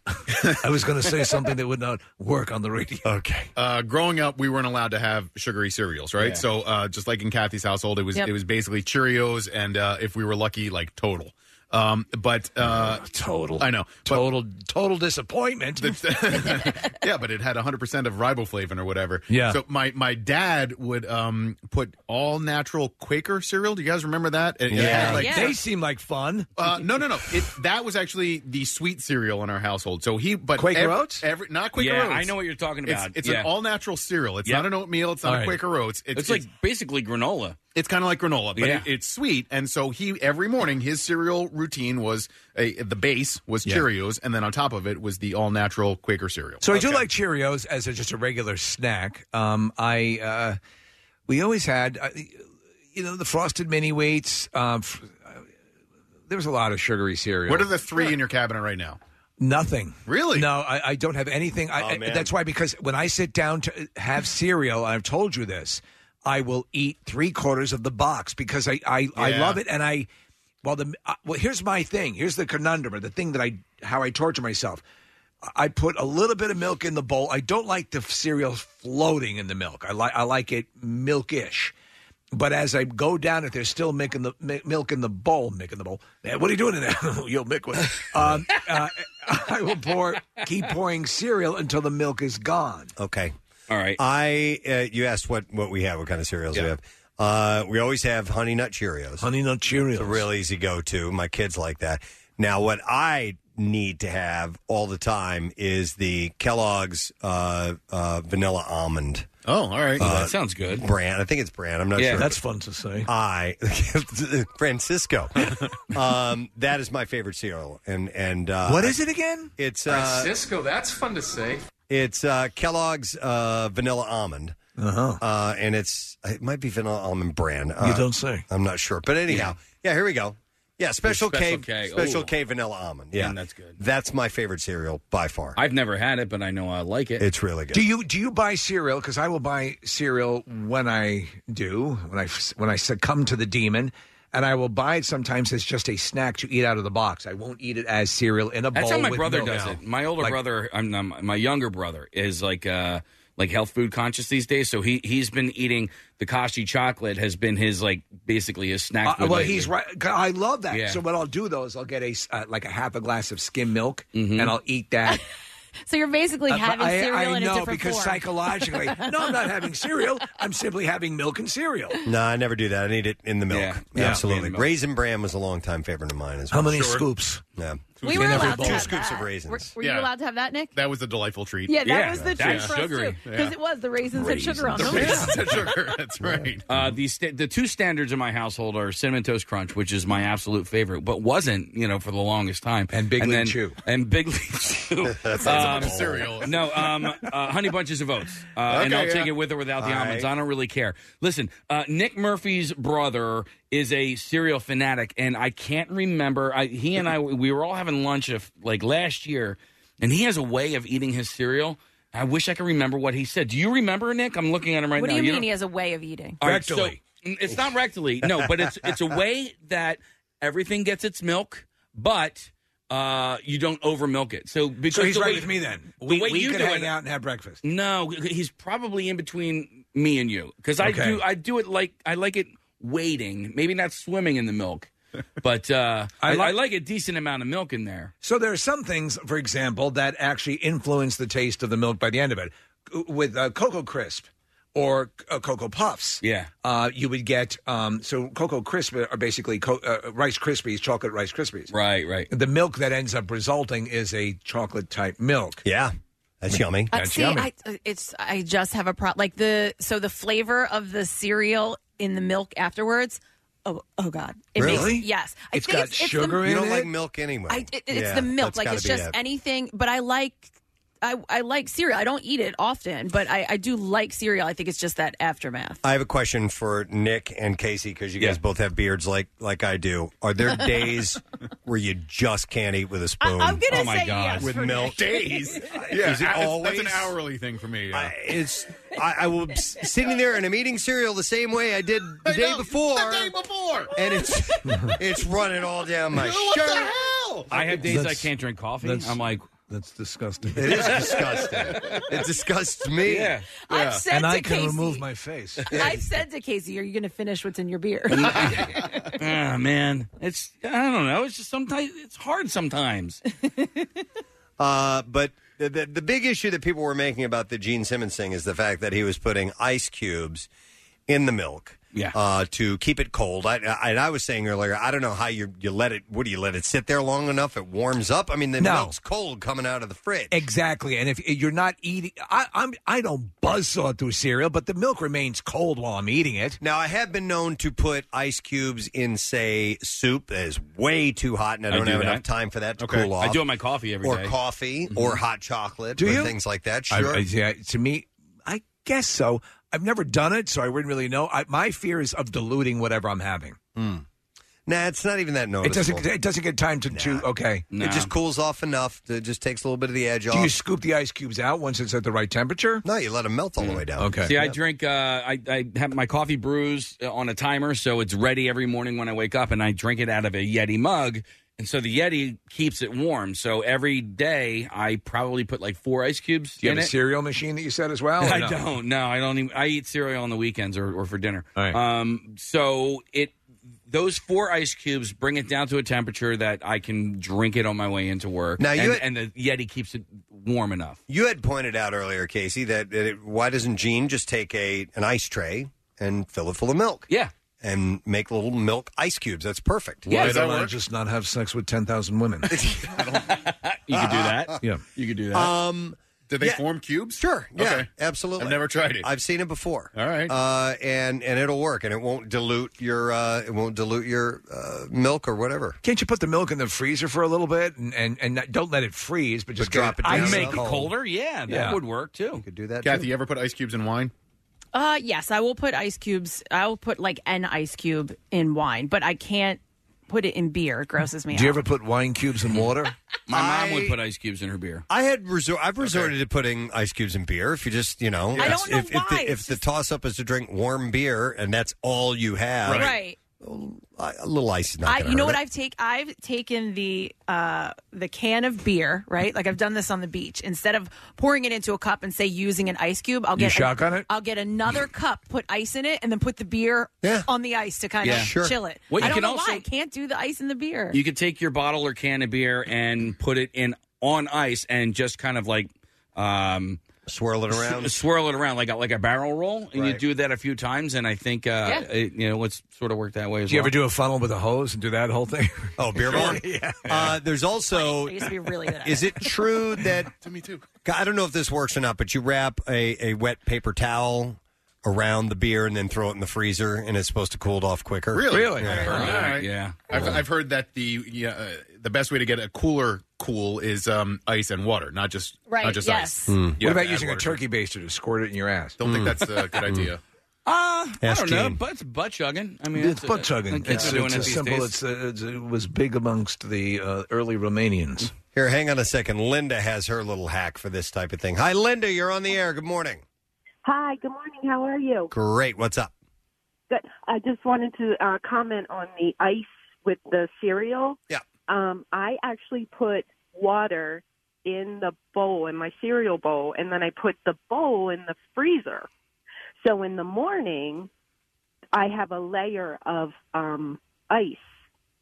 was going to say something that would not work on the radio. Okay. Uh, growing up, we weren't allowed to have sugary cereals, right? Yeah. So, uh, just like in Kathy's household, it was Yep. it was basically Cheerios, and uh, if we were lucky, like Total. Um, but uh, Ah, Total, I know, total, total disappointment. yeah, but it had 100 percent of riboflavin or whatever. Yeah. So my my dad would um put all natural Quaker cereal. Do you guys remember that? It- it had, like, they seem like fun. Uh, no, no, no. It, that was actually the sweet cereal in our household. So he, but Quaker every- Oats? every, not Quaker Yeah, Oats. I know what you're talking It's- about. It's, Yeah. an all natural cereal. It's Yeah. not an oatmeal. It's not All a right. Quaker Oats. It's like basically granola. It's kind of like granola, but Yeah. it, it's sweet. And so he every morning his cereal routine was a, the base was Cheerios, and then on top of it was the all natural Quaker cereal. So I do like Cheerios as a, just a regular snack. Um, I uh, we always had, uh, you know, the frosted mini wheats. Um, f- uh, there was a lot of sugary cereal. What are the three in your cabinet right now? Nothing. Really? Oh, No, I, I don't have anything. I, I, man. that's why because when I sit down to have cereal, and I've told you this, I will eat three quarters of the box because I I, I Yeah. love it and I. Well, the uh, well, here's my thing. Here's the conundrum or the thing that I how I torture myself. I put a little bit of milk in the bowl. I don't like the cereal floating in the milk. I like I like it milkish. But as I go down, if there's still milk in the mi- milk in the bowl, milk in the bowl. eh, What are you doing in there? You'll milk with. Um, uh, I will pour, keep pouring cereal until the milk is gone. Okay. All right. I uh, you asked what what we have, what kind of cereals we have. Uh, we always have Honey Nut Cheerios. Honey Nut Cheerios. It's a real easy go to. My kids like that. Now, what I need to have all the time is the Kellogg's uh, uh, vanilla almond. Oh, all right. Well, that sounds good. Brand, I think it's brand. I'm not yeah, sure. Uh, that's fun to say. I Francisco. um, that is my favorite cereal, and and uh, what is it again? It's uh, Francisco. That's fun to say. It's uh, Kellogg's uh, vanilla almond. Uh-huh. Uh, and it's it might be vanilla almond brand. Uh, You don't say. I'm not sure, but anyhow, yeah. here we go. Yeah, special, Special K, K. special Ooh. K vanilla almond. Yeah, Man, that's good. That's my favorite cereal by far. I've never had it, but I know I like it. It's really good. Do you do you buy cereal? Because I will buy cereal when I do when I when I succumb to the demon, and I will buy it sometimes as just a snack to eat out of the box. I won't eat it as cereal in a bowl. That's how my with brother milk. does it. My older Like- brother, I'm, I'm- my younger brother, is like uh, like health food conscious these days. So he he's been eating the Kashi chocolate has been his like basically his snack. Uh, food well, lately. he's right. 'Cause I love that. Yeah. Mm-hmm. So what I'll do though is I'll get a s- uh, like a half a glass of skim milk, and I'll eat that So you're basically Uh, having I, cereal I in know a different because form. psychologically, no, I'm not having cereal. I'm simply having milk and cereal. No, I never do that. I need it in the milk. Yeah. Yeah. Absolutely. In the milk. Raisin bran was a long time favorite of mine as How well. many Sure. scoops? Yeah. We were allowed to Two have scoops that. of raisins. Were, were Yeah. you allowed to have that, Nick? That was a delightful treat. Yeah, that was the treat for us too, because it was the raisins, and sugar on them. That's right. Uh, the sta- the two standards in my household are cinnamon toast crunch, which is my absolute favorite, but wasn't you know for the longest time, and Big League then- Chew. and Big League Chew. Um, That sounds like a cereal. No, um, uh, Honey Bunches of Oats, uh, and Okay, I'll take yeah. it with or without the All almonds. right. I don't really care. Listen, uh, Nick Murphy's brother is a cereal fanatic, and I can't remember. I, he and I we were all having lunch if, like last year, and he has a way of eating his cereal. I wish I could remember what he said. Do you remember, Nick? I'm looking at him right what now. do you mean don't- he has a way of eating? all right, so- Mm, it's not rectally, no, but it's it's a way that everything gets its milk, but uh, you don't over milk it. So because So he's the right way- with me then. the We, way we you could do hang it- out and have breakfast. No, he's probably in between me and you because I Okay. do I do it like I like it waiting, maybe not swimming in the milk, but uh, I, I I, like- like a decent amount of milk in there. So there are some things, for example, that actually influence the taste of the milk by the end of it. C- With uh, Cocoa Crisp or uh, Cocoa Puffs, Yeah. uh, you would get um, so Cocoa Crisp are basically co- uh, Rice Krispies, chocolate Rice Krispies. Right, right. The milk that ends up resulting is a chocolate type milk. Yeah, that's yummy. Uh, see, I, uh, it's I just have a problem. Like the so the flavor of the cereal in the milk afterwards. Oh, oh God! It Really? Makes, yes, It's I think got it's, it's sugar the, in You don't it? like milk anyway. I, it, it's Yeah, the milk. that's Like gotta it's be just it. anything. But I like. I, I like cereal. I don't eat it often, but I, I do like cereal. I think it's just that aftermath. I have a question for Nick and Casey because you guys Yeah. both have beards like like I do. Are there days where you just can't eat with a spoon? I'm gonna Oh, my say God. yes with for milk. Nick. Days? Yeah, Yeah, I- is it that's- always? that's an hourly thing for me. I, it's I, I will s- sitting there and I'm eating cereal the same way I did the I day know, before, the day before. and it's it's running all down my What the shirt. hell? I have days I That's- can't drink coffee. that's- I'm like, that's disgusting. It is disgusting. It disgusts me. Yeah. I've Yeah. said and to I can Casey- remove my face. I've said to Casey, "Are you going to finish what's in your beer?" ah, man, it's I don't know. It's just sometimes it's hard sometimes. Uh, but the, the the big issue that people were making about the Gene Simmons thing is the fact that he was putting ice cubes in the milk. Yeah. Uh, to keep it cold. I, I and I was saying earlier, I don't know how you you let it. What do you let it sit there long enough? It warms up. I mean, the No. milk's cold coming out of the fridge. Exactly, and if you're not eating, I, I'm I don't buzzsaw through cereal, but the milk remains cold while I'm eating it. Now I have been known to put ice cubes in, say, soup that is way too hot, and I I don't do have that. enough time for that to Okay. cool I off. do it in my coffee every or day. Mm-hmm. coffee, or hot chocolate, Do or you? things like that. I- Sure. I- yeah, to me, I guess so. I've never done it, so I wouldn't really know. I, my fear is of diluting whatever I'm having. Nah, it's not even that It noticeable. doesn't. It doesn't get time to chew. Okay, It just cools off enough. That it just takes a little bit of the edge Do off. you scoop the ice cubes out once it's at the right temperature? Hmm. No, you let them melt all the way down. Okay. See, I drink. Uh, I I have my coffee brews uh, on a timer, so it's ready every morning when I wake up, and I drink it out of a Yeti mug. And so the Yeti keeps it warm. So every day I probably put like four ice cubes. Do you in have a it. cereal machine that you said as well? or I no? don't. No, I don't. Even, I eat cereal on the weekends or, or for dinner. All right. Um, so it those four ice cubes bring it down to a temperature that I can drink it on my way into work. Now, you and, and the Yeti keeps it warm enough. You had pointed out earlier, Casey, that, that it, why doesn't Gene just take a an ice tray and fill it full of milk? Yeah. And make little milk ice cubes. That's perfect. Why don't I just not have sex with ten thousand women? You could do that. Yeah. You could do that. Um, Did they yeah. form cubes? Sure. Yeah. Okay. Absolutely. I've never tried it. I've seen it before. All right. Uh, and and it'll work, and it won't dilute your uh, it won't dilute your uh, milk or whatever. Can't you put the milk in the freezer for a little bit and and, and not- don't let it freeze, but just But drop get it down. ice Make it cold? Colder, yeah, that Yeah. would work too. You could do that. Kathy, you ever put ice cubes in wine? Uh, yes, I will put ice cubes. I will put like an ice cube in wine, but I can't put it in beer. It grosses me Do you out. ever put wine cubes in water? My mom I- would put ice cubes in her beer. I had resor- I've resorted to putting ice cubes in beer. If you just you know, I it's- don't know if, if why. the, if the toss up is to drink warm beer and that's all you have, Right. I- A little ice is not. I, gonna you know hurt what it. I've take I've taken the uh, the can of beer right like I've done this on the beach instead of pouring it into a cup and say using an ice cube I'll You get a- shotgun it? I'll get another cup put ice in it and then put the beer on the ice to kind Yeah. of Sure. chill it Well, you I don't can know also- why I can't do the ice in the beer You could take your bottle or can of beer and put it in on ice and just kind of like um, swirl it around? swirl it around like a, like a barrel roll, and you Right. do that a few times, and I think uh, Yeah. it, you know it's sort of worked that way. As Do you well. ever do a funnel with a hose and do that whole thing? Oh, beer bong? Uh, there's also. I used to be really good at Is it true that? to me too. I don't know if this works or not, but you wrap a, a wet paper towel around the beer and then throw it in the freezer, and it's supposed to cool it off quicker. Really? Yeah. All right. Yeah. I've, I've heard that the yeah, uh, the best way to get a cooler cool is um, ice and water, not just Right, Not just yes. ice. Hmm. You what have to about add using a water. turkey baster to squirt it in your ass? Don't think that's a Mm. good idea. Uh, I Ask don't know. Gene. But it's butt chugging. I mean, it's uh, butt chugging. kids It's, are doing it's it as these simple. days. It's, uh, it's, it was big amongst the uh, early Romanians. Here, hang on a second. Linda has her little hack for this type of thing. Hi, Linda. You're on the air. Good morning. Hi, good morning. How are you? Great. What's up? Good. I just wanted to uh, comment on the ice with the cereal. Yeah. Um, I actually put water in the bowl, in my cereal bowl, and then I put the bowl in the freezer. So in the morning, I have a layer of um, ice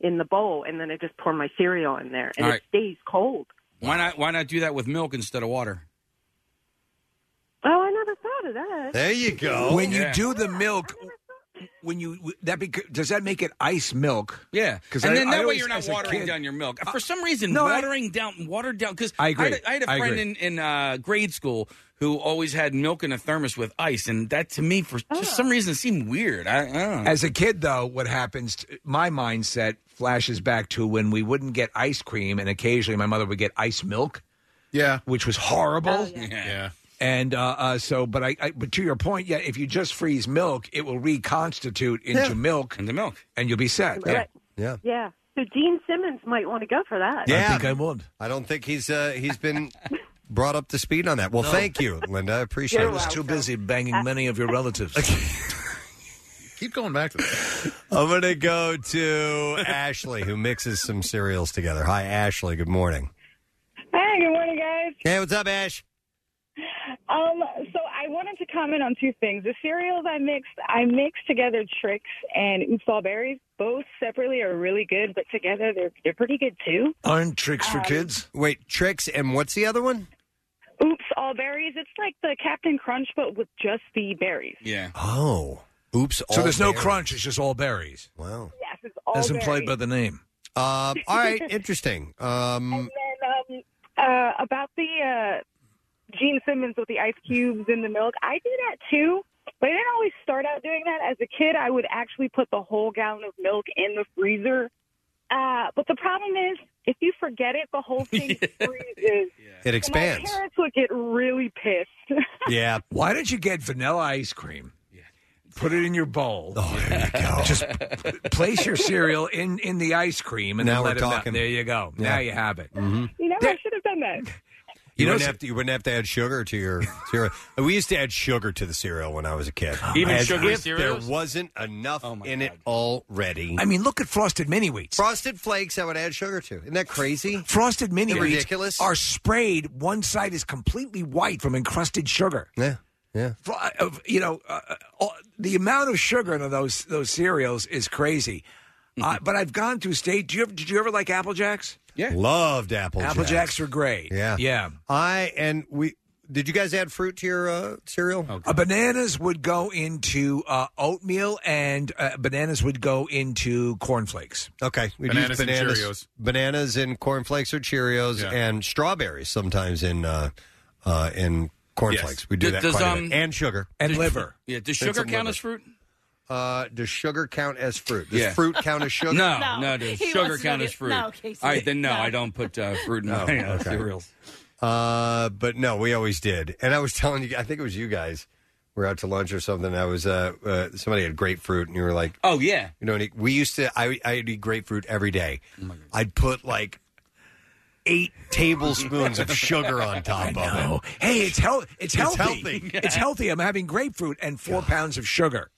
in the bowl, and then I just pour my cereal in there, and All it right. stays cold. Why not? Why not do that with milk instead of water? Oh, I never thought of that. When you Yeah. do the milk, when you that bec- does that make it ice milk? Yeah, because and then that way you're not watering down your milk. For some reason, no, I- watering down, watered down. Because I agree. had, a- I had a I friend agree. in, in uh, grade school who always had milk in a thermos with ice, and that to me, for just some reason, seemed weird. I, I don't know. As a kid, though, what happens? To, my mindset flashes back to when we wouldn't get ice cream, and occasionally my mother would get ice milk. Yeah, which was horrible. Oh, yeah. And uh, uh, so, but I, I, but to your point, yeah, if you just freeze milk, it will reconstitute into Yeah. milk, into milk, and you'll be set. Yeah. Yeah. Yeah. So Gene Simmons might want to go for that. Yeah. I would. I don't think he's uh, he's been brought up to speed on that. Well, No. thank you, Linda. I appreciate I it. was too busy banging many of your relatives. Keep going back to that. I'm going to go to Ashley, who mixes some cereals together. Hi, Ashley. Good morning. Hey, good morning, guys. Hey, what's up, Ash? Um, so I wanted to comment on two things. The cereals I mixed, I mixed together Trix and Oopsall Berries. Both separately are really good, but together they're they're pretty good too. Aren't tricks for kids? Wait, tricks and what's the other one? Oops, all berries. It's like the Captain Crunch, but with just the berries. Yeah. Oh, oops. So all there's no berries. crunch; it's just all berries. Wow. Yes, it's all As implied berries. by the name. Uh, all right, interesting. Um, And um, uh, about the uh, Gene Simmons with the ice cubes in the milk, I do that too. But I didn't always start out doing that. As a kid, I would actually put the whole gallon of milk in the freezer. Uh, but the problem is, if you forget it, the whole thing freezes. It So expands. My parents would get really pissed. Yeah. Why don't you get vanilla ice cream? Put it in your bowl. Oh, there you go. Just p- place your cereal in, in the ice cream, and Now then we're let it melt. talking. There you Yeah. go. Mm-hmm. Now you have it. you know, I should have done that. You, wouldn't have to, you wouldn't have to add sugar to your cereal. We used to add sugar to the cereal when I was a kid. Even As sugary Oh if cereals? There wasn't enough in it already. I mean, look at Frosted Mini Wheats. Frosted Flakes, I would add sugar to. Isn't that crazy? Frosted Mini They're Wheats ridiculous. are sprayed. One side is completely white from encrusted sugar. Yeah, yeah. you know, uh, uh, all- the amount of sugar in those those cereals is crazy. Mm-hmm. Uh, but I've gone through state. Do you ever, did you ever like Apple Jacks? Yeah, loved Apple Jacks. Apple Jacks were great. Yeah, yeah. I and we. Did you guys add fruit to your uh, cereal? Uh, bananas would go into uh, oatmeal, and uh, bananas would go into cornflakes. Okay, We'd use Bananas and cornflakes or Cheerios Yeah. and strawberries sometimes in uh, uh, in cornflakes. We do Does- that does, quite a um, bit. and sugar and liver. Yeah, does sugar count as fruit? Uh, does sugar count as fruit? Does Yeah. fruit count as sugar? No, no, does sugar count as fruit? No, Casey. All right, then no, I don't put uh, fruit in my uh, okay. cereals. Uh, but no, we always did. And I was telling you, I think it was you guys. We were out to lunch or something. I was uh, uh somebody had grapefruit, and you were like, "Oh yeah." Oh You know, and it- we used to. I I'd eat grapefruit every day. I'd put like eight tablespoons of sugar on top of it. Hey, it's health. It's It's healthy. healthy. It's healthy. I'm having grapefruit and four pounds of sugar.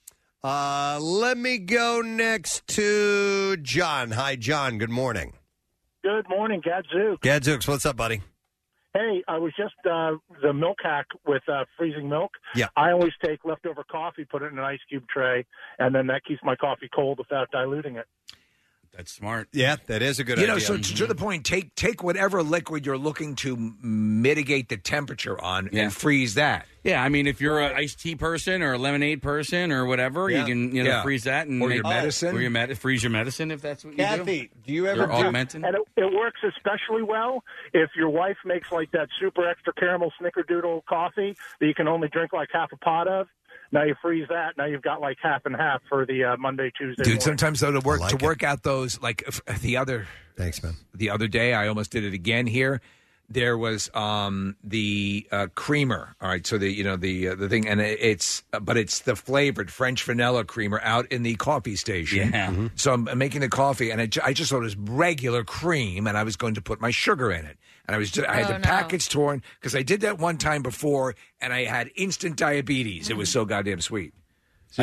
Uh, let me go next to John. Hi, John. Good morning. Good morning, Gadzooks. Gadzooks, what's up, buddy? Hey, I was just uh, the milk hack with uh, freezing milk. Yeah. I always take leftover coffee, put it in an ice cube tray, and then that keeps my coffee cold without diluting it. That's smart. Mm-hmm. Yeah, that is a good you idea. know, so to, to the point, take take whatever liquid you're looking to mitigate the temperature on and freeze that. Yeah, I mean, if you're an iced tea person or a lemonade person or whatever, Yeah. you can you know Yeah. freeze that and Or make, your medicine. or your med- freeze your medicine if that's what you Kathy, do you ever You're do- augmenting? And it, it works especially well if your wife makes like that super extra caramel snickerdoodle coffee that you can only drink like half a pot of. Now you freeze that. Now you've got like half and half for the uh, Monday, Tuesday. Dude, sometimes though to work like to it. work out those like f- the other. Thanks, man. The other day, I almost did it again here. There was um the uh, creamer. All right, so the you know the uh, the thing, and it- it's uh, but it's the flavored French vanilla creamer out in the coffee station. Yeah. Mhm. So I'm I'm making the coffee, and I, ju- I just ordered regular cream, and I was going to put my sugar in it, and I was just, I had Oh, the no. package torn because I did that one time before, and I had instant diabetes. It was so goddamn sweet. So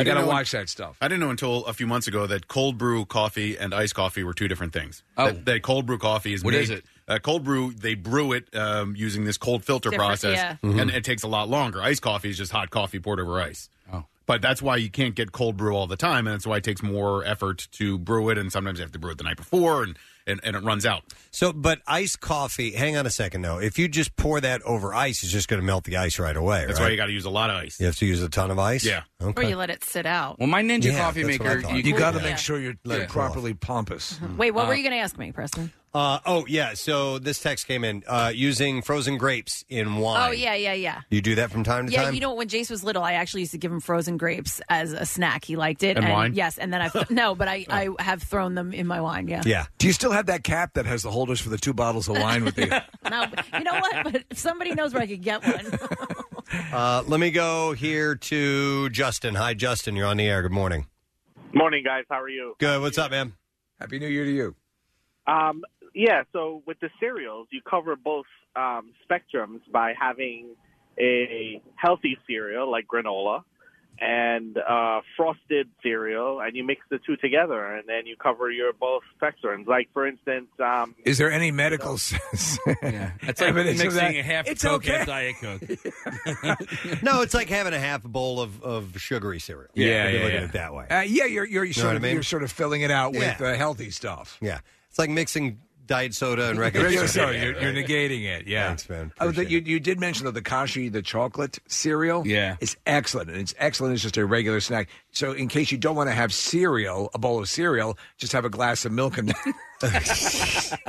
I you didn't got to know- watch that stuff. I didn't know until a few months ago that cold brew coffee and iced coffee were two different things. Oh. That, that cold brew coffee is What made, is it? Uh, cold brew, they brew it um, using this cold filter Different, process, yeah. and Mhm. it takes a lot longer. Iced coffee is just hot coffee poured over ice. Oh. But that's why you can't get cold brew all the time, and that's why it takes more effort to brew it, and sometimes you have to brew it the night before, and, and, and it runs out. So, but iced coffee. Hang on a second, though. If you just pour that over ice, it's just going to melt the ice right away. That's why you got to use a lot of ice. You have to use a ton of ice. Yeah. Okay. Or you let it sit out. Well, my Ninja Yeah, coffee that's what I maker, thought. you- you got to Yeah. make sure you're Let it cool off. properly pompous. Uh-huh. Wait, what Uh, were you going to ask me, Preston? Uh, oh yeah. So this text came in uh, using frozen grapes in wine. Oh yeah, yeah, yeah. You do that from time to Yeah, time. you know when Jace was little, I actually used to give him frozen grapes as a snack. He liked it. And wine? Yes, and then I've no, but I, Oh. I have thrown them in my wine. Yeah. Do you still have that cap that has the holders for the two bottles of wine with you? No, but you know what? But if somebody knows where I could get one, Uh, let me go here to Justin. Hi, Justin. You're on the air. Good morning. Morning, guys. How are you? Good. What's up, man? Happy New Year to you. Um, yeah, so with the cereals, you cover both um, spectrums by having a healthy cereal like granola and uh, frosted cereal, and you mix the two together, and then you cover your both spectrums. Like, for instance, um, Is there any medical sense? yeah. That's like mixing a half It's Coke okay. and a Diet Coke. no, it's like having a half a bowl of, of sugary cereal. Yeah, if you yeah, look at yeah. it that way. Uh, yeah, you're you're Know sort what of I mean? you're sort of filling it out with Yeah. uh, healthy stuff. Yeah, it's like mixing diet soda and regular Regular soda. soda, you're- you're negating it. Yeah. Thanks, man. Oh, that you, you did mention though the Kashi, the chocolate cereal. Yeah, it's excellent, and it's excellent. It's just a regular snack. So in case you don't want to have cereal, a bowl of cereal, just have a glass of milk and.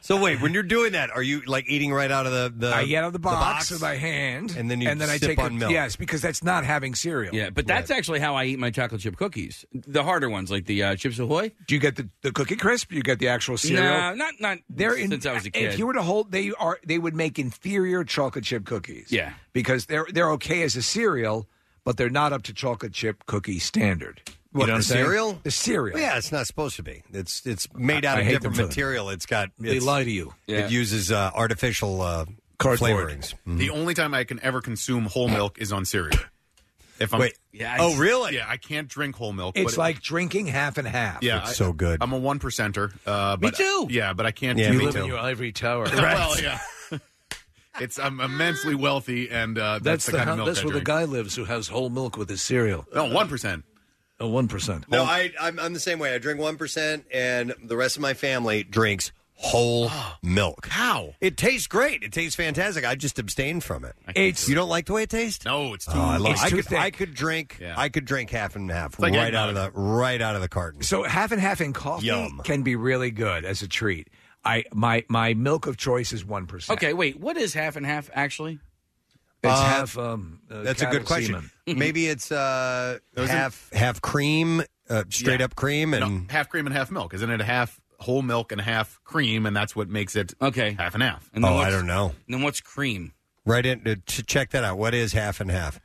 So wait, when you're doing that, are you like eating right out of the? the I get out of the box, with my hand, and then you and then I sip take on a, milk. Yes, because that's not having cereal. Yeah, but that's actually how I eat my chocolate chip cookies. The harder ones, like the uh, Chips Ahoy. Do you get the, the cookie crisp? You get the actual cereal? No, not not They're in- since I was a kid. If you were to hold, they are they would make inferior chocolate chip cookies. Yeah. because they're they're okay as a cereal, but they're not up to chocolate chip cookie standard. You What, know the I'm saying? cereal? The cereal. Yeah, it's not supposed to be. It's it's made I- out I of hate different them for that. material. It's got. They it's- lie to you. Yeah. It uses uh, artificial uh, flavorings. Mm-hmm. The only time I can ever consume whole milk is on cereal. If I'm, Wait. Yeah, I- Oh, really? Yeah, I can't drink whole milk. It's but it- like drinking half and half. yeah, I- good. I'm a one percenter. Uh, Me but- too. Yeah, but I can't. you do live in your ivory tower. well, yeah. It's I'm immensely wealthy, and uh, that's, That's, the, the, kind hou- of milk that's I where the drink. guy lives who has whole milk with his cereal. No, one percent. Oh, one percent. No, I I'm, I'm the same way. I drink one percent, and the rest of my family drinks whole milk. Ah. How? It tastes great. It tastes fantastic. I just abstain from it. can't It's- do you don't like the way it tastes? No, it's too. Oh, I love. it's I too could thick. I could drink I could drink half and half like right out of the eggnog. right out of the carton. So half and half in coffee Yum. can be really good as a treat. I my my milk of choice is one percent. okay, wait, what is half and half actually? It's Uh, half. Um, uh, That's a good cattle question. semen. Maybe it's uh, Those half half cream, uh, straight Yeah. up cream, No, and half cream and half milk. Isn't it a half whole milk and half cream, and that's what makes it okay half and half. And then oh, I what's- don't know. And then what's cream? Right in to to check that out. What is half and half?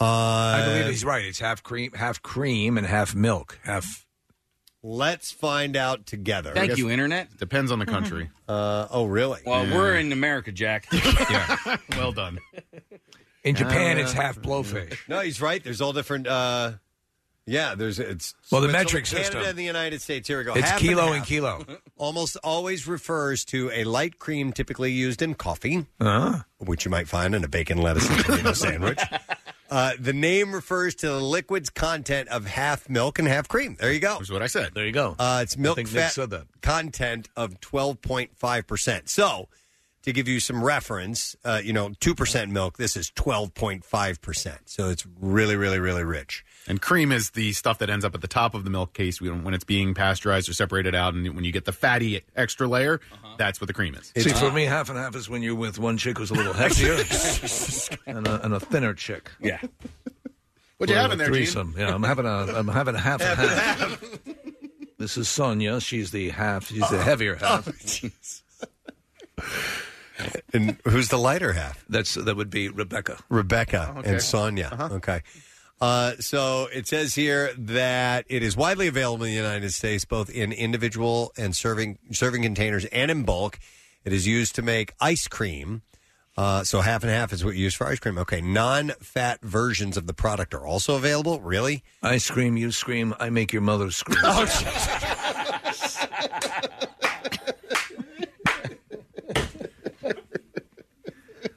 Uh, I believe he's right. It's half cream, half cream, and half milk. Half. Let's find out together. Thank you, internet. Mm-hmm. Depends on the country. Uh, oh, really? Well, we're in America, Jack. well done. In Japan, Uh, it's half blowfish. No, he's right. There's all different. Uh, yeah, there's it's Well, the it's metric only Canada system. and the United States. Here we go. It's Half kilo and half. kilo. Almost always refers to a light cream typically used in coffee, Uh-huh. which you might find in a bacon, lettuce, and tomato sandwich. Uh, the name refers to the liquid's content of half milk and half cream. There you go. That's what I said. There you go. Uh, it's milk think Nick fat said that. content of 12.5%. So, to give you some reference, uh, you know, 2% milk, this is 12.5%. So, it's really, really, really rich. And cream is the stuff that ends up at the top of the milk case when when it's being pasteurized or separated out, and when you get the fatty extra layer, Uh-huh. that's what the cream is. See, for me, half and half is when you're with one chick who's a little heftier and, a, and a thinner chick. Yeah. What you having there, Gene? threesome. Yeah, I'm having a, I'm having a half and half. This is Sonia. She's the half. She's the heavier half. Oh, and who's the lighter half? That's that would be Rebecca. Rebecca Oh, okay. and Sonia. Uh-huh. Okay. Uh, so it says here that it is widely available in the United States, both in individual and serving serving containers and in bulk. It is used to make ice cream. Uh, so half and half is what you use for ice cream. Okay, non-fat versions of the product are also available. Really? I scream, you scream, I make your mother scream.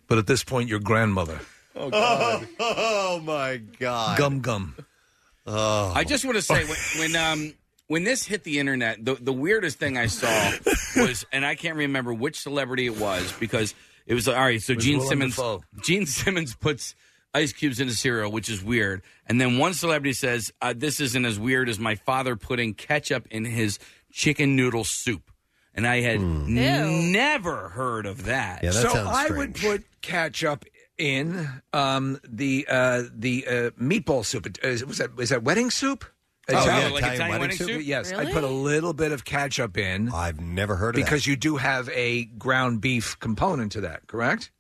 But at this point, your grandmother. Oh, God. oh my God! Gum gum. Oh. I just want to say when when, um, when this hit the internet, the, the weirdest thing I saw was, and I can't remember which celebrity it was because it was all right. So It was Gene Willem Simmons, Dafoe. Gene Simmons puts ice cubes into cereal, which is weird. And then one celebrity says, uh, "This isn't as weird as my father putting ketchup in his chicken noodle soup." And I had Hmm. never heard of that. so I would put ketchup in um, the uh, the uh, meatball soup. It- uh, was that was that wedding soup? Oh, yeah, like Italian wedding soup? Yes, I Really? put a little bit of ketchup in. I've never heard of that. because you do have a ground beef component to that, correct?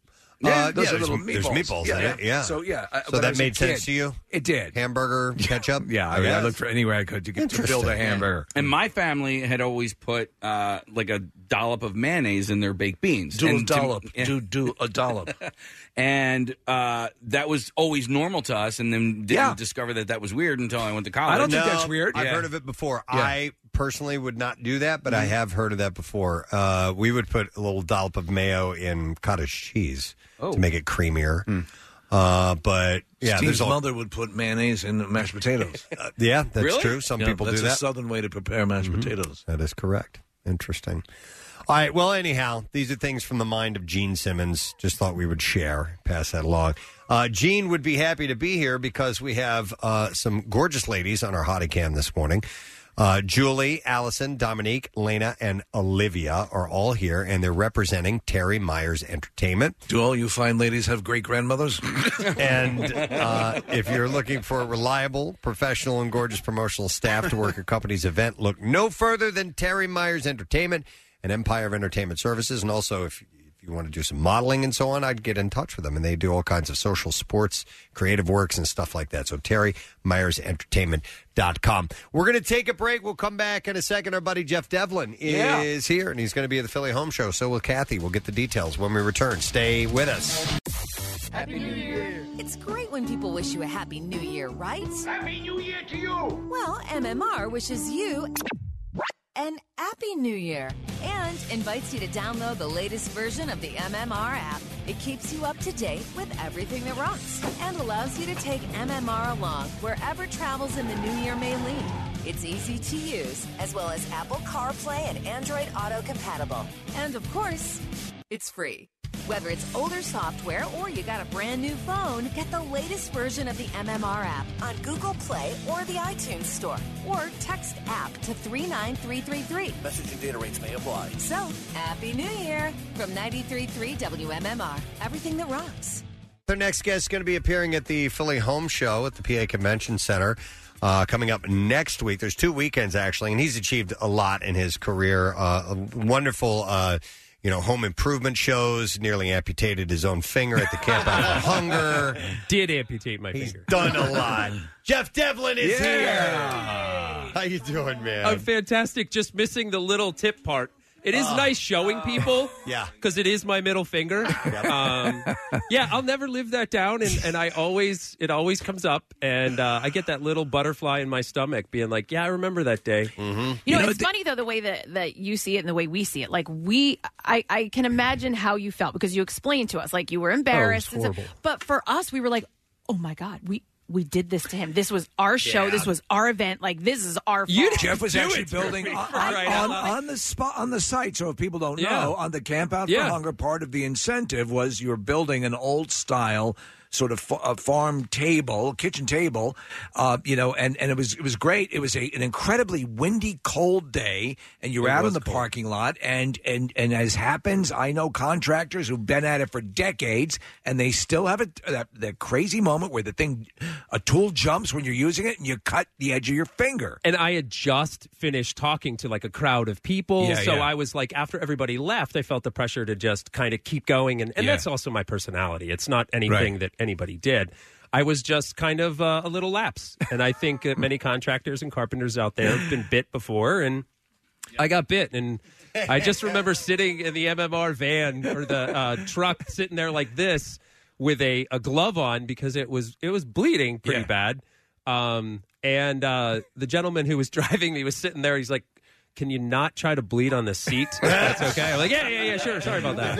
Uh, yeah, there's- there's meatballs in it, yeah. So yeah. I- So when I that was a made sense kid, to you? It did. Hamburger ketchup. Oh, yeah, I, I mean, I guess. looked for anywhere I could to, get, to build a hamburger. Hmm. And my family had always put uh, like a dollop of mayonnaise in their baked beans. Do a And to- dollop. Do do a dollop. and uh, that was always normal to us, and then didn't discover that that was weird until I went to college. No, I've heard of it before. Yeah. I personally would not do that, Mm-hmm. but I have heard of that before. Uh, we would put a little dollop of mayo in cottage cheese Oh. Mm. to make it creamier. Uh, but yeah, Steve's there's all, Uh, mother would put mayonnaise in mashed potatoes. yeah, that's Really? true. Some Yeah, people that's do that. a southern way to prepare mashed potatoes. Mm-hmm. That is correct. Interesting. All right. Well, anyhow, these are things from the mind of Gene Simmons. Just thought we would share, pass that along. Uh, Gene would be happy to be here because we have uh, some gorgeous ladies on our hottie cam this morning. Uh, Julie, Allison, Dominique, Lena, and Olivia are all here, and they're representing Terry Myers Entertainment. Do all you fine ladies have great grandmothers? and uh, if you're looking for a reliable, professional, and gorgeous promotional staff to work your company's event, look no further than Terry Myers Entertainment and Empire of Entertainment Services. And also, if if you want to do some modeling and so on, I'd get in touch with them. And they do all kinds of social sports, creative works, and stuff like that. So Terry Myers Entertainment.com. We're going to take a break. We'll come back in a second. Our buddy Jeff Devlin Yeah. is here, and he's going to be at the Philly Home Show. So will Kathy. We'll get the details when we return. Stay with us. Happy New Year! It's great when people wish you a Happy New Year, right? Happy New Year to you! Well, MMR wishes you an Happy New Year and invites you to download the latest version of the MMR app. It keeps you up to date with everything that rocks and allows you to take MMR along wherever travels in the new year may lead. It's easy to use, as well as Apple CarPlay and Android Auto compatible. And of course, it's free. Whether it's older software or you got a brand new phone, get the latest version of the MMR app on Google Play or the iTunes Store, or text app to 39333. Message and data rates may apply. So, Happy New Year from 93.3 WMMR. Everything that rocks. Their next guest is going to be appearing at the Philly Home Show at the PA Convention Center uh, coming up next week. There's two weekends actually, and he's achieved a lot in his career. Uh, a wonderful, uh, you know, home improvement shows. Nearly amputated his own finger at the Camp Out for Hunger. Did amputate my He's finger. done a lot. Jeff Devlin is Yeah. here. How you doing, man? I'm Oh, fantastic. Just missing the little tip part. It is Oh. nice showing people. Yeah. Because it is my middle finger. Um, yeah, I'll never live that down. And, and I always, it always comes up. And uh, I get that little butterfly in my stomach being like, yeah, I remember that day. Mm-hmm. You know, it's funny though the way that that you see it and the way we see it. Like we, I, I can imagine how you felt because you explained to us like you were embarrassed. and stuff. horrible. but for us, we were like, oh my god, we we did this to him. This was our show. Yeah. This was our event. Like this is our. Fault. Jeff was actually building on, on, on, on the spot on the site. So if people don't Yeah. know, on the Camp Out Yeah. for Hunger, part of the incentive was you're building an old style sort of fa- a farm table, kitchen table, uh, you know, and, and it was it was great. It was a, an incredibly windy, cold day, and you're It out in was the parking lot, and and and as happens, I know contractors who've been at it for decades, and they still have a, that that crazy moment where the thing, a tool jumps when you're using it, and you cut the edge of your finger. And I had just finished talking to like a crowd of people. Yeah, so yeah. I was like, after everybody left, I felt the pressure to just kind of keep going. And, and that's also my personality. It's not anything Right. that anybody did. I was just kind of uh, a little lapse. And I think that many contractors and carpenters out there have been bit before. And I got bit. And I just remember sitting in the MMR van or the uh, truck sitting there like this with a, a glove on because it was it was bleeding pretty bad. Um, and uh, the gentleman who was driving me was sitting there. He's like, "Can you not try to bleed on the seat? If That's okay." I'm like, "Yeah, yeah, yeah, sure. Sorry about that."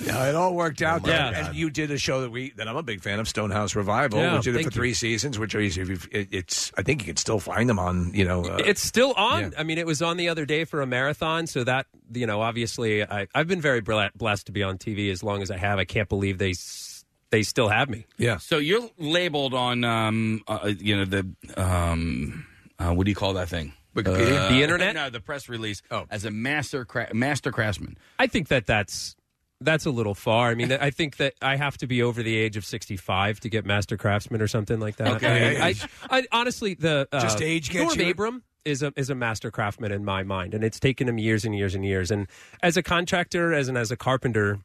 Yeah, it all worked out. my Yeah. God. And you did a show that we that I'm a big fan of, Stonehouse Revival. Yeah, we did it thank for you. three seasons, which are easy. If you've- it- It's I think you can still find them on you know. Uh, It's still on. I mean, it was on the other day for a marathon. So that you know, obviously, I, I've been very bla- blessed to be on TV as long as I have. I can't believe they s- they still have me. Yeah. So you're labeled on, um, uh, you know, the um, uh, what do you call that thing? Uh, Wikipedia? The internet? No, the press release. Oh. as a master cra- master craftsman. I think that that's that's a little far. I mean, I think that I have to be over the age of sixty-five to get master craftsman or something like that. Okay. I, mean, I, I honestly the uh, Just age gets Norm you- Abram is a is a master craftsman in my mind, and it's taken him years and years and years. And as a contractor, as an as a carpenter,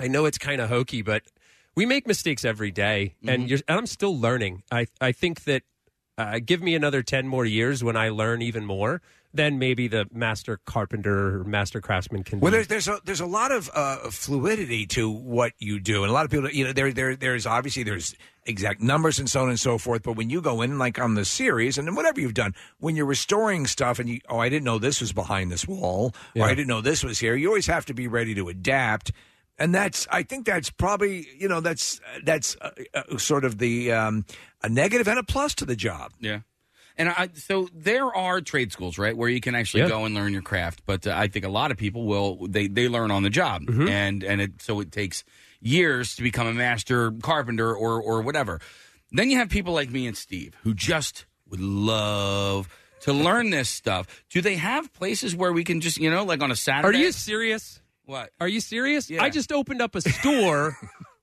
I know it's kind of hokey, but we make mistakes every day, Mm-hmm. and you're, and I'm still learning. I I think that uh, give me another ten more years when I learn even more, then maybe the master carpenter or master craftsman can. Well, be. there's there's a there's a lot of uh, fluidity to what you do, and a lot of people, you know, there there there's obviously there's exact numbers and so on and so forth. But when you go in, like on the series and then whatever you've done, when you're restoring stuff, and you oh, I didn't know this was behind this wall, or I didn't know this was here. You always have to be ready to adapt, and that's I think that's probably you know that's that's uh, uh, sort of the um, a negative and a plus to the job. Yeah. And I, so there are trade schools, right, where you can actually Yeah. go and learn your craft. But uh, I think a lot of people will they they learn on the job, Mm-hmm. and and it, so it takes years to become a master carpenter or or whatever. Then you have people like me and Steve who just would love to learn this stuff. Do they have places where we can just you know like on a Are Saturday? you serious? What? Are you serious? I just opened up a store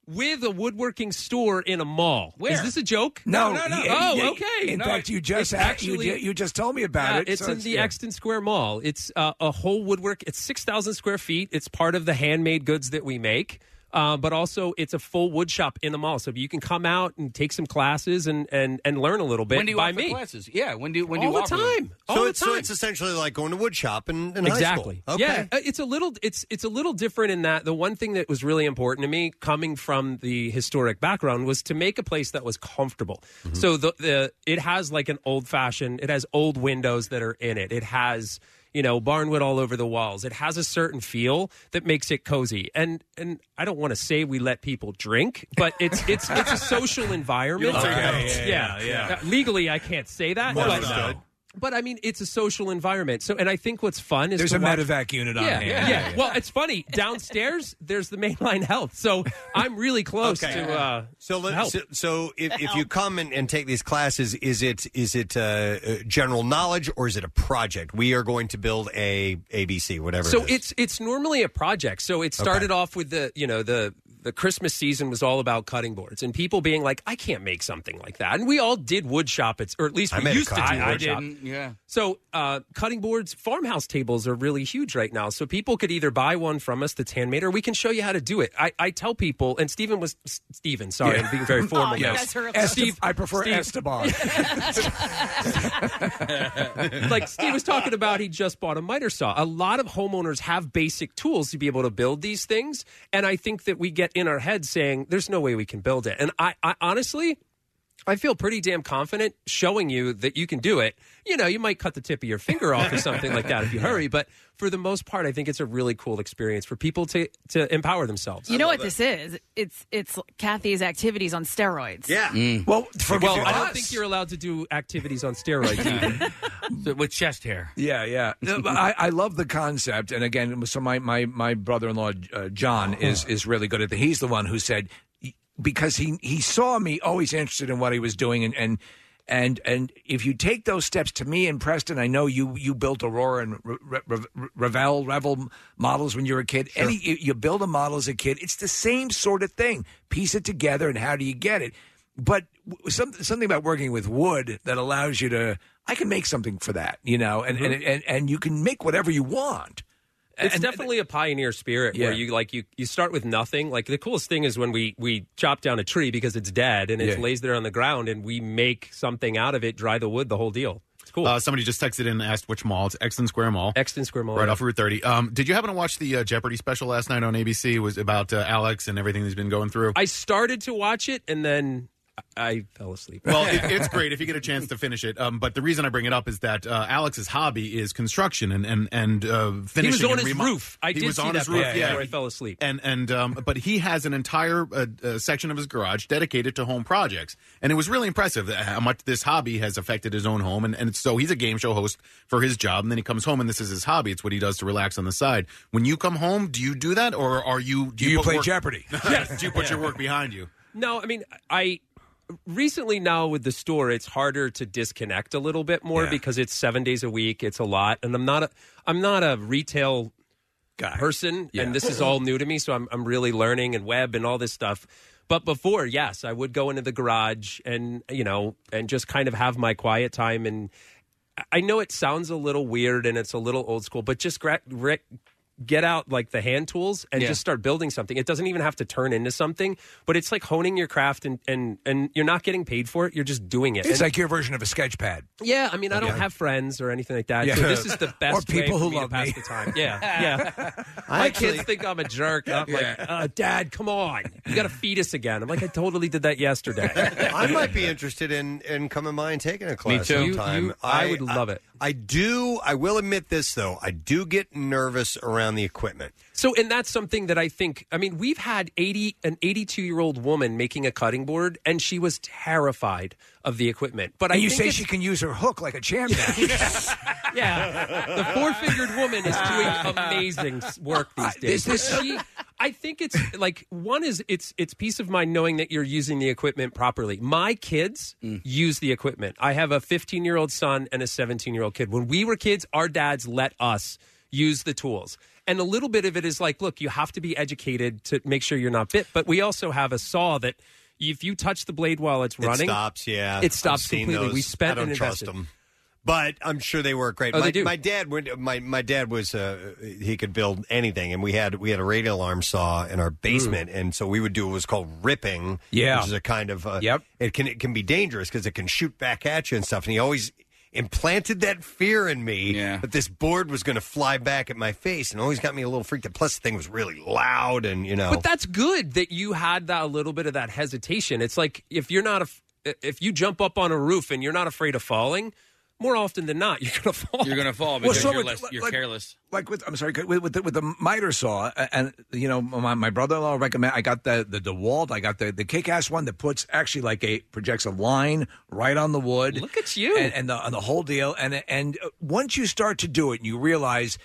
with a woodworking store in a mall. Is Where? this a joke? No, no. he- he- oh, okay. In No, fact, it- you just it's actually you, just told me about Yeah, it. It's so in the yeah. Exton Square Mall. It's uh, a whole woodwork. It's six thousand square feet. It's part of the handmade goods that we make. Uh, but also, it's a full wood shop in the mall, so you can come out and take some classes and and, and learn a little bit When do you by offer me. classes? Yeah, when do when do all you the offer time? them? All so the it's, so time. it's essentially like going to wood shop in, in exactly. high school. Yeah, uh, it's a little it's it's a little different in that the one thing that was really important to me, coming from the historic background, was to make a place that was comfortable. Mm-hmm. So the the it has like an old fashioned, it has old windows that are in it. It has you know barnwood all over the walls. It has a certain feel that makes it cozy. And and I don't want to say we let people drink, but it's it's it's a social environment. You don't take Okay, notes. yeah, yeah, yeah. Uh, Legally, I can't say that. Of course but, not. but I mean, it's a social environment. So, and I think what's fun is There's to a watch- medevac unit on yeah, hand. Yeah, Yeah, yeah. Well, it's funny. Downstairs, there's the mainline health. So I'm really close Okay. to. Uh, so, let, help. so so if, if you come and, and take these classes, is it is it uh, uh, general knowledge or is it a project? We are going to build a ABC, whatever. So it is. it's it's normally a project. So it started off with the you know the the Christmas season was all about cutting boards and people being like, I can't make something like that. And we all did wood shop. It's or at least I we made a used to do cutting wood I, I shop. didn't. Yeah. So, uh, cutting boards, farmhouse tables are really huge right now. So, people could either buy one from us that's handmade, or we can show you how to do it. I, I tell people, and Stephen was S- Stephen. Sorry, Yeah. I'm being very formal. Oh, you now. guys are upset. Estef- I prefer Esteban. like Steve was talking about, he just bought a miter saw. A lot of homeowners have basic tools to be able to build these things, and I think that we get in our head saying, "There's no way we can build it." And I, I honestly, I feel pretty damn confident showing you that you can do it. You know, you might cut the tip of your finger off or something like that if you hurry, but for the most part, I think it's a really cool experience for people to, to empower themselves. You know what this is? It's it's Kathy's activities on steroids. Mm-hmm. Well, for- well, for I don't us. think you're allowed to do activities on steroids with chest hair. Yeah, yeah. No, but I, I love the concept. And again, so my my my brother in law uh, John is is really good at the. He's the one who said because he he saw me always interested in what he was doing and and. And and if you take those steps, to me and Preston, I know you you built Aurora and Re- Re- Re- Revel Revel models when you were a kid. Any you you build a model as a kid, it's the same sort of thing. Piece it together, and how do you get it? but w- some, something about working with wood that allows you to I can make something for that, you know, and Mm-hmm. and, and and you can make whatever you want. It's definitely a pioneer spirit where Yeah. you like you you start with nothing. Like the coolest thing is when we we chop down a tree because it's dead and it Yeah. lays there on the ground and we make something out of it, dry the wood, the whole deal. It's cool. Uh, somebody just texted in and asked which mall. It's Exton Square Mall. Exton Square Mall, Right yeah. off Route 30. Um, did you happen to watch the uh, Jeopardy special last night on ABC? It was about uh, Alex and everything he's been going through. I started to watch it and then I, I fell asleep. Well, it, it's great if you get a chance to finish it. Um, but the reason I bring it up is that uh, Alex's hobby is construction and and and uh, finishing. on and his remo- roof. I he did was see on that his roof. part, Yeah, yeah, where I fell asleep. And and um, but he has an entire uh, uh, section of his garage dedicated to home projects, and it was really impressive that- how much this hobby has affected his own home. And and so he's a game show host for his job, and then he comes home and this is his hobby. It's what he does to relax on the side. When you come home, do you do that, or are you do you put play work- Jeopardy? yes. Do you put your work behind you? No, I mean, I recently now with the store, it's harder to disconnect a little bit more because it's seven days a week. It's a lot, and I'm not a I'm not a retail person, and this is all new to me. So I'm I'm really learning and web and all this stuff. But before, yes, I would go into the garage and you know and just kind of have my quiet time. And I know it sounds a little weird and it's a little old school, but just gra- gra- get out like the hand tools and Yeah. just start building something. It doesn't even have to turn into something, but it's like honing your craft and and and you're not getting paid for it. You're just doing it. It's And- like your version of a sketch pad. yeah, I mean, I don't Yeah. have friends or anything like that. Yeah. So this is the best Or people way for who me to love pass me. the time. Yeah, yeah. My kids think I'm a jerk. I'm Yeah. like, uh, Dad, come on, you got to feed us again. I'm like, I totally did that yesterday. I might be interested in in coming by and taking a class too. sometime. You- you- I would love it. I do. I will admit this though. I do get nervous around the equipment. So, and that's something that I think. I mean, we've had eighty an eighty-two year old woman making a cutting board, and she was terrified of the equipment. But and I you think say it's- she can use her hook like a jam now. yeah, the four-fingered woman is doing amazing s- work these Is days. Uh, this- She- I think it's like one is it's it's peace of mind knowing that you're using the equipment properly. My kids Mm. use the equipment. I have a 15 year old son and a 17 year old kid. When we were kids, our dads let us use the tools. And a little bit of it is like, look, you have to be educated to make sure you're not bit. But we also have a saw that if you touch the blade while it's It running, stops, yeah. it I've stops seen completely. We those. spent I don't and trust invested. them. But I'm sure they work great. Oh, my, they do. my dad would. My my dad was. Uh, he could build anything, and we had we had a radial arm saw in our basement, Mm. and so we would do what was called ripping. Yeah. which is a kind of. Uh, Yep. It can it can be dangerous because it can shoot back at you and stuff. And he always implanted that fear in me that this board was going to fly back at my face, and always got me a little freaked out. Plus, the thing was really loud, and you know. But that's good that you had that a little bit of that hesitation. It's like if you're not a, if you jump up on a roof and you're not afraid of falling, more often than not you're going to fall. You're gonna fall Well, because so you're, it- less, you're like- careless. like with I'm sorry with with the, with the miter saw uh, and you know my, my brother-in-law recommend I got the the DeWalt I got the the kick-ass one that puts actually like a projects a line right on the wood. Look at you and, and the and the whole deal and and uh, once you start to do it and you realize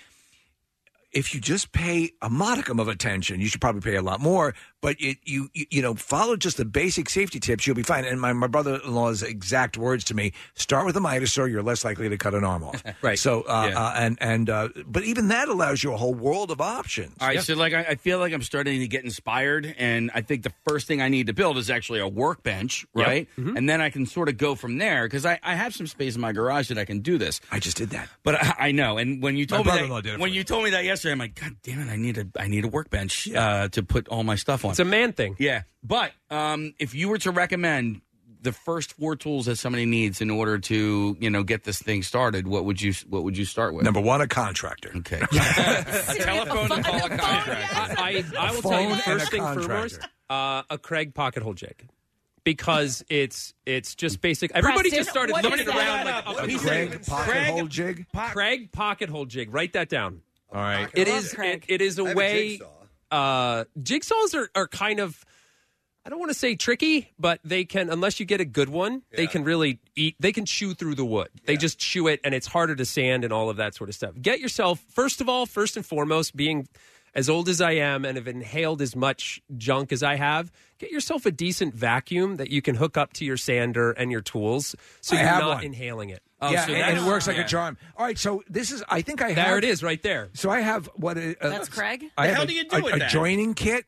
if you just pay a modicum of attention, you should probably pay a lot more. But it, you, you, you know, follow just the basic safety tips, you'll be fine. And my, my brother-in-law's exact words to me: "Start with a miter saw; you're less likely to cut an arm off." right. So, uh, Yeah. uh, and and uh, but even that allows you a whole world of options. All right, so like I, I feel like I'm starting to get inspired, and I think the first thing I need to build is actually a workbench, Yep. Mm-hmm. right? And then I can sort of go from there because I, I have some space in my garage that I can do this. I just did that, but I, I know. And when you My told me brother-in-law that, did it when you told me that yesterday, I'm like, God damn it, I need a I need a workbench uh, to put all my stuff on. It's a man thing. Yeah, but um, if you were to recommend the first four tools that somebody needs in order to you know get this thing started, what would you what would you start with? Number one, a contractor. Okay. a telephone and call a contract. I, I, I will phone tell you the and first a thing for contractor. worst, uh, a Craig pocket hole jig. because it's it's just basic. Everybody Preston, just started what looking is that? around Shut like up. What oh, is he's that? saying- Pocket Craig- hole jig? Craig pocket hole jig. Write that down. All right. It is it, it is a I have a way. jigsaw. uh, jigsaws are are kind of. I don't want to say tricky, but they can unless you get a good one, they can really eat. They can chew through the wood. They just chew it, and it's harder to sand and all of that sort of stuff. Get yourself first of all, first and foremost, being as old as I am and have inhaled as much junk as I have, get yourself a decent vacuum that you can hook up to your sander and your tools, so I you're have not one. inhaling it. yeah, and- and, it works like yeah. a charm. All right, so this is. I think I have There it is, right there. So I have what? Uh, That's Craig? I The have hell a, do you do a, with a that? joining kit.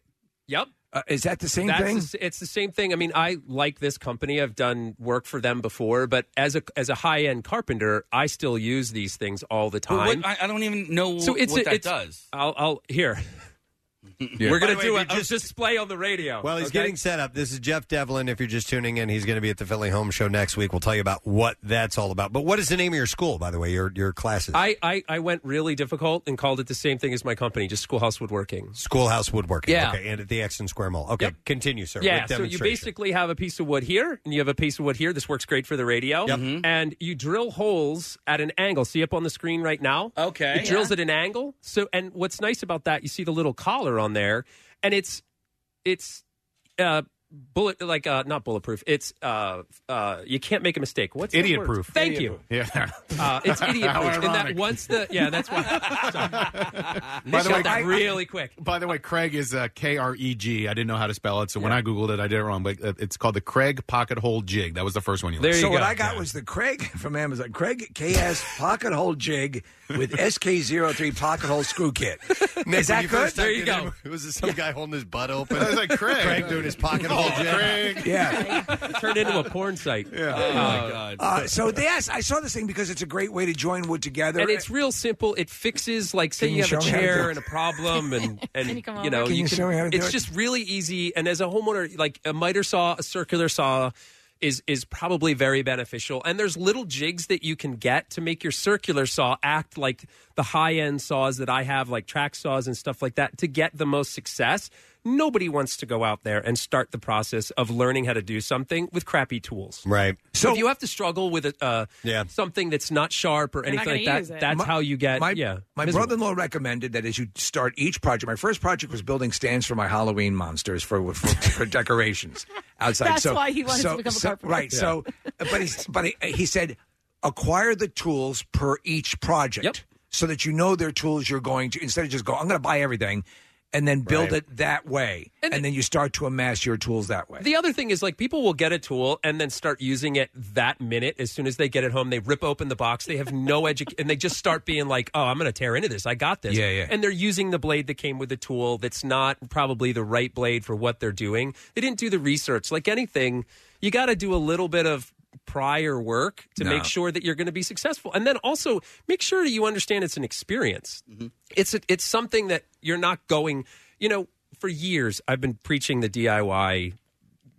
Yep. Uh, is that the same That's thing? the s- it's the same thing. I mean, I like this company. I've done work for them before, but as a as a high end carpenter, I still use these things all the Well, what- time. I, I don't even know so it's what a- that it's, does. I'll, I'll here. We're gonna By the do way, a, they just display on the radio. Well, he's okay? getting set up. This is Jeff Devlin. If you're just tuning in, he's going to be at the Philly Home Show next week. We'll tell you about what that's all about. But what is the name of your school, by the way? Your your classes? I, I I went really difficult and called it the same thing as my company, just Schoolhouse Woodworking. Schoolhouse Woodworking. Yeah. Okay, and at the Exton Square Mall. Okay, continue, sir. yeah, with so you demonstration. basically have a piece of wood here, and you have a piece of wood here. This works great for the radio. And you drill holes at an angle. See up on the screen right now? Okay. It drills at an angle. So, and what's nice about that, you see the little collar on there, and it's it's uh, bullet like uh, not bulletproof. It's uh, uh, you can't make a mistake. What's the Idiot word? proof. Thank you. Yeah. Uh, it's idiot How proof. And that ironic. once the yeah, that's why. Sorry. They shot that really quick. By the way, Craig is uh, K R E G. I didn't know how to spell it, so when I googled it, I did it wrong. But uh, it's called the Craig Pocket Hole Jig. That was the first one you. so what I got was the Craig from Amazon. Craig KS pocket hole jig with SK03 pocket hole screw kit. Nick, Is when that you good? first typed it in, It was some guy holding his butt open. I was like, Craig. Craig doing his pocket hole. Oh, jig. Craig. Yeah. turned into a porn site. Oh, Yeah. Oh, Uh, Uh, so yes, I saw this thing because it's a great way to join wood together. and it's real simple. It fixes like say Can you you, have a show me how to do chair it? and a problem, and and Can you, you come know over? Can you show me how to do it's it? just really easy. And as a homeowner, like a miter saw, a circular saw. Is, is probably very beneficial. And there's little jigs that you can get to make your circular saw act like the high end saws that I have, like track saws and stuff like that, to get the most success. Nobody wants to go out there and start the process of learning how to do something with crappy tools. Right. So if you have to struggle with a, uh, something that's not sharp or They're not anything like gonna that, use it. that's My- how you get. my, yeah, my miserable. brother-in-law recommended that as you start each project. My first project was building stands for my Halloween monsters for for, for decorations outside. That's so, why he wanted to so, become a so- carpenter. Right. So, but he but he, he said acquire the tools per each project so that you know their tools you're going to instead of just go I'm going to buy everything and then build Right. it that way and, then you start to amass your tools that way. The other thing is like people will get a tool and then start using it that minute. As soon as they get it home, they rip open the box. They have no education, and they just start being like, "Oh, I'm going to tear into this. I got this." Yeah, yeah. And they're using the blade that came with the tool that's not probably the right blade for what they're doing. They didn't do the research. Like anything, you got to do a little bit of prior work to No. make sure that you're going to be successful. And then also make sure you understand it's an experience. Mm-hmm. It's a, it's something that you're not going. You know, for years I've been preaching the DIY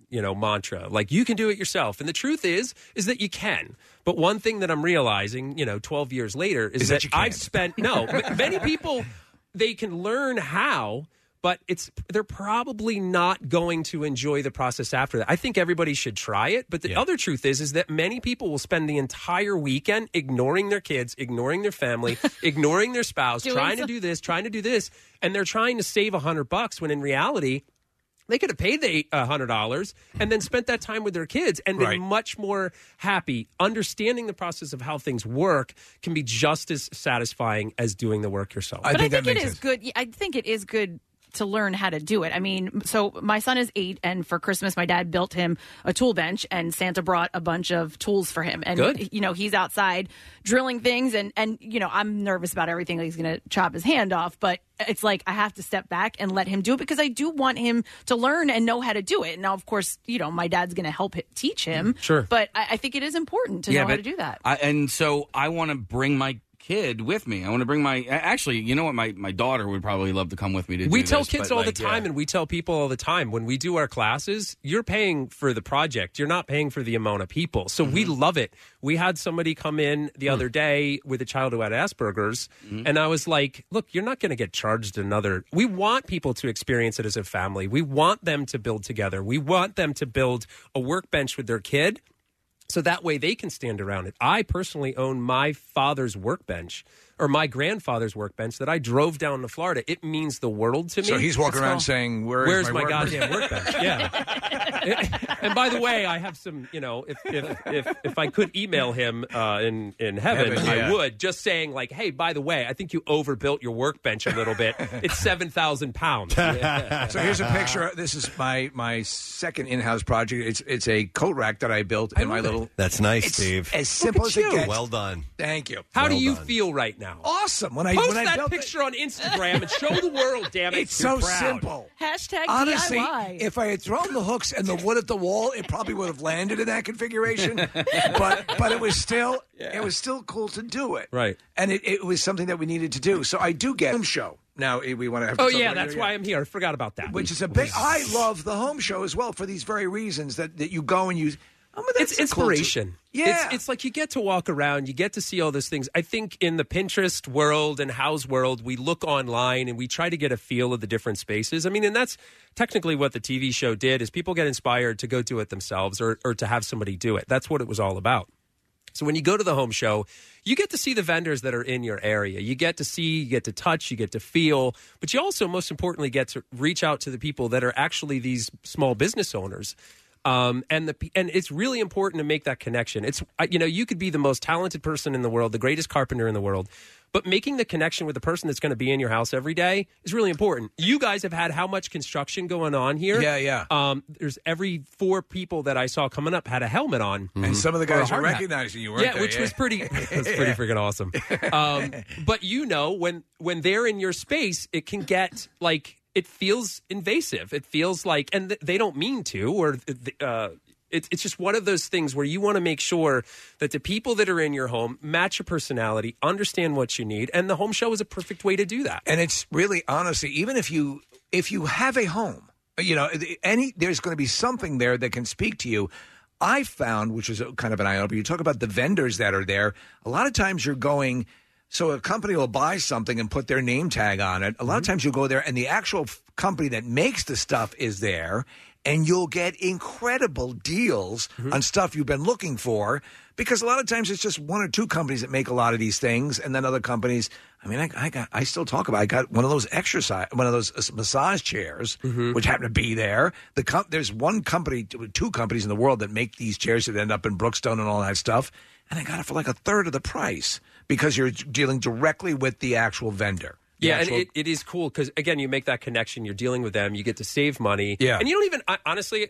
you know mantra like you can do it yourself and the truth is is that you can but one thing that i'm realizing you know 12 years later is, Is that that, you i've can't. spent no m- many people they can learn how but it's they're probably not going to enjoy the process after that i think everybody should try it but the other truth is is that many people will spend the entire weekend ignoring their kids ignoring their family ignoring their spouse Doing trying to some- do this trying to do this and they're trying to save a hundred bucks when in reality they could have paid the eight- uh, hundred dollars and then spent that time with their kids and been Right. much more happy. Understanding the process of how things work can be just as satisfying as doing the work yourself. but I think it is good. yeah, I think it is good to learn how to do it. I mean, so my son is eight, and for Christmas, my dad built him a tool bench, and Santa brought a bunch of tools for him. And Good. you know, he's outside drilling things, and and you know, I'm nervous about everything. Like he's going to chop his hand off, but it's like I have to step back and let him do it because I do want him to learn and know how to do it. Now, of course, you know, my dad's going to help hi- teach him. Sure. but I, I think it is important to know how to do that. I, and so I want to bring my kid with me. I want to bring my. a- Actually, you know what? My, my daughter would probably love to come with me to. we do tell this, kids but, all like, the yeah. time and we tell people all the time when we do our classes you're paying for the project you're not paying for the amount of people so we Mm-hmm. love it we had somebody come in Hmm. the other day with a child who had asperger's Mm-hmm. and i was like look you're not going to get charged another we want people to experience it as a family we want them to build together we want them to build a workbench with their kid so that way they can stand around it. I personally own my father's workbench or my grandfather's workbench that I drove down to Florida. It means the world to me. So he's walking around saying, "Where is "Where's my my, workbench?" goddamn workbench?" Yeah. and by the way, I have some. You know, if if if, if I could email him uh, in in heaven, Heaven, yeah. I would. Just saying, like, "Hey, by the way, I think you overbuilt your workbench a little bit. It's seven thousand pounds." so here's a picture. This is my my second in-house project. It's it's a coat rack that I built in my little. That's nice, It's Steve. as simple as it gets. Well done. Thank you. How do you feel right now? Awesome. When I post when I that built it- picture on Instagram and show the world, damn it! It's so simple. Hashtag Honestly, DIY. if I had thrown the hooks and the wood at the wall, it probably would have landed in that configuration. but but it was still it was still cool to do it. Right. And it, it was something that we needed to do. So I do get home show. Now eh, we want to have Oh to talk yeah, about that's your- why I'm here. I forgot about that. which is a big I love the home show as well for these very reasons that, that you go and you oh, but that's it's a cool t- inspiration. yeah. It's, it's like you get to walk around, you get to see all those things. I think in the Pinterest world and house world, we look online and we try to get a feel of the different spaces. I mean, and that's technically what the TV show did is people get inspired to go do it themselves or, or to have somebody do it. That's what it was all about. So when you go to the home show, you get to see the vendors that are in your area. You get to see, you get to touch, you get to feel, but you also, most importantly, get to reach out to the people that are actually these small business owners. Um, and the pe- and it's really important to make that connection. It's I- you know you could be the most talented person in the world, the greatest carpenter in the world, but making the connection with the person that's going to be in your house every day is really important. You guys have had how much construction going on here? Yeah, yeah. Um, there's every four people that I saw coming up had a helmet on, And some of the Or a guys were Oh, hard hat. recognizing you, weren't yeah, they? which was Yeah. pretty was pretty Yeah. freaking awesome. Um, but you know, when when they're in your space, it can get like it feels invasive. It feels like, and th- they don't mean to, or th- uh, it's it's just one of those things where you want to make sure that the people that are in your home match your personality, understand what you need, and the home show is a perfect way to do that. And it's really honestly, even if you if you have a home, you know, any there's going to be something there that can speak to you. I found, which is kind of an eye opener. You talk about the vendors that are there. A lot of times you're going. So a company will buy something and put their name tag on it. A lot of times you'll go there, and the actual f- company that makes the stuff is there, and you'll get incredible deals on stuff you've been looking for. Because a lot of times it's just one or two companies that make a lot of these things, and then other companies. I mean, I, I got I still talk about. I got one of those exercise, one of those uh, massage chairs, which happened to be there. The com- there's one company, two companies in the world that make these chairs that end up in Brookstone and all that stuff, and I got it for like a third of the price because you're dealing directly with the actual vendor. The Yeah, actual- and it, it is cool because again, you make that connection. You're dealing with them. You get to save money. Yeah. and you don't even I, honestly.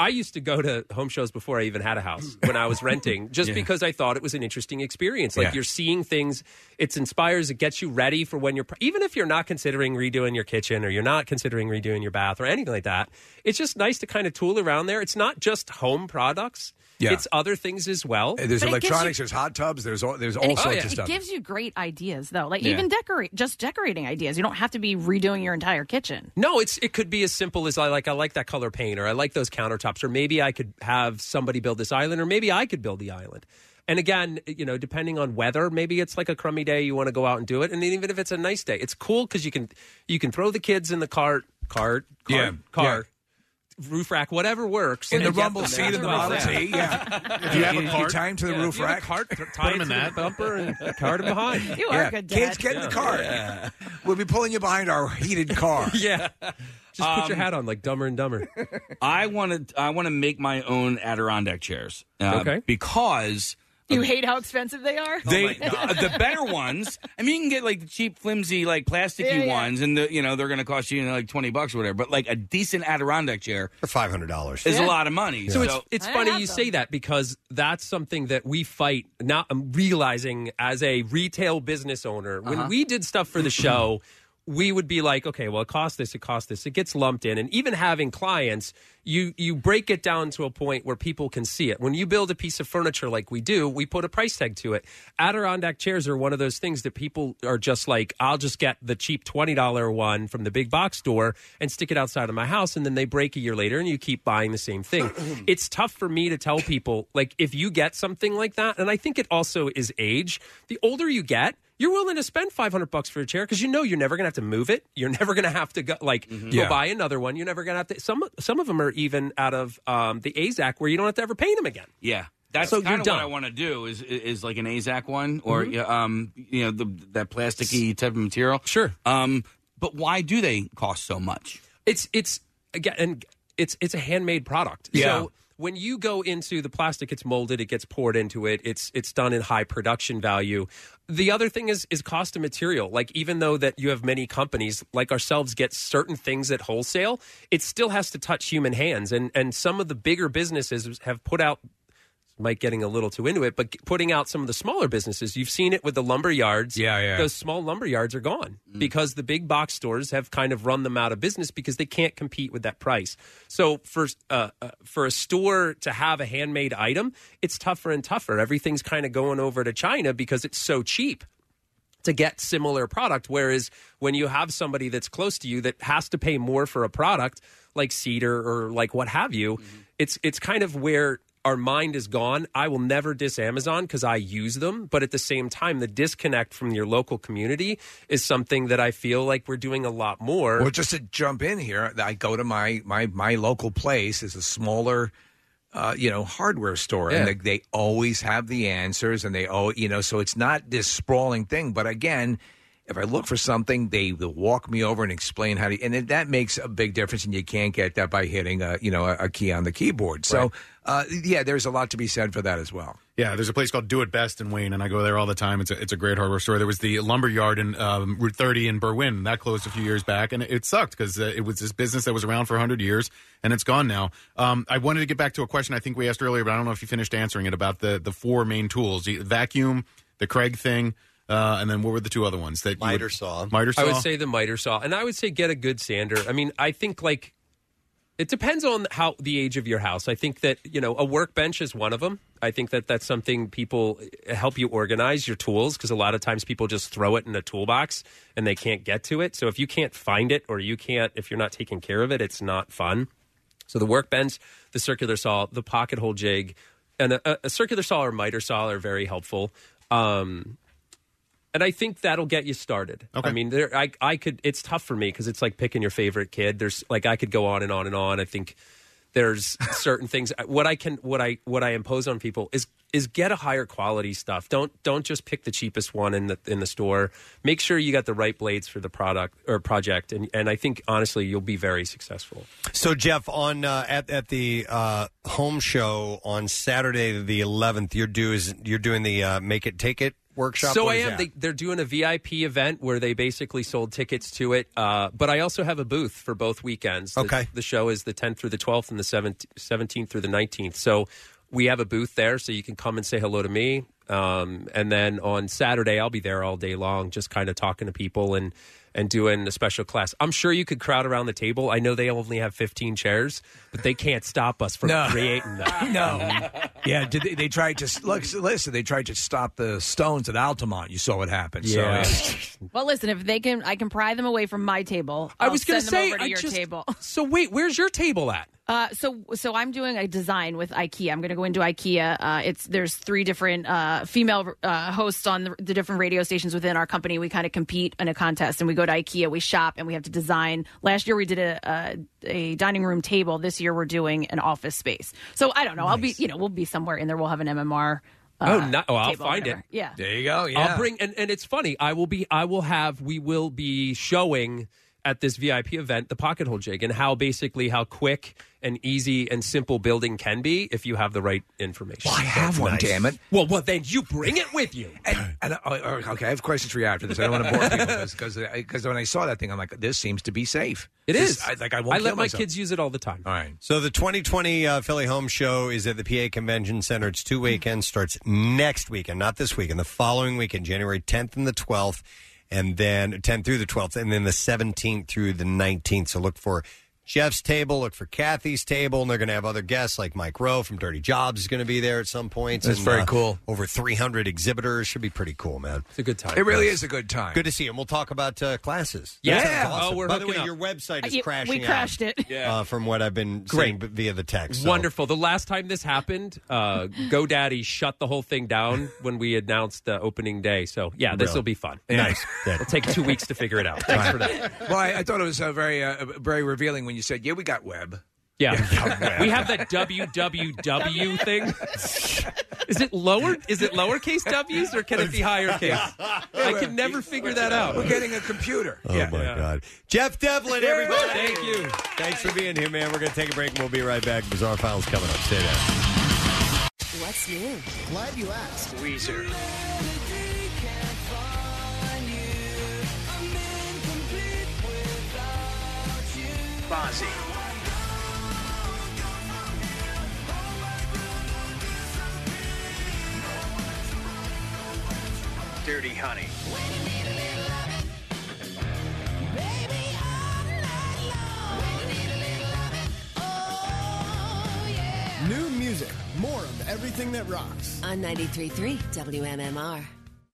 I used to go to home shows before I even had a house when I was renting, just Yeah. because I thought it was an interesting experience. Like Yeah. you're seeing things, it inspires, it gets you ready for when you're even if you're not considering redoing your kitchen or you're not considering redoing your bath or anything like that. It's just nice to kind of tool around there. It's not just home products. Yeah. It's other things as well. there's But it gives electronics, you- there's hot tubs, there's all, there's all And it, oh, sorts it of stuff. gives you great ideas though. Like Yeah. even decorate just decorating ideas. You don't have to be redoing your entire kitchen. No, it's it could be as simple as I like I like that color paint or I like those countertops or maybe I could have somebody build this island or maybe I could build the island. And again, you know, depending on weather, maybe it's like a crummy day you want to go out and do it and even if it's a nice day, it's cool cuz you can you can throw the kids in the cart cart cart Yeah, car roof rack whatever works In the and get rumble them there. seat and the That's Model what I'm T, saying. yeah. If you have a cart- tie 'em to the Yeah, if roof you have a rack, cart, put 'em tie it in to the that. bumper and cart 'em behind. You are Yeah. a good dad. Kids, get in the car. We'll be pulling you behind our heated car. yeah. Just put your Um, hat on like Dumber and Dumber. I want to. I want to make my own Adirondack chairs. uh, Okay. Because You hate how expensive they are? Oh They uh, the, the better ones. I mean, you can get like the cheap, flimsy, like plasticky Yeah, yeah. ones, and the, you know they're going to cost you, you know, like twenty bucks or whatever. But like a decent Adirondack chair for five hundred dollars is a lot of money. So it's it's funny you say that because that's something that we fight. Not I'm realizing as a retail business owner, when Uh-huh. we did stuff for the show, we would be like, okay, well, it costs this, it costs this. It gets lumped in. And even having clients, you, you break it down to a point where people can see it. When you build a piece of furniture like we do, we put a price tag to it. Adirondack chairs are one of those things that people are just like, I'll just get the cheap $20 one from the big box store and stick it outside of my house. And then they break a year later and you keep buying the same thing. it's tough for me to tell people, like, if you get something like that, and I think it also is age, the older you get, you're willing to spend 500 bucks for a chair because you know you're never going to have to move it. You're never going to have to go like go Yeah. buy another one. You're never going to have to. Some some of them are even out of um, the AZAC where you don't have to ever paint them again. Yeah. That's So you're kind of done. what I want to do is is like an Azac one or Mhm. yeah, um you know the, that plasticky type of material. Sure. Um, but why do they cost so much? It's it's again and it's it's a handmade product. Yeah. So when you go into the plastic, it's molded, it gets poured into it, it's it's done in high production value. The other thing is is cost of material. Like even though that you have many companies like ourselves get certain things at wholesale, it still has to touch human hands. And and some of the bigger businesses have put out Mike getting a little too into it, but putting out some of the smaller businesses. You've seen it with the lumber yards. Yeah, yeah. Those small lumber yards are gone because the big box stores have kind of run them out of business because they can't compete with that price. So for uh, uh, for a store to have a handmade item, it's tougher and tougher. Everything's kind of going over to China because it's so cheap to get similar product. Whereas when you have somebody that's close to you that has to pay more for a product like cedar or like what have you, it's it's kind of where our mind is gone. I will never diss Amazon because I use them, but at the same time, the disconnect from your local community is something that I feel like we're doing a lot more. Well, just to jump in here, I go to my my my local place is a smaller, uh, you know, hardware store, and Yeah. they, they always have the answers, and they oh, you know, so it's not this sprawling thing. But again, if I look for something, they will walk me over and explain how to, and it, that makes a big difference. And you can't get that by hitting a you know a, a key on the keyboard. So uh, yeah, there's a lot to be said for that as well. Yeah, there's a place called Do It Best in Wayne, and I go there all the time. It's a, it's a great hardware store. There was the lumber yard in um, Route 30 in Berwyn, and that closed a few years back, and it sucked because uh, it was this business that was around for 100 years, and it's gone now. Um, I wanted to get back to a question I think we asked earlier, but I don't know if you finished answering it about the, the four main tools the vacuum, the Craig thing, uh, and then what were the two other ones? that you would- Miter saw. Miter saw. I would say the miter saw, and I would say get a good sander. I mean, I think like it depends on how the age of your house. I think that you know a workbench is one of them. I think that that's something people uh, help you organize your tools because a lot of times people just throw it in a toolbox and they can't get to it. So if you can't find it or you can't if you're not taking care of it, it's not fun. So the workbench, the circular saw, the pocket hole jig, and a, a- a circular saw or miter saw are very helpful. Um, and I think that'll get you started. I mean, there, I, I could. It's tough for me because it's like picking your favorite kid. There's like I could go on and on and on. I think there's certain things. What I can, what I, what I impose on people is is get a higher quality stuff. Don't don't just pick the cheapest one in the in the store. Make sure you got the right blades for the product or project. And and I think honestly, you'll be very successful. So Jeff, on uh, at at the uh, home show on Saturday the 11th, you're do is you're doing the uh, make it take it workshop. So What I is am. that? They, they're doing a VIP event where they basically sold tickets to it. Uh, but I also have a booth for both weekends. The- Okay. The show is the 10th through the 12th and the 17th, 17th through the 19th. So we have a booth there, so you can come and say hello to me. Um, and then on Saturday, I'll be there all day long, just kind of talking to people and and doing a special class. I'm sure you could crowd around the table. I know they only have 15 chairs, but they can't stop us from No. creating them. No. yeah, did they, they tried to look, listen. They tried to stop the Stones at Altamont. You saw what happened. Yeah. So, Well, listen, if they can, I can pry them away from my table. I was going to gonna say, over to I your just- table. So wait, where's your table at? Uh, so so I'm doing a design with IKEA. I'm going to go into IKEA. Uh, it's there's three different uh, female uh, hosts on the, the different radio stations within our company. We kind of compete in a contest, and we go to IKEA. We shop, and we have to design. Last year we did a a, a dining room table. This year we're doing an office space. So I don't know. I'll be you know we'll be somewhere in there. We'll have an MMR. Uh, oh, no, oh, I'll table, find whatever. it. Yeah. There you go. I'll bring and, and it's funny. I will be I will have we will be showing at this VIP event the pocket hole jig and how basically how quick and easy and simple building can be if you have the right information. I have one, damn it. Well, well then you bring it with you. and, oh, oh, okay, I have questions for you after this. I don't want to bore people because because when I saw that thing, I'm like, this seems to be safe. It This- is. I, like I won't. I let kill my myself. kids use it all the time. All right. So the 2020 uh, Philly Home Show is at the PA Convention Center. It's two weekends. Starts next weekend, not this weekend. The following weekend, January 10th and the 12th. and then 10 through the 12th, and then the 17th through the 19th. So look for Jeff's table, look for Kathy's table, and they're going to have other guests like Mike Rowe from Dirty Jobs is going to be there at some point. That's and, uh, very cool. Over 300 exhibitors. Should be pretty cool, man. It's a good time. It really is a good time. Good to see you. And we'll talk about uh, classes. Yeah. That sounds Oh, we're By the way, hooking your up. website Uh, is yeah, we crashing out, crashed it. Yeah. Uh, from what I've been seeing b- via the text. so- Wonderful. The last time this happened, uh, GoDaddy shut the whole thing down when we announced uh, opening day. So, yeah, this Really? will be fun. Nice. It'll take two weeks to figure it out. Thanks for that. well, I, I thought it was uh, very, uh, very revealing when you said, "Yeah, we got web." Yeah, we have that www thing. Is it lower? Is it lowercase w's or can it be higher case? I can never figure that out. We're getting a computer. Oh my God, Jeff Devlin, Yay! everybody. Thank you. Thanks for being here, man. We're going to take a break and we'll be right back. Bizarre Files coming up. Stay there. What's new? Glad you asked. Weezer. Fozzy. Dirty Honey. New music, more of everything that rocks. On 93.3 WMMR.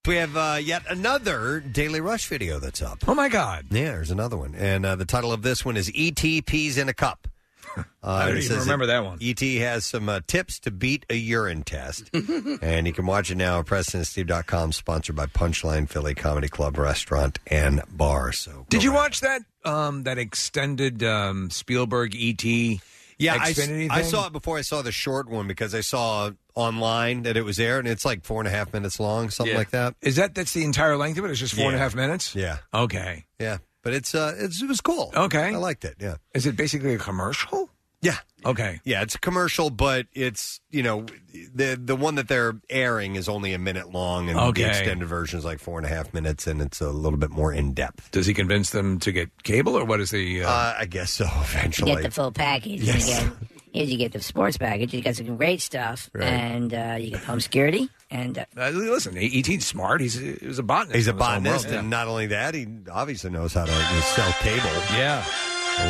We have uh, yet another Daily Rush video that's up. Oh my God! Yeah, there's another one, and uh, the title of this one is "ET Peas in a Cup." Uh, I don't it even says remember that one. ET has some uh, tips to beat a urine test, and you can watch it now at PresidentSteve.com, sponsored by Punchline Philly Comedy Club Restaurant and Bar. So Did you watch that um, that extended um, Spielberg ET? Yeah, I, Xfinity I thing? saw it before I saw the short one because I saw online that it was there, and it's like four and a half minutes long, something Yeah. like that. Is that that's the entire length of it? It's just four and a half minutes. Yeah. Okay. Yeah, but it's uh, it's, it was cool. Okay. I liked it. Yeah. Is it basically a commercial? Yeah. Okay. Yeah, it's a commercial, but it's you know the the one that they're airing is only a minute long, and Okay. the extended version is like four and a half minutes, and it's a little bit more in depth. Does he convince them to get cable, or what is the? Uh... I guess so. Eventually, Get the full package. Yes. You get, here's you get the sports package. You got some great stuff, Right. and uh, you get home security. And uh, Uh, listen, ET's smart. He's he was a botanist. He's a in his own botanist, world. and not only that, he obviously knows how to sell cable. Yeah,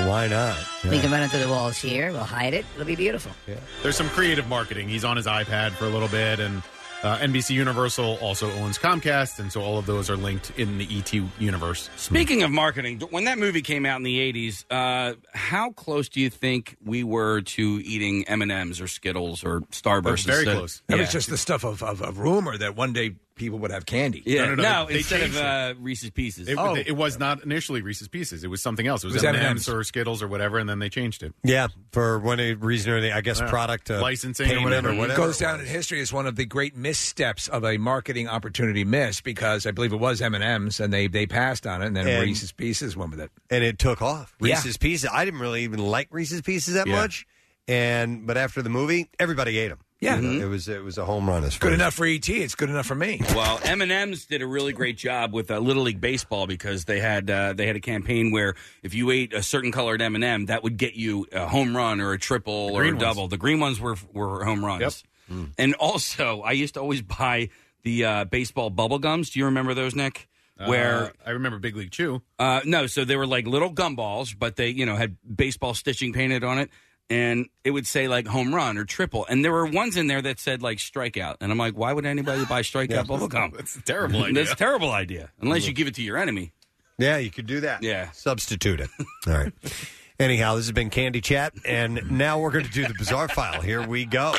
why not? we Yeah. can run it through the walls here. We'll hide it. It'll be beautiful. There's some creative marketing. He's on his iPad for a little bit, and uh, NBC Universal also owns Comcast, and so all of those are linked in the ET universe. Speaking of marketing, d- when that movie came out in the '80s, uh, how close do you think we were to eating M and M's or Skittles or Starburst? instead- That Yeah. was just the stuff of, of, of rumor that one day people would have candy. Yeah, no, they instead of changed it. uh, Reese's Pieces. It, it was not initially Reese's Pieces. It was something else. Oh. It was, It was M&Ms, M&Ms. or Skittles or whatever, and then they changed it. Yeah, for one reason or the, I guess Yeah. product uh, Licensing or payment whatever. or whatever. goes down in history as one of the great missteps of a marketing opportunity miss because I believe it was M and M's and they they passed on it and then And- Reese's Pieces went with it. and it took off. Yeah. Reese's Pieces. I didn't really even like Reese's Pieces that Yeah. much, and but after the movie, everybody ate them. Yeah. Mm-hmm. You know, it was it was a home run as far Good as- enough for ET. It's good enough for Oh me. Well, M and M's did a really great job with uh, Little League baseball because they had uh, they had a campaign where if you ate a certain colored M and M, that would get you a home run or a triple or a green ones. double. The green ones were were home runs. And also, I used to always buy the uh, baseball bubble gums. Do you remember those, Nick? Where Uh, I remember Big League Chew. Uh, no, so they were like little gumballs, but they, you know, had baseball stitching painted on it. And it would say like home run or triple. And there were ones in there that said like strikeout. And I'm like, why would anybody buy strikeout Yeah. bubble gum? That's a terrible idea. That's a terrible idea. Unless you give it to your enemy. Yeah, you could do that. Yeah. Substitute it. All right. Anyhow, this has been Candy Chat, and now we're going to do the bizarre file. Here we go.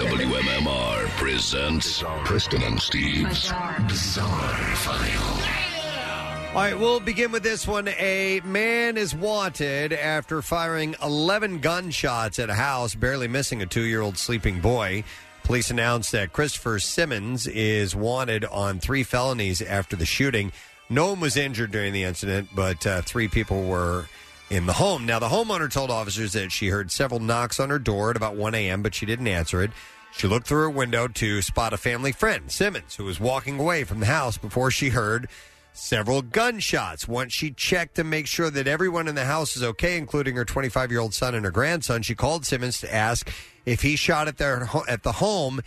WMMR presents Preston and Steve's Bizarre File. All right, we'll begin with this one. A man is wanted after firing 11 gunshots at a house, barely missing a two year old sleeping boy. Police announced that Christopher Simmons is wanted on three felonies after the shooting. No one was injured during the incident, but uh, three people were in the home. Now, the homeowner told officers that she heard several knocks on her door at about 1 a.m., but she didn't answer it. She looked through her window to spot a family friend, Simmons, who was walking away from the house before she heard several gunshots. Once she checked to make sure that everyone in the house is okay, including her 25 year old son and her grandson, she called Simmons to ask if he shot at their at the home,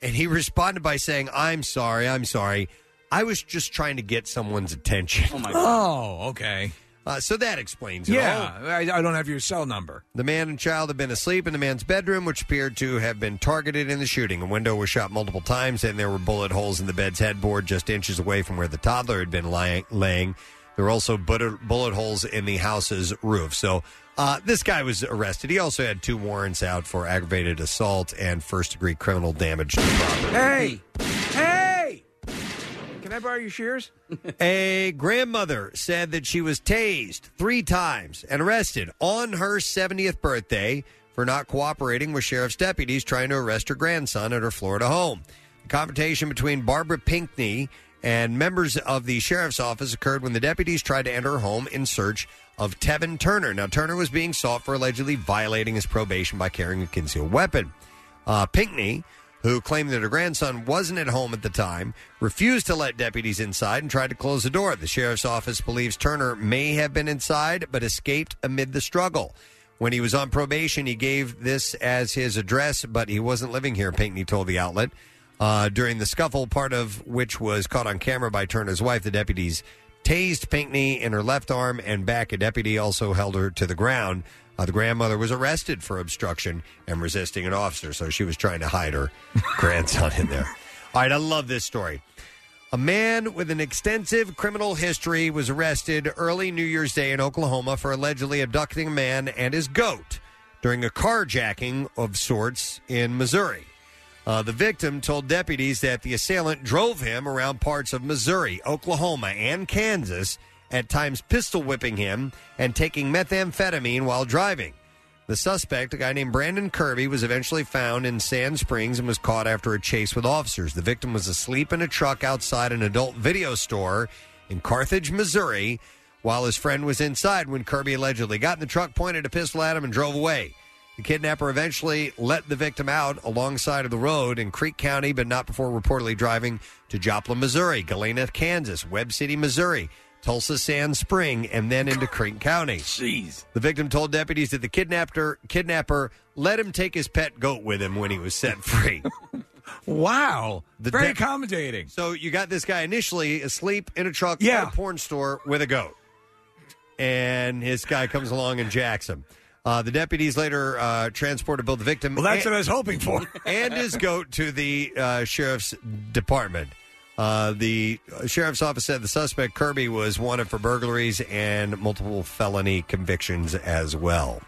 and he responded by saying, "I'm sorry, I'm sorry, I was just trying to get someone's attention. Oh, my God. Oh, okay. Uh, so that explains it yeah, I, I don't have your cell number. The man and child have been asleep in the man's bedroom, which appeared to have been targeted in the shooting. A window was shot multiple times, and there were bullet holes in the bed's headboard just inches away from where the toddler had been lying, laying. There were also butter, bullet holes in the house's roof. So uh, this guy was arrested. He also had two warrants out for aggravated assault and first degree criminal damage to property. Hey, hey! Can I borrow your shears? A grandmother said that she was tased three times and arrested on her 70th birthday for not cooperating with sheriff's deputies trying to arrest her grandson at her Florida home. The confrontation between Barbara Pinkney and members of the sheriff's office occurred when the deputies tried to enter her home in search of Tevin Turner. Now, Turner was being sought for allegedly violating his probation by carrying a concealed weapon. Uh, Pinkney, who claimed that her grandson wasn't at home at the time, refused to let deputies inside and tried to close the door. The sheriff's office believes Turner may have been inside but escaped amid the struggle. When he was on probation, he gave this as his address, but he wasn't living here, Pinkney told the outlet. Uh, during the scuffle, part of which was caught on camera by Turner's wife, the deputies tased Pinkney in her left arm and back. A deputy also held her to the ground. Uh, the grandmother was arrested for obstruction and resisting an officer, so she was trying to hide her grandson in there. All right, I love this story. A man with an extensive criminal history was arrested early New Year's Day in Oklahoma for allegedly abducting a man and his goat during a carjacking of sorts in Missouri. Uh, the victim told deputies that the assailant drove him around parts of Missouri, Oklahoma, and Kansas, at times pistol whipping him and taking methamphetamine while driving. The suspect, a guy named Brandon Kirby, was eventually found in Sand Springs and was caught after a chase with officers. The victim was asleep in a truck outside an adult video store in Carthage, Missouri, while his friend was inside when Kirby allegedly got in the truck, pointed a pistol at him, and drove away. The kidnapper eventually let the victim out alongside of the road in Creek County, but not before reportedly driving to Joplin, Missouri, Galena, Kansas, Webb City, Missouri, Tulsa Sand Spring, and then into Creek County. Jeez. The victim told deputies that the kidnapper kidnapper let him take his pet goat with him when he was set free. Wow. Very accommodating. So you got this guy initially asleep in a truck at a porn store with a goat. And his guy comes along and jacks him. Uh, the deputies later uh, transported both the victim. Well, that's and- what I was hoping for. and his goat to the uh, sheriff's department. Uh, the sheriff's office said the suspect Kirby was wanted for burglaries and multiple felony convictions as well.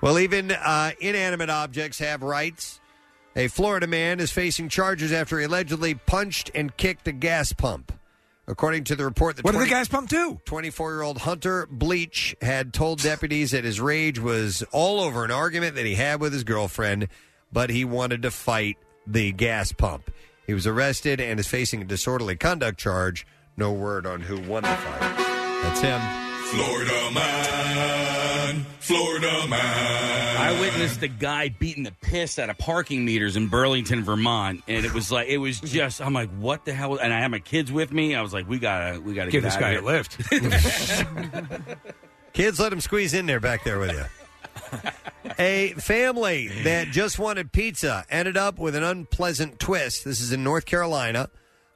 Well, even uh, inanimate objects have rights. A Florida man is facing charges after he allegedly punched and kicked a gas pump. According to the report, the What did the gas pump do? 24 year old Hunter Bleach had told deputies that his rage was all over an argument that he had with his girlfriend, but he wanted to fight the gas pump. He was arrested and is facing a disorderly conduct charge. No word on who won the fight. That's him. Florida man, Florida man. I witnessed a guy beating the piss out of parking meters in Burlington, Vermont, and it was like it was just. I'm like, what the hell? And I had my kids with me. I was like, we gotta, we gotta Give get this out of here. guy a lift. Kids, let him squeeze in there back there with you. a family that just wanted pizza ended up with an unpleasant twist. This is in North Carolina.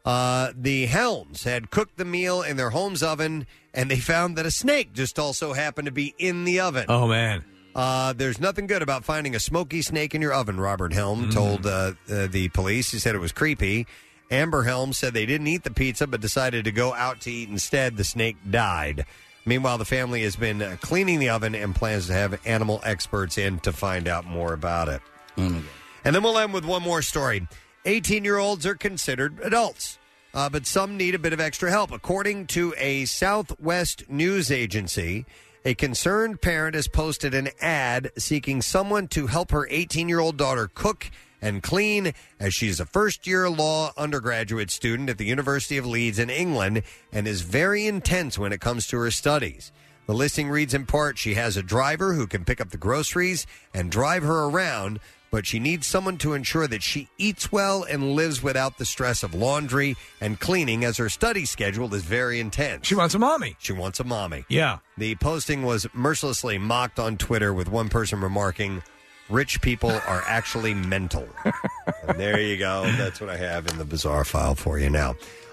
Uh, the Helms had cooked the meal in their home's oven, and they found that a snake just also happened to be in the oven. Oh, man. Uh, there's nothing good about finding a smoky snake in your oven, Robert Helm told uh, uh, the police. He said it was creepy. Amber Helm said they didn't eat the pizza but decided to go out to eat instead. The snake died. Meanwhile, the family has been uh, cleaning the oven and plans to have animal experts in to find out more about it. And then we'll end with one more story. 18 year olds are considered adults, uh, but some need a bit of extra help. According to a Southwest news agency, a concerned parent has posted an ad seeking someone to help her 18 year old daughter cook and clean as she's a first year law undergraduate student at the University of Leeds in England and is very intense when it comes to her studies. The listing reads in part she has a driver who can pick up the groceries and drive her around, but she needs someone to ensure that she eats well and lives without the stress of laundry and cleaning as her study schedule is very intense. She wants a mommy. She wants a mommy. Yeah. The posting was mercilessly mocked on Twitter with one person remarking, Rich people are actually mental. and there you go. That's what I have in the bizarre file for you now.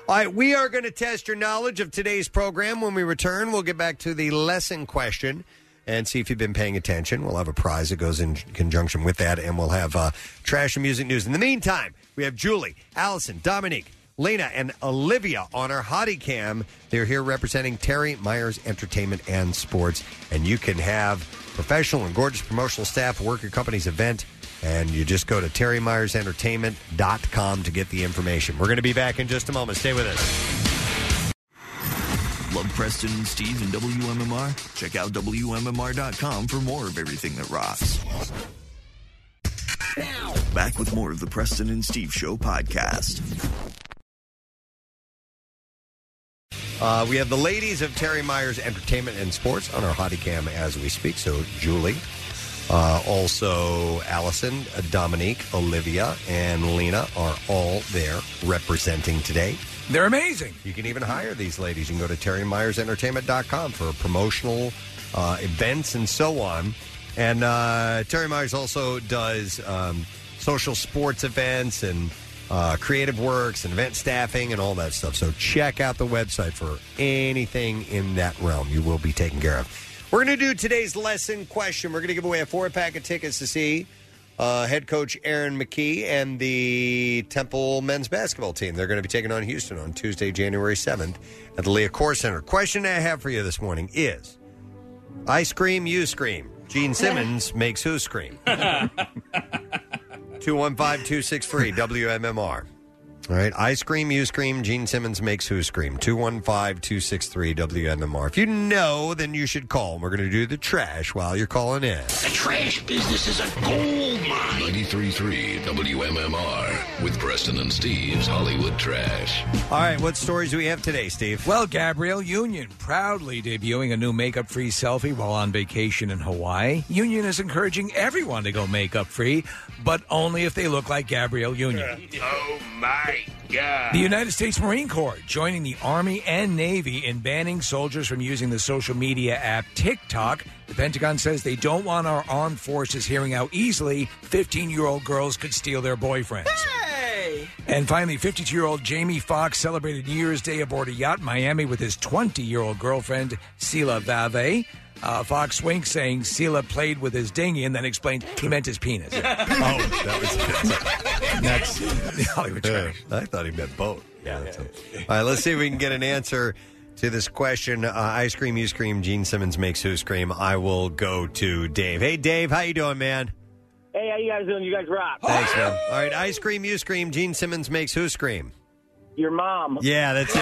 All right, we are going to test your knowledge of today's program. When we return, we'll get back to the lesson question and see if you've been paying attention. We'll have a prize that goes in conjunction with that, and we'll have uh, trash and music news. In the meantime, we have Julie, Allison, Dominique, Lena, and Olivia on our hottie cam. They're here representing Terry Myers Entertainment and Sports, and you can have professional and gorgeous promotional staff work your company's event. And you just go to terrymyersentertainment.com to get the information. We're going to be back in just a moment. Stay with us. Love Preston and Steve and WMMR? Check out WMMR.com for more of everything that rocks. Back with more of the Preston and Steve Show podcast. Uh, we have the ladies of Terry Myers Entertainment and Sports on our hottie cam as we speak. So Julie, uh, also Allison, uh, Dominique, Olivia, and Lena are all there representing today. They're amazing. You can even hire these ladies. You can go to terrymyersentertainment.com for promotional uh, events and so on. And uh, Terry Myers also does um, social sports events and uh, creative works and event staffing and all that stuff. So check out the website for anything in that realm. You will be taken care of. We're going to do today's lesson question. We're going to give away a four pack of tickets to see uh, head coach Aaron McKee and the Temple men's basketball team. They're going to be taking on Houston on Tuesday, January 7th at the Leah Core Center. Question I have for you this morning is I scream, you scream. Gene Simmons makes who scream? 215 263 WMMR. All right. I scream, you scream. Gene Simmons makes who scream. 215 263 WMMR. If you know, then you should call. We're going to do the trash while you're calling in. The trash business is a gold mine. 93.3 WMMR with Preston and Steve's Hollywood Trash. All right, what stories do we have today, Steve? Well, Gabrielle Union proudly debuting a new makeup free selfie while on vacation in Hawaii. Union is encouraging everyone to go makeup free, but only if they look like Gabrielle Union. Oh my God. The United States Marine Corps joining the Army and Navy in banning soldiers from using the social media app TikTok. The Pentagon says they don't want our armed forces hearing how easily 15 year old girls could steal their boyfriends. And finally, 52 year old Jamie Foxx celebrated New Year's Day aboard a yacht in Miami with his 20 year old girlfriend, Sela Vave. Uh, Fox winked, saying Sela played with his dinghy and then explained he meant his penis. Oh, that was next. Hollywood trash. I thought he meant boat. Yeah. That's it. All right, let's see if we can get an answer to this question. Uh, I scream, you scream. Gene Simmons makes who scream. I will go to Dave. Hey, Dave, how you doing, man? Hey, how you guys doing? You guys rock. Thanks, man. All right, I scream, you scream. Gene Simmons makes who scream? Your mom. Yeah, that's it.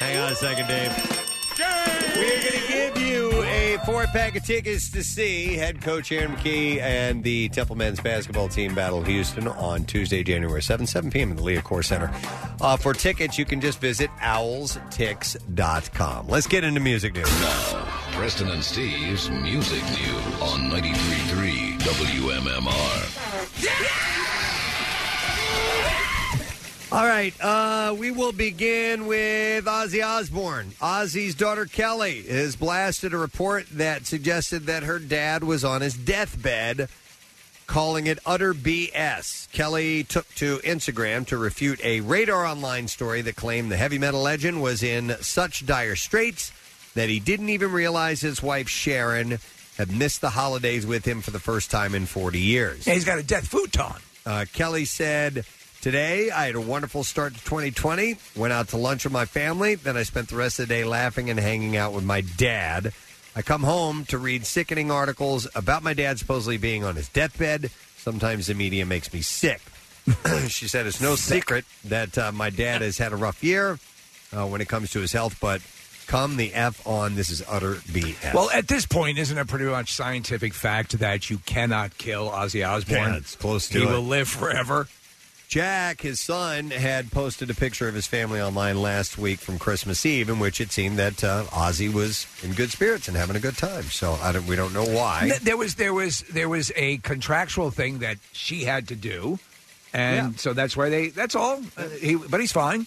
Hang on a second, Dave. We're going to give you a four pack of tickets to see head coach Aaron McKee and the Temple men's basketball team battle Houston on Tuesday, January 7th, 7 p.m. in the Leah Core Center. Uh, for tickets, you can just visit owlstix.com. Let's get into music news. Preston and Steve's Music News on 93.3 WMMR. All right, uh, we will begin with Ozzy Osbourne. Ozzy's daughter Kelly has blasted a report that suggested that her dad was on his deathbed, calling it utter BS. Kelly took to Instagram to refute a Radar Online story that claimed the heavy metal legend was in such dire straits that he didn't even realize his wife Sharon had missed the holidays with him for the first time in 40 years. he's got a death futon. Uh, Kelly said, Today, I had a wonderful start to 2020. Went out to lunch with my family. Then I spent the rest of the day laughing and hanging out with my dad. I come home to read sickening articles about my dad supposedly being on his deathbed. Sometimes the media makes me sick. she said, It's no secret that uh, my dad has had a rough year uh, when it comes to his health, but come the F on. This is utter BS. Well, eh at this point, isn't it pretty much scientific fact that you cannot kill Ozzy Osbourne? Yeah, it's close to He it. will live forever. Jack, his son, had posted a picture of his family online last week from Christmas Eve, in which it seemed that uh, Ozzy was in good spirits and having a good time. So I don't, we don't know why. Th- there was there was there was a contractual thing that she had to do, and so that's why they. That's all. Uh, he, but he's fine.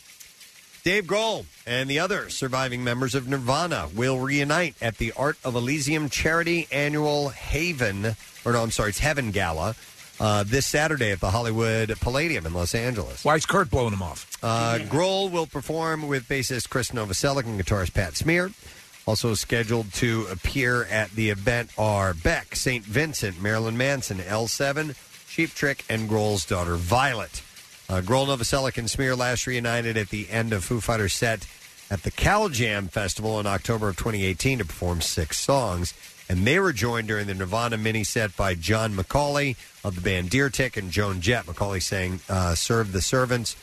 Dave Grohl and the other surviving members of Nirvana will reunite at the Art of Elysium charity annual Haven, or no, I'm sorry, it's Heaven Gala, uh, this Saturday at the Hollywood Palladium in Los Angeles. Why is Kurt blowing him off? Uh, Grohl will perform with bassist Chris Novoselic and guitarist Pat Smear. Also scheduled to appear at the event are Beck, St. Vincent, Marilyn Manson, L7, Cheap Trick, and Grohl's daughter Violet. Uh, Grohl, Novoselic, and Smear last reunited at the end of Foo Fighters set at the Cal Jam Festival in October of 2018 to perform six songs. And they were joined during the Nirvana mini set by John McCauley of the band Deer Tick and Joan Jett. McCauley sang uh, Serve the Servants,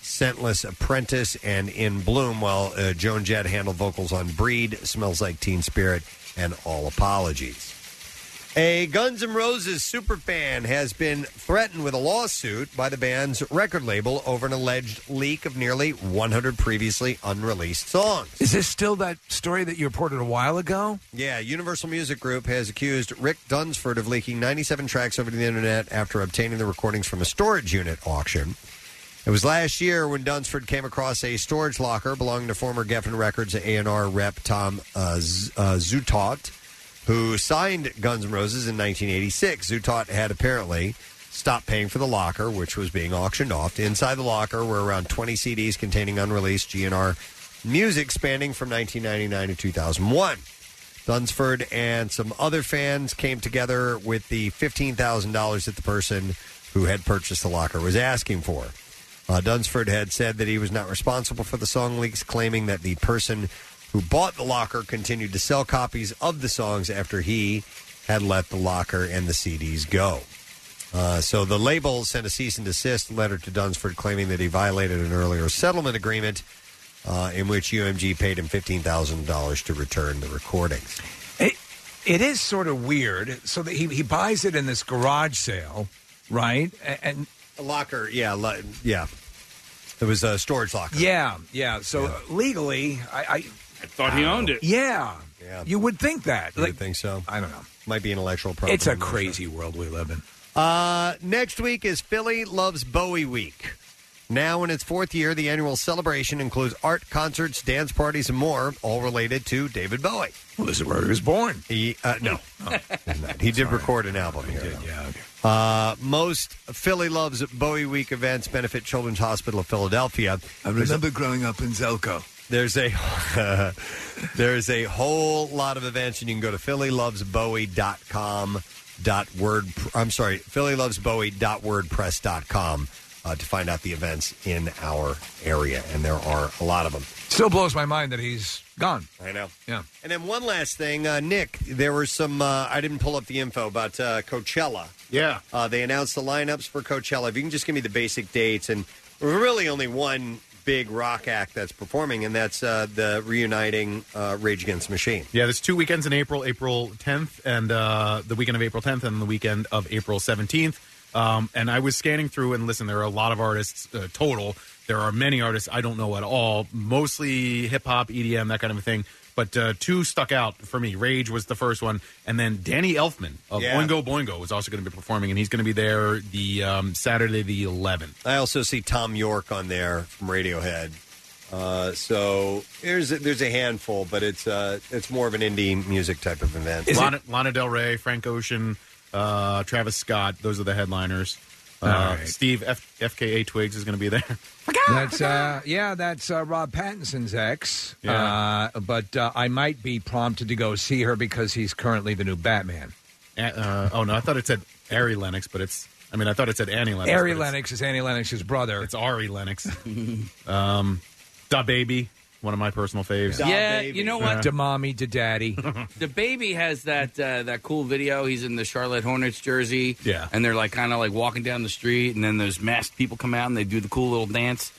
Scentless Apprentice, and In Bloom, while uh, Joan Jett handled vocals on Breed, Smells Like Teen Spirit, and All Apologies. A Guns N' Roses superfan has been threatened with a lawsuit by the band's record label over an alleged leak of nearly 100 previously unreleased songs. Is this still that story that you reported a while ago? Yeah, Universal Music Group has accused Rick Dunsford of leaking 97 tracks over to the internet after obtaining the recordings from a storage unit auction. It was last year when Dunsford came across a storage locker belonging to former Geffen Records A&R rep Tom uh, Z- uh, Zutot, who signed Guns N' Roses in 1986. Zutot had apparently stopped paying for the locker, which was being auctioned off. Inside the locker were around 20 CDs containing unreleased GNR music spanning from 1999 to 2001. Dunsford and some other fans came together with the $15,000 that the person who had purchased the locker was asking for. Uh, Dunsford had said that he was not responsible for the song leaks, claiming that the person who bought the locker continued to sell copies of the songs after he had let the locker and the CDs go. Uh, so the label sent a cease and desist letter to Dunsford claiming that he violated an earlier settlement agreement uh, in which UMG paid him $15,000 to return the recordings. It is sort of weird. So that he, he buys it in this garage sale, right? A- And A locker, yeah, lo- yeah. It was a storage locker. yeah, yeah. So legally, I, I, I thought he owned it. Yeah, Yeah. You would think that. You would think so. I don't know. Might be intellectual property. It's a I'm not sure. crazy world we live in. Uh, next week is Philly Loves Bowie Week. Now in its fourth year, the annual celebration includes art, concerts, dance parties, and more, all related to David Bowie. Well, this is where he was born. Oh, He, uh, no, he's not. he did record an album here. though. Uh, most Philly Loves Bowie Week events benefit Children's Hospital of Philadelphia. I remember growing up in Zelco. There's a there's a whole lot of events, and you can go to phillylovesbowie.com dot word I'm sorry, phillylovesbowie.wordpress.com uh, to find out the events in our area, and there are a lot of them. Still blows my mind that he's gone. I know. Yeah. And then one last thing, uh, Nick. There were some. Uh, I didn't pull up the info about uh, Coachella. Yeah. Uh, they announced the lineups for Coachella. If you can just give me the basic dates, and there's really only one big rock act that's performing, and that's uh, the reuniting uh, Rage Against the Machine. Yeah, there's two weekends in April, April 10th and uh, the weekend of April 10th and the weekend of April 17th. Um, and I was scanning through and listen, there are a lot of artists uh, total. There are many artists I don't know at all, mostly hip hop, EDM, that kind of thing. But uh, two stuck out for me. Rage was the first one, and then Danny Elfman of Yeah. Oingo Boingo is also going to be performing, and he's going to be there the um, Saturday the 11th. I also see Tom York on there from Radiohead. Uh, so there's a, there's a handful, but it's uh, it's more of an indie music type of event. Lana, Lana Del Rey, Frank Ocean, uh, Travis Scott. Those are the headliners. All Uh, right. Steve F- FKA Twigs is going to be there. That's uh, yeah, that's uh, Rob Pattinson's ex. Yeah. Uh, but uh, I might be prompted to go see her because he's currently the new Batman. Uh, uh, oh no, I thought it said Ari Lennox, but it's. I mean, I thought it said Annie Lennox. Ari but it's- Lennox is Annie Lennox's brother. Uh, It's Ari Lennox. Um, da Baby, one of my personal faves. Uh-huh. Da Yeah, Baby. you know what? To mommy, to daddy. The baby has that uh, that cool video. He's in the Charlotte Hornets jersey. Yeah. and they're like kind of like walking down the street, and then those masked people come out and they do the cool little dance.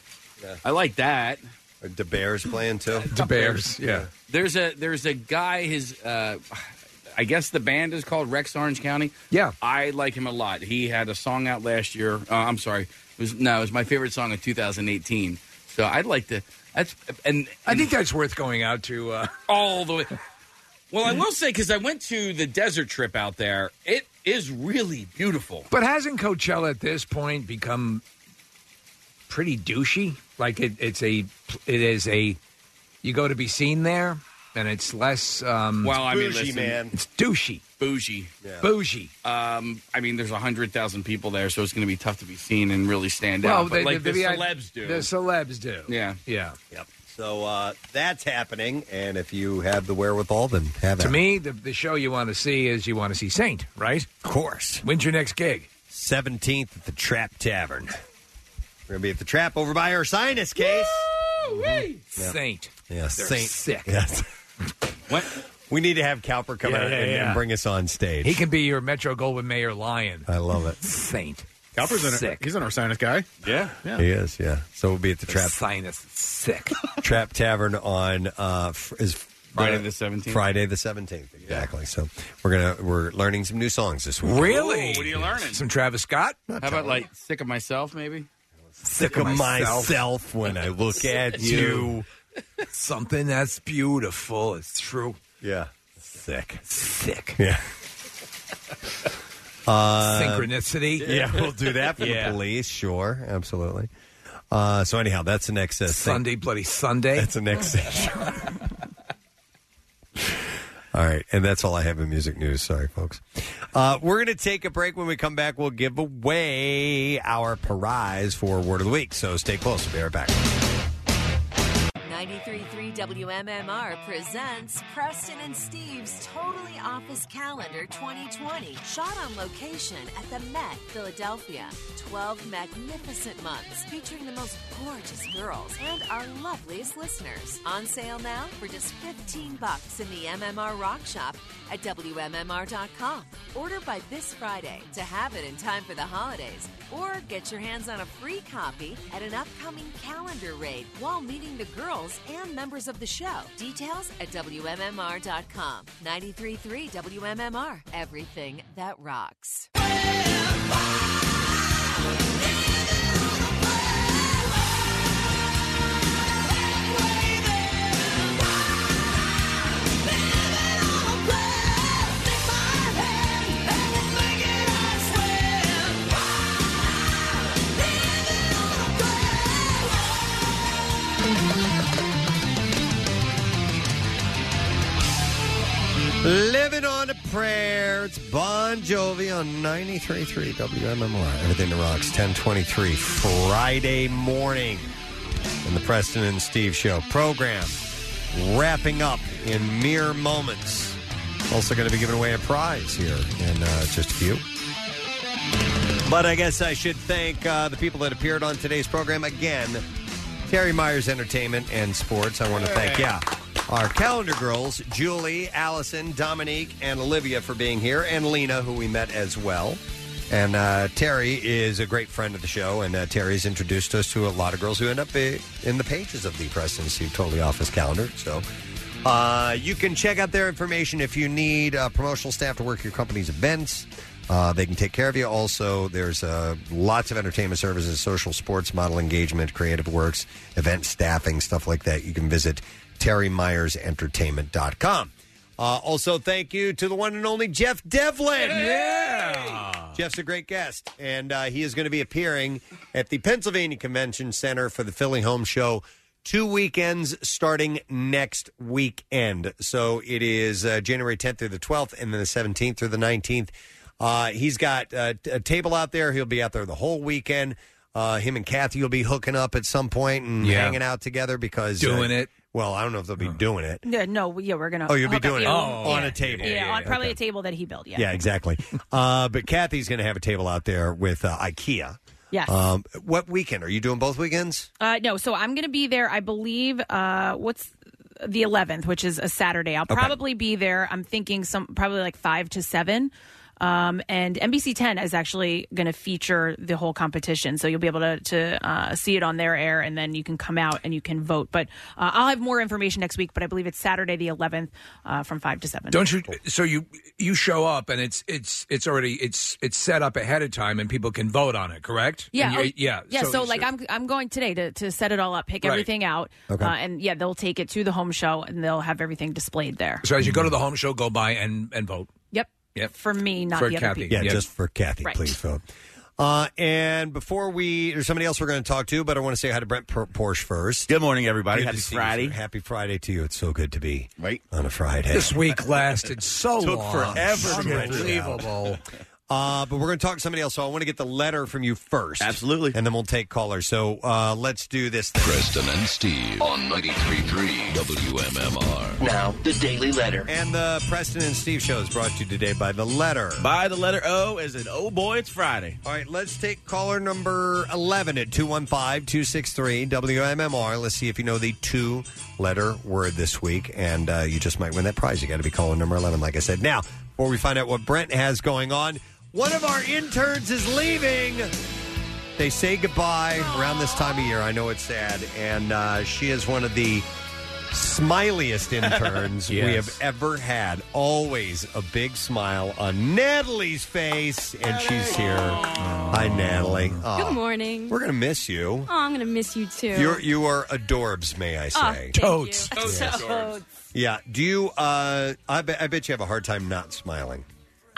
I like that. The Bears playing too. The Bears, yeah. There's a there's a guy. His uh, I guess the band is called Rex Orange County. Yeah, I like him a lot. He had a song out last year. Uh, I'm sorry, it was no, it was my favorite song of 2018. So I'd like to. That's and I think that's worth going out to. Uh... all the way. Well, I will say because I went to the desert trip out there. It is really beautiful. But hasn't Coachella at this point become pretty douchey? Like it, it's a, it is a, you go to be seen there. and it's less. Um, Well, I mean, listen, It's douchey. bougie, Yeah. bougie. Um, I mean, there's hundred thousand people there, so it's going to be tough to be seen and really stand well, out. But they- like the, VI celebs do. The celebs do. yeah, yeah. Yep. So uh, that's happening, and if you have the wherewithal, then have To it. me, the, the show you want to see is you want to see Saint, right? Of course. When's your next gig? Seventeenth at the Trap Tavern. We're gonna be at the Trap over by our sinus case. Yep. Saint. Yeah, They're Saint. sick. Yes. what? We need to have Cowper come Yeah, out yeah, and, yeah. and bring us on stage. He can be your Metro Goldwyn Mayer lion. I love it. Saint. Cowper's in sick. it. He's an Arsinus guy. Yeah. He is, yeah. So we'll be at the Trap Sinus sick. Trap Tavern on uh, f- is Friday the 17th? Friday the seventeenth, exactly. So we're gonna we're learning some new songs this week. Really? Ooh, what are you learning? Some Travis Scott. How about like sick of myself, maybe? Sick of myself, when I look at you. Something that's beautiful. It's true. Yeah. Sick. Sick. Yeah. Uh, Synchronicity. Yeah, we'll do that for Yeah. the police. Sure, absolutely. Uh, so anyhow, that's the next uh, thing. Sunday, bloody Sunday. That's the next session. All right, and that's all I have in music news. Sorry, folks. Uh, we're going to take a break. When we come back, we'll give away our prize for Word of the Week. So stay close. We'll be right back. 93.3 WMMR presents Preston and Steve's Totally Office Calendar 2020, shot on location at the Met, Philadelphia. 12 magnificent months featuring the most gorgeous girls and our loveliest listeners. On sale now for just 15 bucks in the MMR Rock Shop at WMMR.com. Order by this Friday to have it in time for the holidays or get your hands on a free copy at an upcoming calendar raid while meeting the girls and members of the show. Details at WMMR.com. 93.3 WMMR. Everything that rocks. Living on a prayer. It's Bon Jovi on 93.3 WMMR. Everything that rocks, 1023, Friday morning. On the Preston and Steve Show program. Wrapping up in mere moments. Also going to be giving away a prize here in uh, just a few. But I guess I should thank uh, the people that appeared on today's program again. Terry Myers Entertainment and Sports. I want to thank, Hey. yeah, our calendar girls, Julie, Allison, Dominique, and Olivia for being here, and Lena, who we met as well. And uh, Terry is a great friend of the show, and uh, Terry's introduced us to a lot of girls who end up i- in the pages of the Presidency Totally Office calendar. So uh, you can check out their information if you need uh, promotional staff to work your company's events. Uh, they can take care of you. Also, there's uh, lots of entertainment services, social sports, model engagement, creative works, event staffing, stuff like that. You can visit terrymyersentertainment.com. Uh, also, thank you to the one and only Jeff Devlin. Yeah. Jeff's a great guest, and uh, he is going to be appearing at the Pennsylvania Convention Center for the Philly Home Show two weekends starting next weekend. So it is uh, January 10th through the 12th, and then the 17th through the 19th. Uh, he's got uh, t- a table out there. He'll be out there the whole weekend. Uh, him and Kathy will be hooking up at some point and Yeah. hanging out together because Doing Uh-huh. it. Well, I don't know if they'll be doing it. Yeah, no, yeah, we're gonna. Oh, you'll be hook up doing it you. on Yeah. a table. Yeah, on probably Okay. a table that he built. Yeah. Yeah, exactly. uh, but Kathy's going to have a table out there with uh, IKEA. Yes. Um, what weekend are you doing? Both weekends? Uh, no, so I'm going to be there. I believe uh, what's the 11th, which is a Saturday. I'll Okay. probably be there. I'm thinking some probably like five to seven. Um, and NBC 10 is actually going to feature the whole competition, so you'll be able to, to uh, see it on their air, and then you can come out and you can vote. But uh, I'll have more information next week. But I believe it's Saturday the 11th uh, from five to seven. Don't you? So you you show up and it's it's it's already it's it's set up ahead of time and people can vote on it, correct? Yeah, And you- oh, yeah, yeah. So, like, I'm I'm going today to, to set it all up, pick Right. everything out, Okay. uh, and yeah, they'll take it to the home show and they'll have everything displayed there. So as you go to the home show, go by and and vote. Yep. Yep. For me, not For the other Kathy. people. Yeah, just for Kathy, Right. please vote. Uh, and before we, there's somebody else we're going to talk to, but I want to say hi to Brent Por- Porsche first. Good morning, everybody. Good Happy to see you, Friday. sir. Happy Friday to you. It's so good to be right on a Friday. This week lasted so Took long. forever to get it out. Unbelievable. Uh, but we're going to talk to somebody else, so I want to get the letter from you first. Absolutely. And then we'll take callers. So uh, let's do this. Thing. Preston and Steve on 93.3 WMMR. Now, the Daily Letter. And the Preston and Steve show is brought to you today by The Letter. By the letter O as in oh boy, it's Friday. All right, let's take caller number 11 at 215 263 WMMR. Let's see if you know the two letter word this week, and uh, you just might win that prize. You got to be caller number 11, like I said. Now, before we find out what Brent has going on, one of our interns is leaving. They say goodbye around this time of year. I know it's sad. And uh, she is one of the smiliest interns we Yes. have ever had. Always a big smile on Natalie's face, and she's here. Hi, Natalie. Aw, Good morning. We're gonna miss Oh, you. I'm gonna miss you too. You're you are adorbs, may I Aw, say? thank you. Totes. Yes. Totes. Yeah. Do you? Uh, I bet I bet you have a hard time not smiling.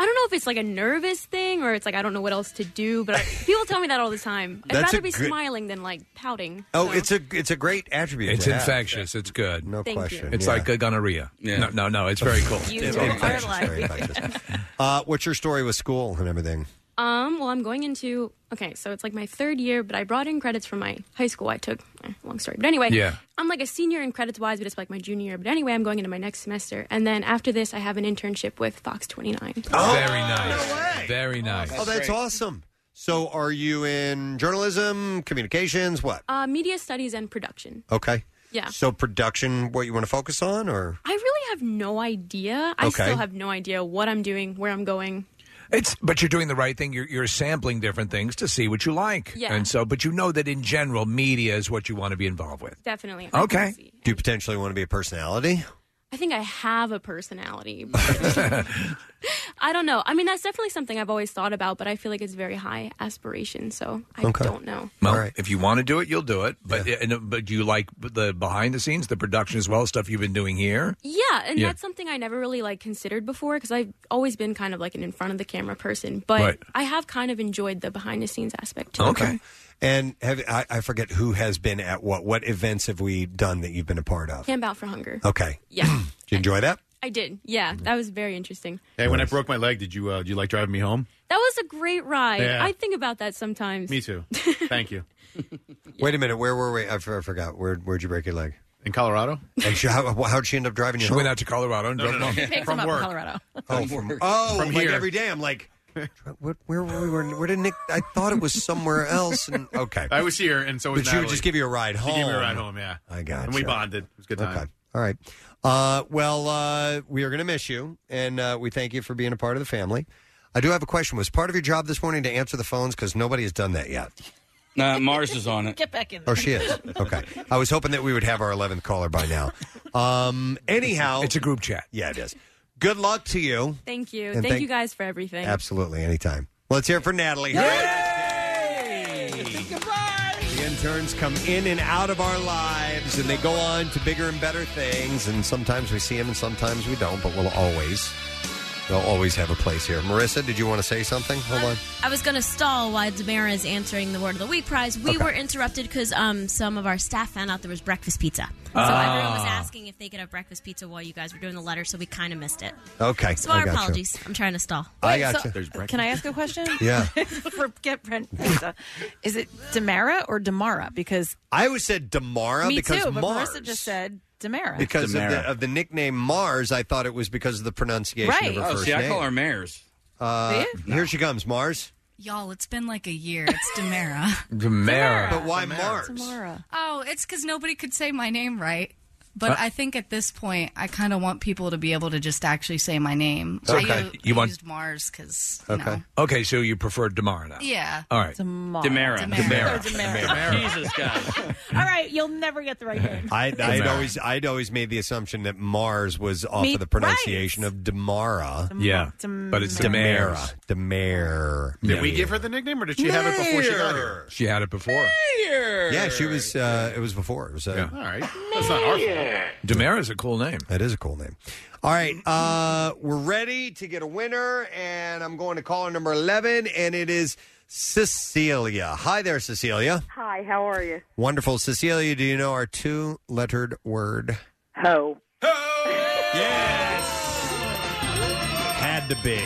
I don't know if it's like a nervous thing or it's like I don't know what else to do, but I, people tell me that all the time. I'd That's a rather be good- smiling than like pouting. Oh, it's a it's a great attribute. It's to have. infectious. It's good. No Thank question. you. It's Yeah. like uh, gonorrhea. No, no, no. It's very cool. You It's are infectious. like- Very infectious. Uh, what's your story with school and everything? Um, well, I'm going into okay, so it's like my third year, but I brought in credits from my high school. I took eh, long story, but anyway, Yeah. I'm like a senior in credits wise, but it's like my junior year. But anyway, I'm going into my next semester, and then after this, I have an internship with Fox 29. Oh, Very nice. Very nice. oh, that's awesome. So, are you in journalism, communications, what? Uh, media studies and production. Okay. Yeah. So, production, what you want to focus on, or I really have no idea. I Okay. still have no idea what I'm doing, where I'm going. It's but you're doing the right thing. You're you're sampling different things to see what you like. Yeah. And so, but you know that in general, media is what you want to be involved with. Definitely. I can Okay. see. do you potentially want to be a personality? I think I have a personality. but- I don't know. I mean, that's definitely something I've always thought about, but I feel like it's very high aspiration, so I Okay. don't know. Well, if you want to do it, you'll do it. But and, but do you like the behind the scenes, the production as well, stuff you've been doing here? Yeah, and Yeah. that's something I never really like considered before because I've always been kind of like an in front of the camera person, but Right. I have kind of enjoyed the behind the scenes aspect too. Okay. And have I, I forget who has been at what? What events have we done that you've been a part of? Camp out for hunger. Okay. Yeah, Did you enjoy that? I did. Yeah, that was very interesting. Hey, when I broke my leg, did you uh, did you like driving me home? That was a great ride. Yeah. I think about that sometimes. Me too. Thank you. Wait a minute. Where were we? I, f- I forgot. Where Where'd you break your leg? In Colorado. And she, how, how'd she end up driving you? She went out to Colorado and No, drove no, no. home. Picked From him up in work. Colorado. Oh, From from, work. oh, From like here. every day. I'm like, what, where were we? Where, where did Nick? I thought it was somewhere else. And okay, I was here, and so was But she would Natalie. just give you a ride She gave me a home. ride home. Yeah, I got And we you. bonded. It was a good time. Okay. All right. Uh, well, uh, we are going to miss you, and uh, we thank you for being a part of the family. I do have a question. Was part of your job this morning to answer the phones because nobody has done that yet? Uh, Mars is on it. Get back in. Oh, she is. Okay. I was hoping that we would have our 11th caller by now. Um, anyhow, it's a group chat. Yeah, it is. Good luck to you. Thank you. And Thank, thank- you guys for everything. Absolutely, anytime. Let's hear it for Natalie. The interns come in and out of our lives, and they go on to bigger and better things. And sometimes we see them, and sometimes we don't. But we'll always, they'll always have a place here. Marissa, did you want to say something? Hold on. I was going to stall while Demara is answering the Word of the Week prize. We were interrupted because um, some of our staff found out there was breakfast pizza. So everyone was Ah. asking if they could have breakfast pizza while you guys were doing the letter, so we kind of missed it. Okay, So our I got you. apologies. I'm trying to stall. I Wait, got so- you. There's uh, Can I ask a question? Yeah. For get Brent pizza. Is it Damara or Damara? Because I always said Damara me because too, but Mars. Marissa just said Damara. Because of the, of the nickname Mars, I thought it was because of the pronunciation Right. of her Oh, first see, I name. call her Mares. Uh, Here she comes, Mars. Y'all, it's been like a year. It's Demara. Demara. But why Mars? Oh, it's because nobody could say my name right. But Uh, I think at this point, I kind of want people to be able to just actually say my name. I Okay. u- You I want- used Mars because Okay. Okay, so you prefer Damara now? Yeah. All right. Demara. Demara. Demara. Jesus, God. All right, you'll never get the right name. I, I'd Damara. always I'd always made the assumption that Mars was off Me- of the pronunciation of Demara. Yeah. but it's Demara. Demare. Did we give her the nickname, or did she have it before she got here? She had it before. Yeah, she was. Uh, it was before. It was. Uh, All right, that's not our fault. Demara is a cool name. That is a cool name. All right, uh, we're ready to get a winner, and I'm going to caller number 11, and it is Cecilia. Hi there, Cecilia. Hi, how are you? Wonderful. Cecilia, do you know our two lettered word? Ho. Had to be.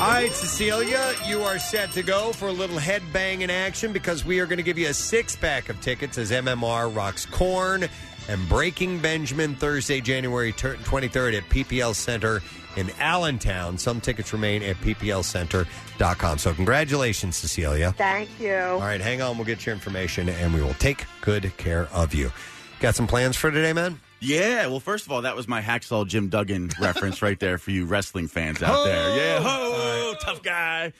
All right, Cecilia, you are set to go for a little headbang in action because we are going to give you a six pack of tickets as MMR rocks corn and Breaking Benjamin Thursday, January tur- 23rd at PPL Center in Allentown. Some tickets remain at pplcenter.com. So, congratulations, Cecilia. Thank you. All right, hang on. We'll get your information and we will take good care of you. Got some plans for today, man? Yeah, well, first of all, that was my hacksaw Jim Duggan reference right there for you wrestling fans out there. Yeah, ho, tough guy.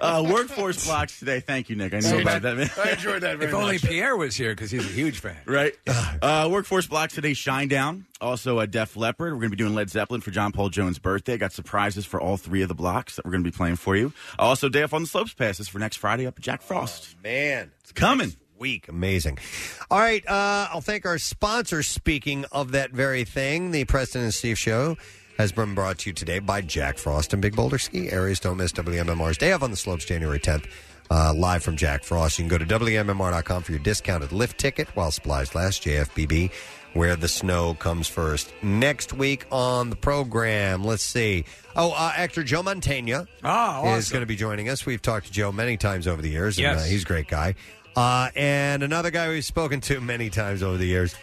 uh, workforce blocks today. Thank you, Nick. I knew So about bad. that. Man. I enjoyed that very If only much. Pierre was here because he's a huge fan. Right. Uh, workforce blocks today. Shinedown. Also, a Def Leppard. We're going to be doing Led Zeppelin for John Paul Jones' birthday. Got surprises for all three of the blocks that we're going to be playing for you. Also, Day Off on the Slopes passes for next Friday up at Jack Frost. Man, it's coming. Week. Amazing. All right, uh, I'll thank our sponsor. Speaking of that very thing, the Preston and Steve Show has been brought to you today by Jack Frost and Big Boulder Ski Areas. Don't miss WMMR's Day Off on the Slopes, January 10th, uh, live from Jack Frost. You can go to WMMR.com for your discounted lift ticket while supplies last. JFBB, where the snow comes first. Next week on the program, let's see. Oh, uh, actor Joe Mantegna is going to be joining us. We've talked to Joe many times over the years, and Yes. uh, he's a great guy. Uh, and another guy we've spoken to many times over the years.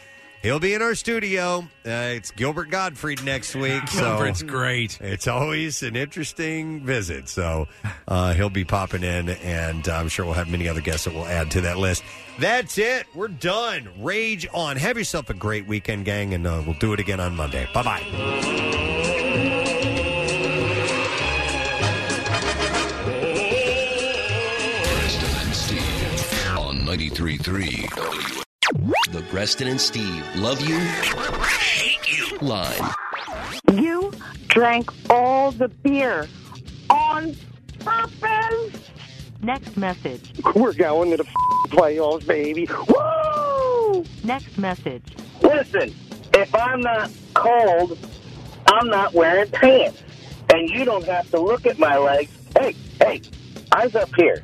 He'll be in our studio. Uh, it's Gilbert Gottfried next week. Gilbert's so great. It's always an interesting visit. So uh, he'll be popping in, and I'm sure we'll have many other guests that we'll add to that list. That's it. We're done. Rage on. Have yourself a great weekend, gang, and uh, we'll do it again on Monday. Bye bye. Preston and Steve on 93.3. The Preston and Steve love you, hate you line. You drank all the beer on purpose. Next message. We're going to the playoffs, baby. Woo! Next message. Listen, if I'm not cold, I'm not wearing pants. And you don't have to look at my legs. Hey, hey, I was up here.